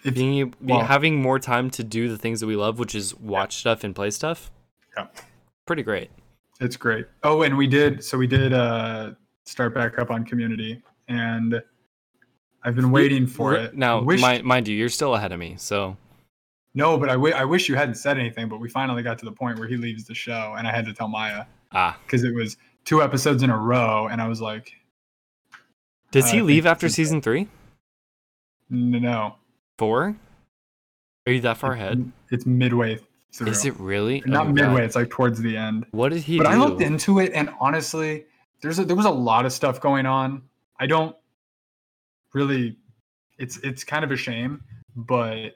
Speaker 2: If-
Speaker 1: being ab- be-
Speaker 2: well-
Speaker 1: having more time to do the things that we love, which is watch stuff and play stuff,
Speaker 2: Yeah.
Speaker 1: pretty great.
Speaker 2: It's great. Oh, and we did. So we did uh, start back up on community, and I've been waiting for
Speaker 1: Re-
Speaker 2: it.
Speaker 1: Now,
Speaker 2: Wish-
Speaker 1: mi- mind you, you're still ahead of me, so
Speaker 2: no, but I wi- I wish you hadn't said anything. But we finally got to the point where he leaves the show, and I had to tell Maya
Speaker 1: ah.
Speaker 2: because it was two episodes in a row, and I was like,
Speaker 1: Does
Speaker 2: Uh, I
Speaker 1: he
Speaker 2: think
Speaker 1: leave after
Speaker 2: he's-
Speaker 1: season three,
Speaker 2: no, no,
Speaker 1: four? Are you that far ahead?
Speaker 2: it's midway through.
Speaker 1: Is it really? Oh,
Speaker 2: Not
Speaker 1: God.
Speaker 2: midway. It's like towards the end.
Speaker 1: What did he
Speaker 2: but
Speaker 1: do?
Speaker 2: I looked into it, and honestly, there's a, there was a lot of stuff going on. I don't really it's it's kind of a shame, but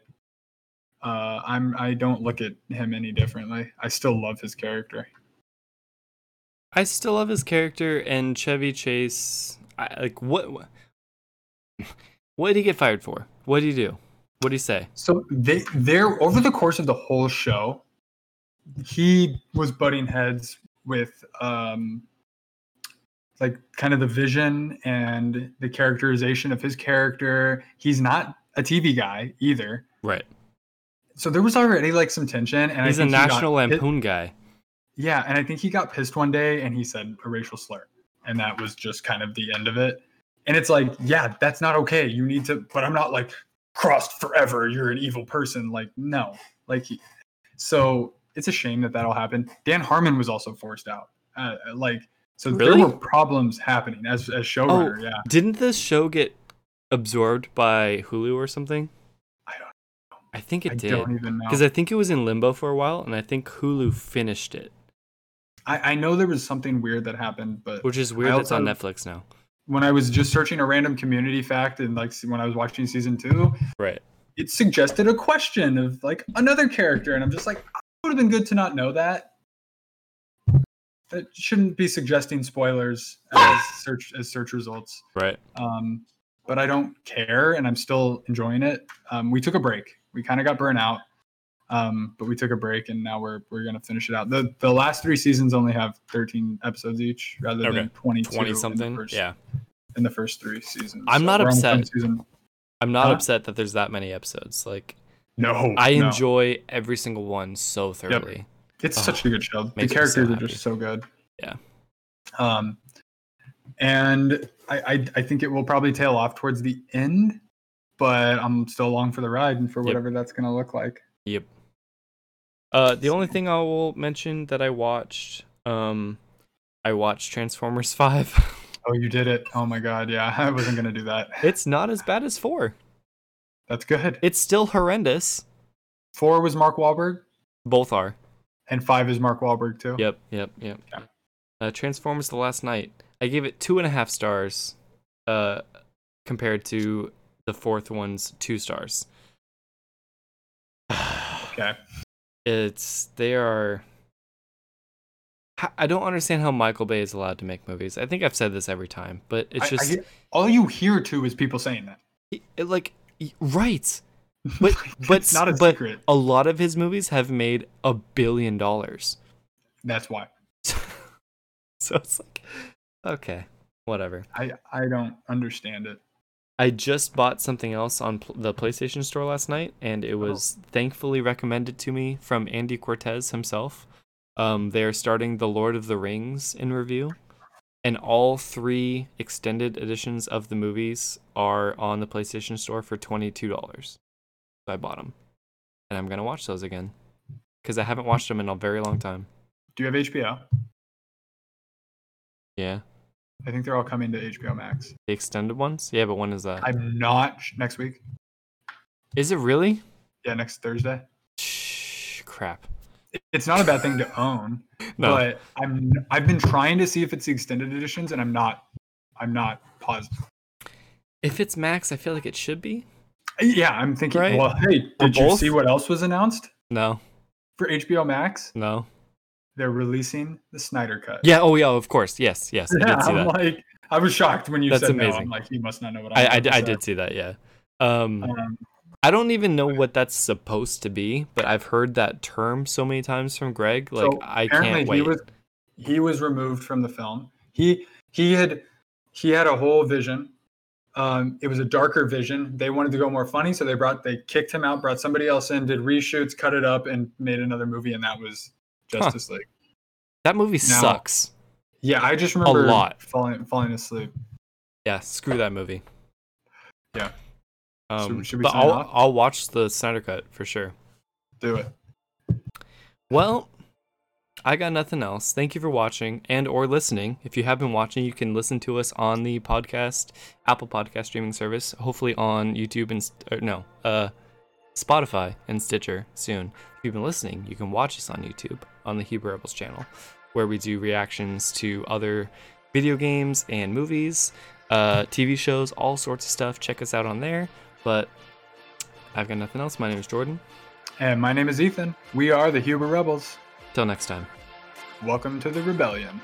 Speaker 2: uh, I'm I don't look at him any differently. I still love his character.
Speaker 1: I still love his character and Chevy Chase. I, like what? What did he get fired for? What did he do? What did he say?
Speaker 2: So they they're over the course of the whole show, he was butting heads with um like kind of the vision and the characterization of his character. He's not a TV guy either.
Speaker 1: Right.
Speaker 2: So there was already like some tension and
Speaker 1: He's
Speaker 2: I
Speaker 1: a
Speaker 2: think he got
Speaker 1: National
Speaker 2: hit-
Speaker 1: Lampoon guy.
Speaker 2: yeah, and I think he got pissed one day and he said a racial slur. And that was just kind of the end of it. And it's like, yeah, that's not okay. You need to, but I'm not like crossed forever. You're an evil person. Like, no. Like, he, so it's a shame that that'll happen. Dan Harmon was also forced out. Uh, like, so
Speaker 1: Really? Oh,
Speaker 2: there were problems happening as, as showrunner. yeah.
Speaker 1: Didn't this show get absorbed by Hulu or something?
Speaker 2: I don't
Speaker 1: I think it
Speaker 2: I
Speaker 1: did.
Speaker 2: don't even know.
Speaker 1: Because I think it was in limbo for a while, and I think Hulu finished it,
Speaker 2: I, I know there was something weird that happened, but
Speaker 1: which is weird. That's on
Speaker 2: also-
Speaker 1: Netflix now.
Speaker 2: when I was just searching a random community fact and like when I was watching season two,
Speaker 1: Right.
Speaker 2: it suggested a question of like another character, and I'm just like, it would have been good to not know that. That shouldn't be suggesting spoilers as search as search results.
Speaker 1: Right.
Speaker 2: Um, but I don't care, and I'm still enjoying it. Um, we took a break. We kind of got burnt out, um, but we took a break, and now we're we're gonna finish it out. the The last three seasons only have 13 episodes each, rather
Speaker 1: Okay.
Speaker 2: than 22 in
Speaker 1: Twenty
Speaker 2: the
Speaker 1: something.
Speaker 2: first-
Speaker 1: Yeah.
Speaker 2: in the first three seasons.
Speaker 1: I'm not
Speaker 2: we're almost done
Speaker 1: upset.
Speaker 2: Season.
Speaker 1: I'm not
Speaker 2: Huh?
Speaker 1: upset that there's that many episodes. Like
Speaker 2: No,
Speaker 1: I
Speaker 2: no.
Speaker 1: enjoy every single one so thoroughly.
Speaker 2: It's
Speaker 1: Oh,
Speaker 2: such a good show. The
Speaker 1: makes me so
Speaker 2: characters are
Speaker 1: happy.
Speaker 2: just so good.
Speaker 1: Yeah.
Speaker 2: Um, and I, I I think it will probably tail off towards the end, but I'm still along for the ride and for
Speaker 1: Yep.
Speaker 2: whatever that's gonna look like.
Speaker 1: Yep. Uh, the only thing I will mention that I watched, um, I watched Transformers Five.
Speaker 2: Oh, you did it! Oh my God, yeah, I wasn't gonna do that.
Speaker 1: it's not as bad as four.
Speaker 2: That's good.
Speaker 1: It's still horrendous.
Speaker 2: Four was Mark Wahlberg,
Speaker 1: Both are.
Speaker 2: and five is Mark Wahlberg too.
Speaker 1: Yep. Yep. Yep.
Speaker 2: Yeah.
Speaker 1: Uh, Transformers: The Last Night. I gave it two and a half stars, uh, compared to the fourth one's two stars.
Speaker 2: Okay.
Speaker 1: it's they are I- i don't understand how michael bay is allowed to make movies i think i've said this every time but
Speaker 2: I-
Speaker 1: it's
Speaker 2: I
Speaker 1: just
Speaker 2: get- all you hear too is people saying that.
Speaker 1: it- it, like y- right but but
Speaker 2: it's not a
Speaker 1: but
Speaker 2: secret.
Speaker 1: a lot of his movies have made a billion dollars
Speaker 2: That's why
Speaker 1: so it's like okay whatever
Speaker 2: I I don't understand it.
Speaker 1: i just bought something else on pl- the playstation store last night and it was thankfully recommended to me from andy cortez himself um, they are starting the lord of the rings in review and all three extended editions of the movies are on the PlayStation Store for twenty two dollars. So I bought them, and I'm gonna watch those again because I haven't watched them in a very long time.
Speaker 2: Do you have HBO?
Speaker 1: Yeah,
Speaker 2: I think they're all coming to HBO Max.
Speaker 1: the extended ones. Yeah, but when is that?
Speaker 2: I'm not next week.
Speaker 1: Is it really?
Speaker 2: Yeah, next Thursday.
Speaker 1: Shh, crap.
Speaker 2: It's not a bad thing to own,
Speaker 1: No,
Speaker 2: but I'm I've been trying to see if it's the extended editions, and I'm not I'm not positive.
Speaker 1: if it's Max, I feel like it should be.
Speaker 2: Yeah, I'm thinking.
Speaker 1: Right.
Speaker 2: Well, hey,
Speaker 1: Or
Speaker 2: did you
Speaker 1: both?
Speaker 2: see what else was announced
Speaker 1: No,
Speaker 2: for HBO Max?
Speaker 1: no.
Speaker 2: They're releasing the Snyder Cut.
Speaker 1: Yeah. Oh, yeah. Of course. Yes. Yes. I
Speaker 2: Yeah,
Speaker 1: did see
Speaker 2: I'm
Speaker 1: that.
Speaker 2: like I was shocked when you
Speaker 1: That's
Speaker 2: said no.
Speaker 1: amazing.
Speaker 2: I'm like, he must not know what
Speaker 1: I,
Speaker 2: I'm
Speaker 1: I,
Speaker 2: about to
Speaker 1: I
Speaker 2: say.
Speaker 1: did see that. Yeah. Um,
Speaker 2: Um,
Speaker 1: I don't even know what that's supposed to be, but I've heard that term so many times from Greg. Like
Speaker 2: So,
Speaker 1: I
Speaker 2: apparently
Speaker 1: can't wait.
Speaker 2: he was he was removed from the film he he had he had a whole vision um it was a darker vision they wanted to go more funny so they brought they kicked him out brought somebody else in did reshoots cut it up and made another movie and that was
Speaker 1: Huh.
Speaker 2: justice league
Speaker 1: that movie
Speaker 2: Now-
Speaker 1: sucks.
Speaker 2: yeah i just remember
Speaker 1: lot.
Speaker 2: falling falling asleep
Speaker 1: Yeah, screw that movie.
Speaker 2: Yeah.
Speaker 1: Um,
Speaker 2: Should- should we
Speaker 1: but
Speaker 2: sign
Speaker 1: I'll
Speaker 2: off?
Speaker 1: I'll watch the Snyder cut for sure.
Speaker 2: do it
Speaker 1: Well, I got nothing else. Thank you for watching and or listening. If you have been watching, you can listen to us on the podcast, Apple Podcast streaming service, hopefully on YouTube and st- or no, uh, Spotify and Stitcher soon. If you've been listening, you can watch us on YouTube on the Hebrew Rebels channel, where we do reactions to other video games and movies. uh, TV shows, all sorts of stuff. Check us out on there. But I've got nothing else. My name is Jordan.
Speaker 2: And my name is Ethan. We are the Huber Rebels.
Speaker 1: Till next time.
Speaker 2: Welcome to the Rebellion.